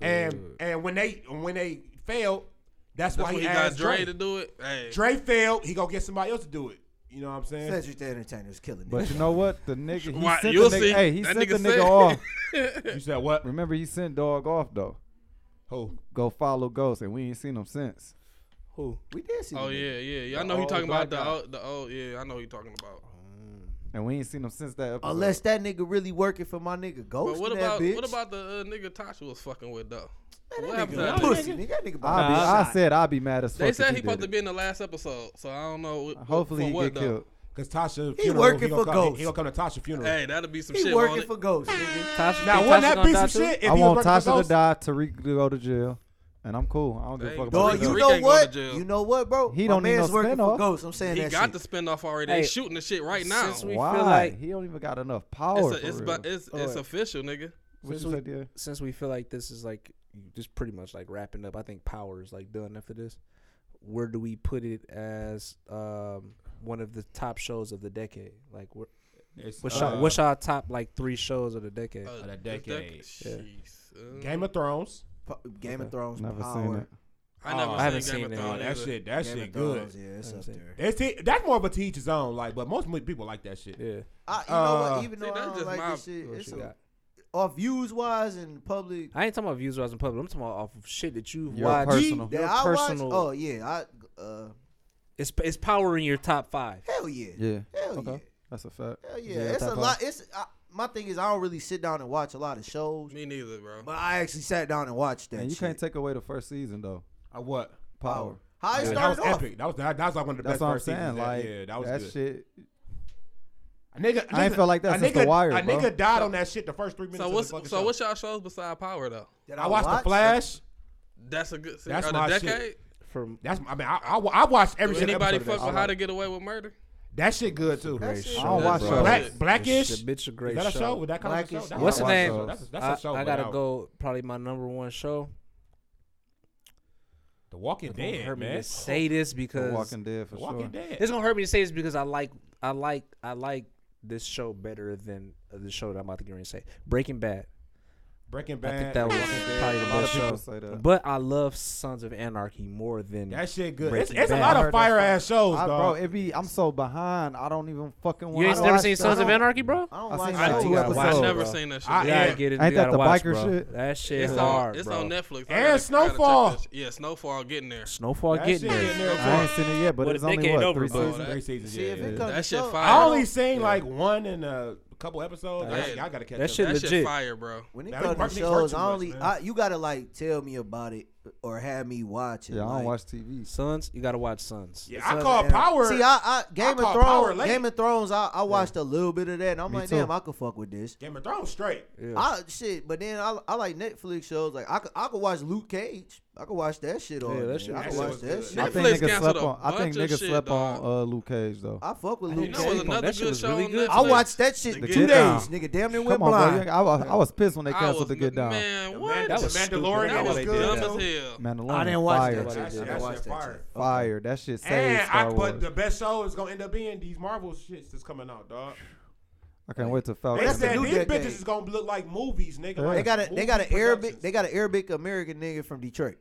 [SPEAKER 6] and and when they when they failed, that's,
[SPEAKER 2] That's
[SPEAKER 6] why he,
[SPEAKER 2] when he got
[SPEAKER 6] asked
[SPEAKER 2] Dre,
[SPEAKER 6] Dre.
[SPEAKER 2] to do it. Hey,
[SPEAKER 6] Dre failed. He gonna get somebody else to do it. You know what I'm saying?
[SPEAKER 3] Cedric the Entertainer's killing. niggas.
[SPEAKER 5] But you know what? The nigga. He
[SPEAKER 2] Why-
[SPEAKER 5] sent
[SPEAKER 2] you'll
[SPEAKER 5] the nigga,
[SPEAKER 2] see.
[SPEAKER 5] Hey, he
[SPEAKER 2] That
[SPEAKER 5] sent
[SPEAKER 2] nigga
[SPEAKER 5] the nigga
[SPEAKER 2] said-
[SPEAKER 5] off.
[SPEAKER 6] you said what?
[SPEAKER 5] Remember, he sent dog off though.
[SPEAKER 6] Who?
[SPEAKER 5] Go follow Ghost, and we ain't seen him since.
[SPEAKER 6] Who?
[SPEAKER 3] We did see.
[SPEAKER 2] Oh
[SPEAKER 3] him.
[SPEAKER 2] yeah, yeah, yeah. I
[SPEAKER 5] The
[SPEAKER 2] know who you
[SPEAKER 5] old
[SPEAKER 2] talking about.
[SPEAKER 5] black
[SPEAKER 2] The
[SPEAKER 5] guy.
[SPEAKER 2] old, the old, yeah. I know who you talking about.
[SPEAKER 5] And we ain't seen him since that episode.
[SPEAKER 3] Unless that nigga really working for my nigga Ghost.
[SPEAKER 2] But what
[SPEAKER 3] that
[SPEAKER 2] about
[SPEAKER 3] bitch.
[SPEAKER 2] what about the uh, nigga Tasha was fucking with though?
[SPEAKER 3] that
[SPEAKER 2] what
[SPEAKER 3] nigga
[SPEAKER 2] happened to that?
[SPEAKER 3] pussy? Nigga, that nigga about
[SPEAKER 5] I,
[SPEAKER 3] to
[SPEAKER 5] be,
[SPEAKER 3] be
[SPEAKER 5] I
[SPEAKER 3] shot.
[SPEAKER 5] said I'd be mad as fuck.
[SPEAKER 2] They
[SPEAKER 5] if
[SPEAKER 2] said
[SPEAKER 5] he
[SPEAKER 2] he
[SPEAKER 5] did
[SPEAKER 2] supposed
[SPEAKER 5] it.
[SPEAKER 2] to be in the last episode, so I don't know. What,
[SPEAKER 5] Hopefully
[SPEAKER 2] from
[SPEAKER 5] he
[SPEAKER 2] what,
[SPEAKER 5] get
[SPEAKER 2] though.
[SPEAKER 5] killed.
[SPEAKER 6] Cause Tasha
[SPEAKER 3] He
[SPEAKER 6] funeral,
[SPEAKER 3] working
[SPEAKER 6] he gonna
[SPEAKER 3] for
[SPEAKER 6] come,
[SPEAKER 3] Ghost.
[SPEAKER 6] He, he gonna come to Tasha funeral.
[SPEAKER 2] Hey, that'll be some
[SPEAKER 3] He
[SPEAKER 2] shit.
[SPEAKER 3] working
[SPEAKER 2] Won't
[SPEAKER 3] for
[SPEAKER 2] it?
[SPEAKER 3] Ghost. Nigga.
[SPEAKER 1] Tasha,
[SPEAKER 6] Now,
[SPEAKER 1] think
[SPEAKER 6] wouldn't
[SPEAKER 1] Tasha
[SPEAKER 6] that
[SPEAKER 1] gonna
[SPEAKER 6] be
[SPEAKER 1] die
[SPEAKER 6] some
[SPEAKER 1] too?
[SPEAKER 6] shit? If he
[SPEAKER 5] I
[SPEAKER 6] was
[SPEAKER 5] want
[SPEAKER 6] working for
[SPEAKER 5] Tasha to
[SPEAKER 6] Ghost?
[SPEAKER 5] die, Tariq to go to jail, and I'm cool. I don't give a
[SPEAKER 2] Hey,
[SPEAKER 5] fuck about
[SPEAKER 2] dog,
[SPEAKER 5] that.
[SPEAKER 3] Dog, you
[SPEAKER 2] Rick
[SPEAKER 3] know
[SPEAKER 2] ain't going
[SPEAKER 3] what?
[SPEAKER 2] to jail.
[SPEAKER 3] You know what, bro?
[SPEAKER 5] He
[SPEAKER 3] My
[SPEAKER 5] don't need
[SPEAKER 3] man's
[SPEAKER 5] no
[SPEAKER 3] working for
[SPEAKER 5] spinoff.
[SPEAKER 3] Ghost. I'm saying
[SPEAKER 2] He
[SPEAKER 3] that
[SPEAKER 2] got
[SPEAKER 3] shit.
[SPEAKER 2] the spinoff already.
[SPEAKER 1] Hey,
[SPEAKER 2] they shooting the shit right now.
[SPEAKER 1] since
[SPEAKER 2] It's,
[SPEAKER 1] we
[SPEAKER 5] Why?
[SPEAKER 1] feel like
[SPEAKER 5] he don't even got enough power.
[SPEAKER 2] a, it's,
[SPEAKER 5] for
[SPEAKER 2] but
[SPEAKER 5] real.
[SPEAKER 2] it's, it's
[SPEAKER 1] Alright.
[SPEAKER 2] official, nigga.
[SPEAKER 5] What
[SPEAKER 1] since
[SPEAKER 5] you
[SPEAKER 1] we-
[SPEAKER 5] said, yeah?
[SPEAKER 1] since we feel like this is like just pretty much like wrapping up, I think power is like done after this. Where do we put it as um, one of the top shows of the decade? Like, where,
[SPEAKER 6] It's,
[SPEAKER 1] what's,
[SPEAKER 6] uh,
[SPEAKER 1] y'all, what's y'all top like three shows of the decade?
[SPEAKER 2] Uh,
[SPEAKER 6] the
[SPEAKER 2] the
[SPEAKER 6] decade.
[SPEAKER 1] Yeah.
[SPEAKER 2] Jeez.
[SPEAKER 6] Game of Thrones.
[SPEAKER 3] Pu- Game of Thrones.
[SPEAKER 5] Never
[SPEAKER 3] power.
[SPEAKER 5] seen it.
[SPEAKER 2] I never
[SPEAKER 6] Oh,
[SPEAKER 2] seen
[SPEAKER 6] I
[SPEAKER 1] haven't
[SPEAKER 2] Game
[SPEAKER 1] seen
[SPEAKER 2] of
[SPEAKER 1] it.
[SPEAKER 6] Oh,
[SPEAKER 2] Thrones.
[SPEAKER 6] that
[SPEAKER 2] either.
[SPEAKER 6] shit, that
[SPEAKER 3] Game
[SPEAKER 6] shit
[SPEAKER 3] of
[SPEAKER 6] good.
[SPEAKER 3] Thrones, Yeah, it's
[SPEAKER 1] Haven't
[SPEAKER 3] up
[SPEAKER 1] seen it.
[SPEAKER 3] there.
[SPEAKER 6] That's it. That's more of a teacher's own, like, but most mo- people like that shit.
[SPEAKER 1] yeah,
[SPEAKER 3] I, you know
[SPEAKER 6] Uh,
[SPEAKER 3] what? Even
[SPEAKER 2] See,
[SPEAKER 3] though I
[SPEAKER 2] that's
[SPEAKER 3] don't
[SPEAKER 2] just
[SPEAKER 3] like
[SPEAKER 2] my-
[SPEAKER 3] this shit,
[SPEAKER 1] What
[SPEAKER 3] it's
[SPEAKER 1] you
[SPEAKER 3] a,
[SPEAKER 1] got?
[SPEAKER 3] off views wise and public.
[SPEAKER 1] I ain't talking about views wise in public. I'm talking about off of shit that you
[SPEAKER 5] Your
[SPEAKER 1] watch.
[SPEAKER 5] personal.
[SPEAKER 1] Your
[SPEAKER 3] that I
[SPEAKER 1] personal.
[SPEAKER 3] Watch, oh yeah, I uh,
[SPEAKER 1] It's it's power in your top five.
[SPEAKER 3] hell yeah,
[SPEAKER 5] Yeah,
[SPEAKER 3] hell
[SPEAKER 5] Okay.
[SPEAKER 3] yeah,
[SPEAKER 5] that's a fact.
[SPEAKER 3] hell yeah.
[SPEAKER 5] Yeah,
[SPEAKER 3] it's a
[SPEAKER 5] top
[SPEAKER 3] lot. It's I, my thing is I don't really sit down and watch a lot of shows,
[SPEAKER 2] Me neither, bro.
[SPEAKER 3] but I actually sat down and watched that.
[SPEAKER 5] And you
[SPEAKER 3] shit.
[SPEAKER 5] can't take away the first season though.
[SPEAKER 6] Uh, what?
[SPEAKER 5] Power.
[SPEAKER 3] How it
[SPEAKER 6] Yeah, that was
[SPEAKER 3] started off.
[SPEAKER 6] epic. That was that, that was like one of the
[SPEAKER 5] That's
[SPEAKER 6] best
[SPEAKER 5] what I'm
[SPEAKER 6] first
[SPEAKER 5] saying.
[SPEAKER 6] seasons. that-
[SPEAKER 5] Like
[SPEAKER 6] yeah, that was good.
[SPEAKER 5] shit.
[SPEAKER 6] A nigga,
[SPEAKER 5] I ain't
[SPEAKER 6] nigga-
[SPEAKER 5] felt like that
[SPEAKER 6] a
[SPEAKER 5] since
[SPEAKER 6] nigga,
[SPEAKER 5] The Wire,
[SPEAKER 6] A
[SPEAKER 5] bro.
[SPEAKER 6] nigga died on that shit the first three minutes.
[SPEAKER 2] So
[SPEAKER 6] of
[SPEAKER 2] what's
[SPEAKER 6] the fucking
[SPEAKER 2] so
[SPEAKER 6] show.
[SPEAKER 2] what's y'all shows beside Power though?
[SPEAKER 3] That
[SPEAKER 6] I watched The
[SPEAKER 3] watched.
[SPEAKER 6] Flash.
[SPEAKER 2] That's a good.
[SPEAKER 6] That's
[SPEAKER 2] uh,
[SPEAKER 6] my
[SPEAKER 2] the
[SPEAKER 6] shit.
[SPEAKER 2] decade.
[SPEAKER 1] From
[SPEAKER 6] That's I mean I I, I watched every
[SPEAKER 2] Do
[SPEAKER 6] single
[SPEAKER 2] anybody
[SPEAKER 6] episode
[SPEAKER 2] fuck
[SPEAKER 6] of that.
[SPEAKER 2] with
[SPEAKER 6] shit.
[SPEAKER 2] How to Get Away with Murder?
[SPEAKER 6] That shit good too.
[SPEAKER 3] That
[SPEAKER 1] Great
[SPEAKER 3] shit-
[SPEAKER 5] I don't
[SPEAKER 1] show,
[SPEAKER 5] watch
[SPEAKER 1] bro.
[SPEAKER 5] shows.
[SPEAKER 6] Black Blackish.
[SPEAKER 1] The bitch a
[SPEAKER 6] Is
[SPEAKER 1] great
[SPEAKER 6] that a
[SPEAKER 1] show.
[SPEAKER 6] show? Was that kind
[SPEAKER 3] Blackish.
[SPEAKER 6] of a show? That's
[SPEAKER 1] What's the
[SPEAKER 6] not a
[SPEAKER 1] name?
[SPEAKER 6] show. That's a, that's a show.
[SPEAKER 1] I, I
[SPEAKER 6] but
[SPEAKER 1] gotta
[SPEAKER 6] that-
[SPEAKER 1] go. Probably my number one show.
[SPEAKER 6] The Walking
[SPEAKER 1] It won't
[SPEAKER 6] Dead,
[SPEAKER 1] hurt me
[SPEAKER 6] man.
[SPEAKER 1] to say this
[SPEAKER 5] The
[SPEAKER 1] because
[SPEAKER 5] Walking Dead for
[SPEAKER 6] The Walking
[SPEAKER 5] sure.
[SPEAKER 6] Dead.
[SPEAKER 1] it's gonna hurt me to say this because I like I like I like this show better than the show that I'm about to get ready to say. Breaking Bad.
[SPEAKER 6] Breaking
[SPEAKER 1] I think
[SPEAKER 6] Bad.
[SPEAKER 1] that was
[SPEAKER 6] Walking Dead.
[SPEAKER 1] probably the
[SPEAKER 5] A lot of
[SPEAKER 1] best
[SPEAKER 5] people
[SPEAKER 1] show.
[SPEAKER 5] say that.
[SPEAKER 1] But I love Sons of Anarchy more than
[SPEAKER 6] That shit good. It's,
[SPEAKER 1] Breaking
[SPEAKER 6] it's a
[SPEAKER 1] Bad.
[SPEAKER 6] lot
[SPEAKER 1] I
[SPEAKER 6] of fire ass shows,
[SPEAKER 5] I, bro,
[SPEAKER 6] dog.
[SPEAKER 5] it be I'm so behind. I don't even fucking.
[SPEAKER 1] you
[SPEAKER 5] want
[SPEAKER 1] ain't
[SPEAKER 5] to
[SPEAKER 1] never
[SPEAKER 5] watch
[SPEAKER 1] seen
[SPEAKER 5] that.
[SPEAKER 1] Sons of
[SPEAKER 5] I don't-
[SPEAKER 1] Anarchy, bro.
[SPEAKER 3] I don't
[SPEAKER 5] I
[SPEAKER 3] watch
[SPEAKER 5] seen
[SPEAKER 3] that
[SPEAKER 5] like
[SPEAKER 3] shit.
[SPEAKER 5] two
[SPEAKER 1] gotta watch
[SPEAKER 5] episodes.
[SPEAKER 2] I never
[SPEAKER 5] bro.
[SPEAKER 2] seen that shit.
[SPEAKER 6] I-
[SPEAKER 1] You
[SPEAKER 6] Yeah.
[SPEAKER 1] gotta get it.
[SPEAKER 5] Ain't
[SPEAKER 1] you
[SPEAKER 5] that
[SPEAKER 1] gotta
[SPEAKER 5] the
[SPEAKER 1] watch,
[SPEAKER 5] biker
[SPEAKER 1] bro.
[SPEAKER 5] shit?
[SPEAKER 1] That shit
[SPEAKER 2] It's
[SPEAKER 1] hard,
[SPEAKER 2] on. It's
[SPEAKER 1] bro.
[SPEAKER 2] on Netflix. I
[SPEAKER 6] And
[SPEAKER 2] gotta- I gotta check
[SPEAKER 6] Snowfall.
[SPEAKER 2] this- Yeah, Snowfall getting there.
[SPEAKER 1] Snowfall
[SPEAKER 6] That
[SPEAKER 1] getting
[SPEAKER 6] shit
[SPEAKER 1] there.
[SPEAKER 6] getting there, too.
[SPEAKER 5] I ain't seen it yet, but
[SPEAKER 1] What
[SPEAKER 5] it's
[SPEAKER 1] a
[SPEAKER 5] only
[SPEAKER 1] decade
[SPEAKER 5] what
[SPEAKER 1] over,
[SPEAKER 5] three
[SPEAKER 1] bro.
[SPEAKER 5] seasons.
[SPEAKER 2] That-
[SPEAKER 6] Great seasons,
[SPEAKER 3] See
[SPEAKER 6] yeah.
[SPEAKER 3] if it
[SPEAKER 6] yeah.
[SPEAKER 3] comes.
[SPEAKER 2] That shit
[SPEAKER 3] up.
[SPEAKER 2] fire.
[SPEAKER 6] I only seen like one in a couple episodes.
[SPEAKER 2] Hey,
[SPEAKER 6] Y'all gotta catch
[SPEAKER 1] that
[SPEAKER 6] up.
[SPEAKER 1] shit
[SPEAKER 2] That shit
[SPEAKER 1] legit.
[SPEAKER 2] fire, bro.
[SPEAKER 3] When it
[SPEAKER 6] That
[SPEAKER 3] comes
[SPEAKER 6] work-
[SPEAKER 3] to
[SPEAKER 6] it works
[SPEAKER 3] shows,
[SPEAKER 6] too
[SPEAKER 3] I
[SPEAKER 6] much,
[SPEAKER 3] only
[SPEAKER 6] man.
[SPEAKER 3] I, you gotta like tell me about it or have me watch it.
[SPEAKER 5] Yeah, I
[SPEAKER 3] like-
[SPEAKER 5] don't watch TV.
[SPEAKER 1] Sons, you gotta watch Sons.
[SPEAKER 6] Yeah,
[SPEAKER 3] Sons
[SPEAKER 6] I
[SPEAKER 3] of
[SPEAKER 6] call
[SPEAKER 3] Anarchy.
[SPEAKER 6] Power.
[SPEAKER 3] See, I, I Game
[SPEAKER 6] call
[SPEAKER 3] of
[SPEAKER 6] Power
[SPEAKER 3] Thrones.
[SPEAKER 6] late.
[SPEAKER 3] Game of Thrones. I, I watched a little bit of that, and I'm
[SPEAKER 5] Me
[SPEAKER 3] like,
[SPEAKER 5] too.
[SPEAKER 3] damn, I could fuck with this.
[SPEAKER 6] Game of Thrones straight.
[SPEAKER 1] Yeah.
[SPEAKER 3] I shit, but then I, I like Netflix shows. Like I could, I could watch Luke Cage. I could watch that shit all
[SPEAKER 1] Yeah, that
[SPEAKER 3] day.
[SPEAKER 1] shit
[SPEAKER 3] I
[SPEAKER 6] was
[SPEAKER 3] could
[SPEAKER 6] good.
[SPEAKER 3] watch that
[SPEAKER 2] That
[SPEAKER 3] shit.
[SPEAKER 2] shit-
[SPEAKER 5] I
[SPEAKER 2] Netflix
[SPEAKER 5] think niggas
[SPEAKER 2] canceled
[SPEAKER 5] slept
[SPEAKER 2] a
[SPEAKER 5] on. I think
[SPEAKER 2] bunch of
[SPEAKER 5] niggas
[SPEAKER 2] shit,
[SPEAKER 5] slept on
[SPEAKER 2] dog.
[SPEAKER 5] uh, Luke Cage though.
[SPEAKER 3] I fuck with
[SPEAKER 1] I
[SPEAKER 3] Luke
[SPEAKER 1] didn't
[SPEAKER 2] You know, it was
[SPEAKER 3] Cage.
[SPEAKER 1] That
[SPEAKER 2] another
[SPEAKER 1] shit
[SPEAKER 2] good
[SPEAKER 1] was
[SPEAKER 2] show
[SPEAKER 1] really
[SPEAKER 2] on
[SPEAKER 1] good.
[SPEAKER 2] Netflix.
[SPEAKER 3] I watched that shit
[SPEAKER 2] The
[SPEAKER 3] two
[SPEAKER 5] Get
[SPEAKER 3] days,
[SPEAKER 5] Down.
[SPEAKER 3] nigga. Damn near went
[SPEAKER 5] Come on, bro.
[SPEAKER 3] blind.
[SPEAKER 5] you- I, was, I was pissed when they
[SPEAKER 2] I
[SPEAKER 5] canceled
[SPEAKER 2] was-
[SPEAKER 5] the Get Down.
[SPEAKER 2] Man, what?
[SPEAKER 6] That was
[SPEAKER 1] stupid.
[SPEAKER 6] Mandalorian
[SPEAKER 1] That
[SPEAKER 2] That
[SPEAKER 1] was
[SPEAKER 2] was
[SPEAKER 1] they
[SPEAKER 2] good
[SPEAKER 1] did that.
[SPEAKER 2] as hell.
[SPEAKER 5] Mandalorian.
[SPEAKER 3] I didn't watch
[SPEAKER 5] fire,
[SPEAKER 3] that.
[SPEAKER 6] That shit-
[SPEAKER 3] shit. I
[SPEAKER 6] that
[SPEAKER 3] didn't watch
[SPEAKER 6] shit
[SPEAKER 3] that
[SPEAKER 6] fire.
[SPEAKER 3] shit.
[SPEAKER 5] Fire. That shit saved
[SPEAKER 6] And I,
[SPEAKER 5] Star
[SPEAKER 6] but
[SPEAKER 5] Wars.
[SPEAKER 6] the best show is gonna end up being these Marvel shits that's coming out, dog.
[SPEAKER 5] I can't wait to
[SPEAKER 6] They
[SPEAKER 5] Falcon.
[SPEAKER 3] that's the
[SPEAKER 6] said
[SPEAKER 3] new
[SPEAKER 6] these
[SPEAKER 3] decade.
[SPEAKER 6] bitches is gonna look like movies, nigga.
[SPEAKER 5] They
[SPEAKER 6] like
[SPEAKER 3] They got a they
[SPEAKER 6] movie
[SPEAKER 3] got an Arabic
[SPEAKER 6] productions.
[SPEAKER 3] they got an Arabic American nigga from Detroit.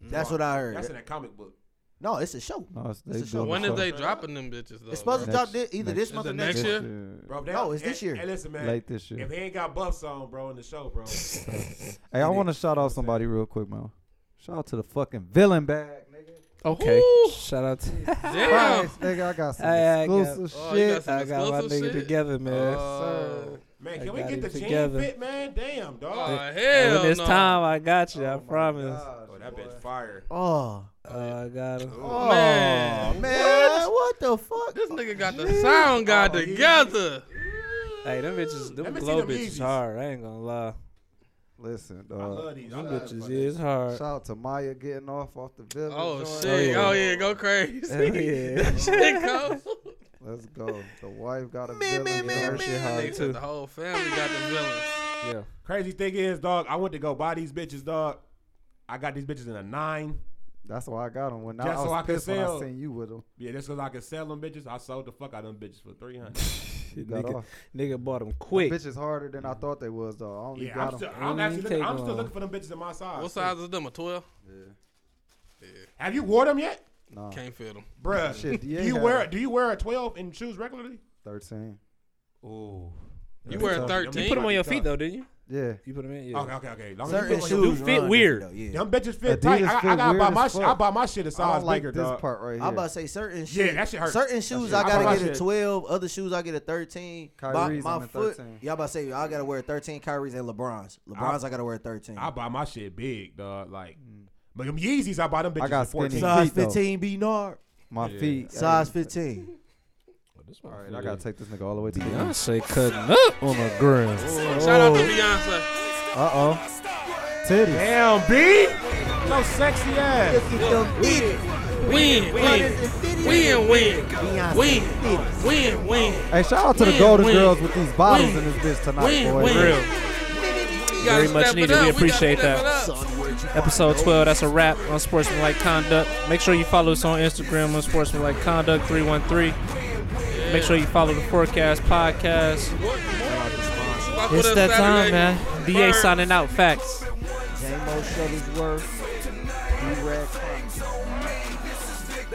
[SPEAKER 3] That's what I
[SPEAKER 6] That's in
[SPEAKER 3] heard.
[SPEAKER 6] that comic book.
[SPEAKER 3] No, it's a show.
[SPEAKER 5] No, it's,
[SPEAKER 3] It's
[SPEAKER 5] they
[SPEAKER 3] a show.
[SPEAKER 5] doing
[SPEAKER 2] When
[SPEAKER 5] the
[SPEAKER 2] is they
[SPEAKER 5] show.
[SPEAKER 2] dropping them bitches though?
[SPEAKER 3] It's supposed to
[SPEAKER 2] bro?
[SPEAKER 3] drop
[SPEAKER 5] Next-
[SPEAKER 3] thi- either
[SPEAKER 5] next-
[SPEAKER 3] this month
[SPEAKER 2] Is
[SPEAKER 3] or
[SPEAKER 2] it
[SPEAKER 3] next
[SPEAKER 2] next
[SPEAKER 3] year.
[SPEAKER 2] year?
[SPEAKER 5] Shit.
[SPEAKER 6] Bro, they-
[SPEAKER 3] No, it's this
[SPEAKER 6] and-
[SPEAKER 3] year.
[SPEAKER 6] And listen, man,
[SPEAKER 5] Late this year.
[SPEAKER 6] If he ain't got buffs on, bro, in the show, bro.
[SPEAKER 5] Hey, I want to shout out somebody real quick, man. Shout out to the fucking villain bag, nigga.
[SPEAKER 1] Okay. Shout out to
[SPEAKER 2] Damn.
[SPEAKER 5] Christ, nigga, I got some
[SPEAKER 1] Hey, I got-
[SPEAKER 5] exclusive
[SPEAKER 2] Oh, you
[SPEAKER 5] shit.
[SPEAKER 2] got some
[SPEAKER 1] I got my
[SPEAKER 2] exclusive
[SPEAKER 1] nigga
[SPEAKER 2] shit?
[SPEAKER 1] together, man.
[SPEAKER 2] Oh.
[SPEAKER 6] man,
[SPEAKER 1] I
[SPEAKER 6] can we
[SPEAKER 1] got
[SPEAKER 6] get the
[SPEAKER 1] it
[SPEAKER 6] gene
[SPEAKER 1] together.
[SPEAKER 6] fit, man? Damn,
[SPEAKER 2] Oh,
[SPEAKER 6] dog.
[SPEAKER 1] And
[SPEAKER 2] hell
[SPEAKER 1] when it's
[SPEAKER 2] no.
[SPEAKER 1] time, I got you. I
[SPEAKER 5] my
[SPEAKER 1] promise.
[SPEAKER 5] gosh,
[SPEAKER 6] Oh, that
[SPEAKER 5] boy.
[SPEAKER 6] bitch fire.
[SPEAKER 3] Oh
[SPEAKER 1] Uh, I got him.
[SPEAKER 3] Oh,
[SPEAKER 2] Man.
[SPEAKER 3] man, what the fuck?
[SPEAKER 2] This nigga got the sound guy
[SPEAKER 6] Oh, he-
[SPEAKER 2] together.
[SPEAKER 1] Hey, them bitches, them
[SPEAKER 6] Let me see
[SPEAKER 1] glow
[SPEAKER 6] them
[SPEAKER 1] bitches
[SPEAKER 6] Yeezys.
[SPEAKER 1] hard. I ain't gonna lie.
[SPEAKER 5] Listen,
[SPEAKER 6] I love
[SPEAKER 5] dog.
[SPEAKER 6] these. I
[SPEAKER 1] Them
[SPEAKER 6] love
[SPEAKER 1] bitches
[SPEAKER 6] fucking-
[SPEAKER 1] is hard.
[SPEAKER 5] Shout out to Maya getting off off the villain.
[SPEAKER 2] Oh
[SPEAKER 5] joint.
[SPEAKER 2] shit.
[SPEAKER 1] Oh, yeah.
[SPEAKER 2] Oh yeah, go crazy.
[SPEAKER 1] Hell yeah.
[SPEAKER 2] Shit, go.
[SPEAKER 5] Let's go. The wife got a
[SPEAKER 3] Me,
[SPEAKER 5] villain.
[SPEAKER 3] me, me,
[SPEAKER 5] joint.
[SPEAKER 3] me.
[SPEAKER 5] Shit hard,
[SPEAKER 2] Nigga
[SPEAKER 5] too.
[SPEAKER 2] said the whole family got the villains.
[SPEAKER 1] Yeah.
[SPEAKER 6] Crazy thing is, dog, I went to go buy these bitches, dog. I got these bitches in a nine.
[SPEAKER 5] That's why I got him. When I,
[SPEAKER 6] Just
[SPEAKER 5] I was
[SPEAKER 6] so I could
[SPEAKER 5] pissed when I
[SPEAKER 6] sell.
[SPEAKER 5] seen you with him.
[SPEAKER 6] Yeah, just cause I could sell them bitches. I sold the fuck out of them bitches for three hundred.
[SPEAKER 5] You got
[SPEAKER 1] Nigga,
[SPEAKER 5] off.
[SPEAKER 1] nigga bought them
[SPEAKER 5] Bitch
[SPEAKER 1] quick.
[SPEAKER 5] is harder than I thought they was, though. I only
[SPEAKER 6] yeah,
[SPEAKER 5] got
[SPEAKER 6] I'm
[SPEAKER 5] 'em.
[SPEAKER 6] still, I'm
[SPEAKER 1] Mm,
[SPEAKER 6] actually looking,
[SPEAKER 1] take
[SPEAKER 6] I'm still
[SPEAKER 1] one.
[SPEAKER 6] looking for them bitches in my size.
[SPEAKER 2] What
[SPEAKER 6] too.
[SPEAKER 2] size is them? A twelve?
[SPEAKER 6] Have you wore them yet,
[SPEAKER 5] Nah,
[SPEAKER 2] Can't feel them.
[SPEAKER 6] bruh?
[SPEAKER 5] Shit,
[SPEAKER 6] do
[SPEAKER 5] DA
[SPEAKER 6] you
[SPEAKER 5] had
[SPEAKER 6] wear
[SPEAKER 5] them.
[SPEAKER 6] do you wear a twelve in shoes regularly?
[SPEAKER 5] 13.
[SPEAKER 6] Ooh,
[SPEAKER 2] You wear
[SPEAKER 1] tough.
[SPEAKER 2] 13.
[SPEAKER 1] You put them on your feet though, didn't you?
[SPEAKER 5] Yeah.
[SPEAKER 1] You put them in. Yeah.
[SPEAKER 6] Okay, okay, okay. Long as you
[SPEAKER 1] Certain
[SPEAKER 6] put them on your
[SPEAKER 1] shoes
[SPEAKER 6] feet.
[SPEAKER 1] fit weird.
[SPEAKER 6] Them bitches fit tight.
[SPEAKER 5] Adidas
[SPEAKER 6] I,
[SPEAKER 5] fit
[SPEAKER 6] I gotta buy
[SPEAKER 5] weird
[SPEAKER 6] my
[SPEAKER 5] as
[SPEAKER 6] shit. I
[SPEAKER 5] fuck.
[SPEAKER 6] buy my shit a
[SPEAKER 5] I don't
[SPEAKER 6] size
[SPEAKER 5] like
[SPEAKER 6] bigger.
[SPEAKER 5] this
[SPEAKER 6] dog.
[SPEAKER 5] part right
[SPEAKER 3] I'm
[SPEAKER 5] here.
[SPEAKER 3] about to say certain shoes.
[SPEAKER 6] Yeah, that shit hurt.
[SPEAKER 3] Certain
[SPEAKER 6] That
[SPEAKER 3] shoes
[SPEAKER 6] shit
[SPEAKER 3] I
[SPEAKER 6] hurt.
[SPEAKER 3] gotta
[SPEAKER 6] I
[SPEAKER 3] get a
[SPEAKER 6] shit.
[SPEAKER 3] 12. Other shoes I get a 13. My-
[SPEAKER 5] Kyrie's
[SPEAKER 3] my
[SPEAKER 5] on the
[SPEAKER 3] foot.
[SPEAKER 5] 13.
[SPEAKER 3] Y'all about to say I gotta wear 13 Kyrie's and LeBron's. LeBron's I, gotta wear 13.
[SPEAKER 6] I buy my shit big, dog. Like, but them Yeezys, I buy them bitches.
[SPEAKER 5] Hmm. got
[SPEAKER 6] for 14.
[SPEAKER 5] skinny.
[SPEAKER 3] Size
[SPEAKER 5] feet, though.
[SPEAKER 3] 15 B Nard.
[SPEAKER 5] My
[SPEAKER 6] Yeah.
[SPEAKER 5] feet.
[SPEAKER 3] Size 15.
[SPEAKER 5] All right, I gotta take this nigga all the way to the end.
[SPEAKER 1] Beyonce cutting up on the ground.
[SPEAKER 2] Shout out to Beyonce.
[SPEAKER 5] Uh oh. Titties.
[SPEAKER 6] Damn, B. So sexy ass.
[SPEAKER 2] Win, win, win, win, win, win, win.
[SPEAKER 5] Hey, shout out to the
[SPEAKER 2] Win,
[SPEAKER 5] Golden
[SPEAKER 2] win.
[SPEAKER 5] Girls with these bottles
[SPEAKER 2] Win.
[SPEAKER 5] in this bitch tonight,
[SPEAKER 2] Win,
[SPEAKER 5] boy.
[SPEAKER 2] win.
[SPEAKER 1] Real.
[SPEAKER 2] We gotta
[SPEAKER 1] Very much
[SPEAKER 2] step it
[SPEAKER 1] needed.
[SPEAKER 2] up.
[SPEAKER 1] We
[SPEAKER 2] gotta
[SPEAKER 1] appreciate
[SPEAKER 2] step it
[SPEAKER 1] that.
[SPEAKER 2] up.
[SPEAKER 1] Episode 12, that's a wrap on Sportsmanlike Conduct. Make sure you follow us on Instagram on Sportsmanlike Conduct 313. Make sure you follow the Forecast Podcast.
[SPEAKER 2] Fuck with
[SPEAKER 1] It's
[SPEAKER 2] us
[SPEAKER 1] that
[SPEAKER 2] Saturday.
[SPEAKER 1] time, man. DA
[SPEAKER 2] Word.
[SPEAKER 1] signing out. Facts.
[SPEAKER 3] J-Mo Shuttlesworth. D-Rex.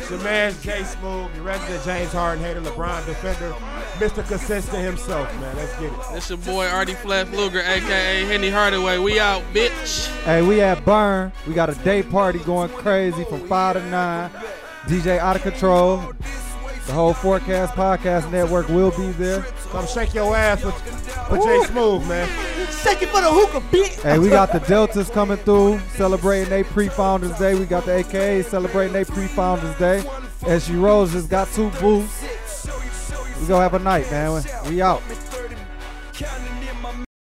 [SPEAKER 6] Your man Jay Smooth, your resident James Harden hater, LeBron defender, Mr. Consistent himself, man. Let's get it.
[SPEAKER 2] It's your boy Artie Flash Luger, aka Henny Hardaway. We out, bitch.
[SPEAKER 5] Hey, we at Burn. We got a day party going crazy from 5 to 9. DJ Out of Control. The whole Forecast Podcast Network will be there.
[SPEAKER 6] Come shake your ass with, with Jay Smooth, man.
[SPEAKER 3] Thank you for the hookah, bitch.
[SPEAKER 5] Hey, we got the Deltas coming through, celebrating their pre-founders day. We got the AKA celebrating their pre-founders day. SU Rose just got two booths. We gonna have a night, man. We out.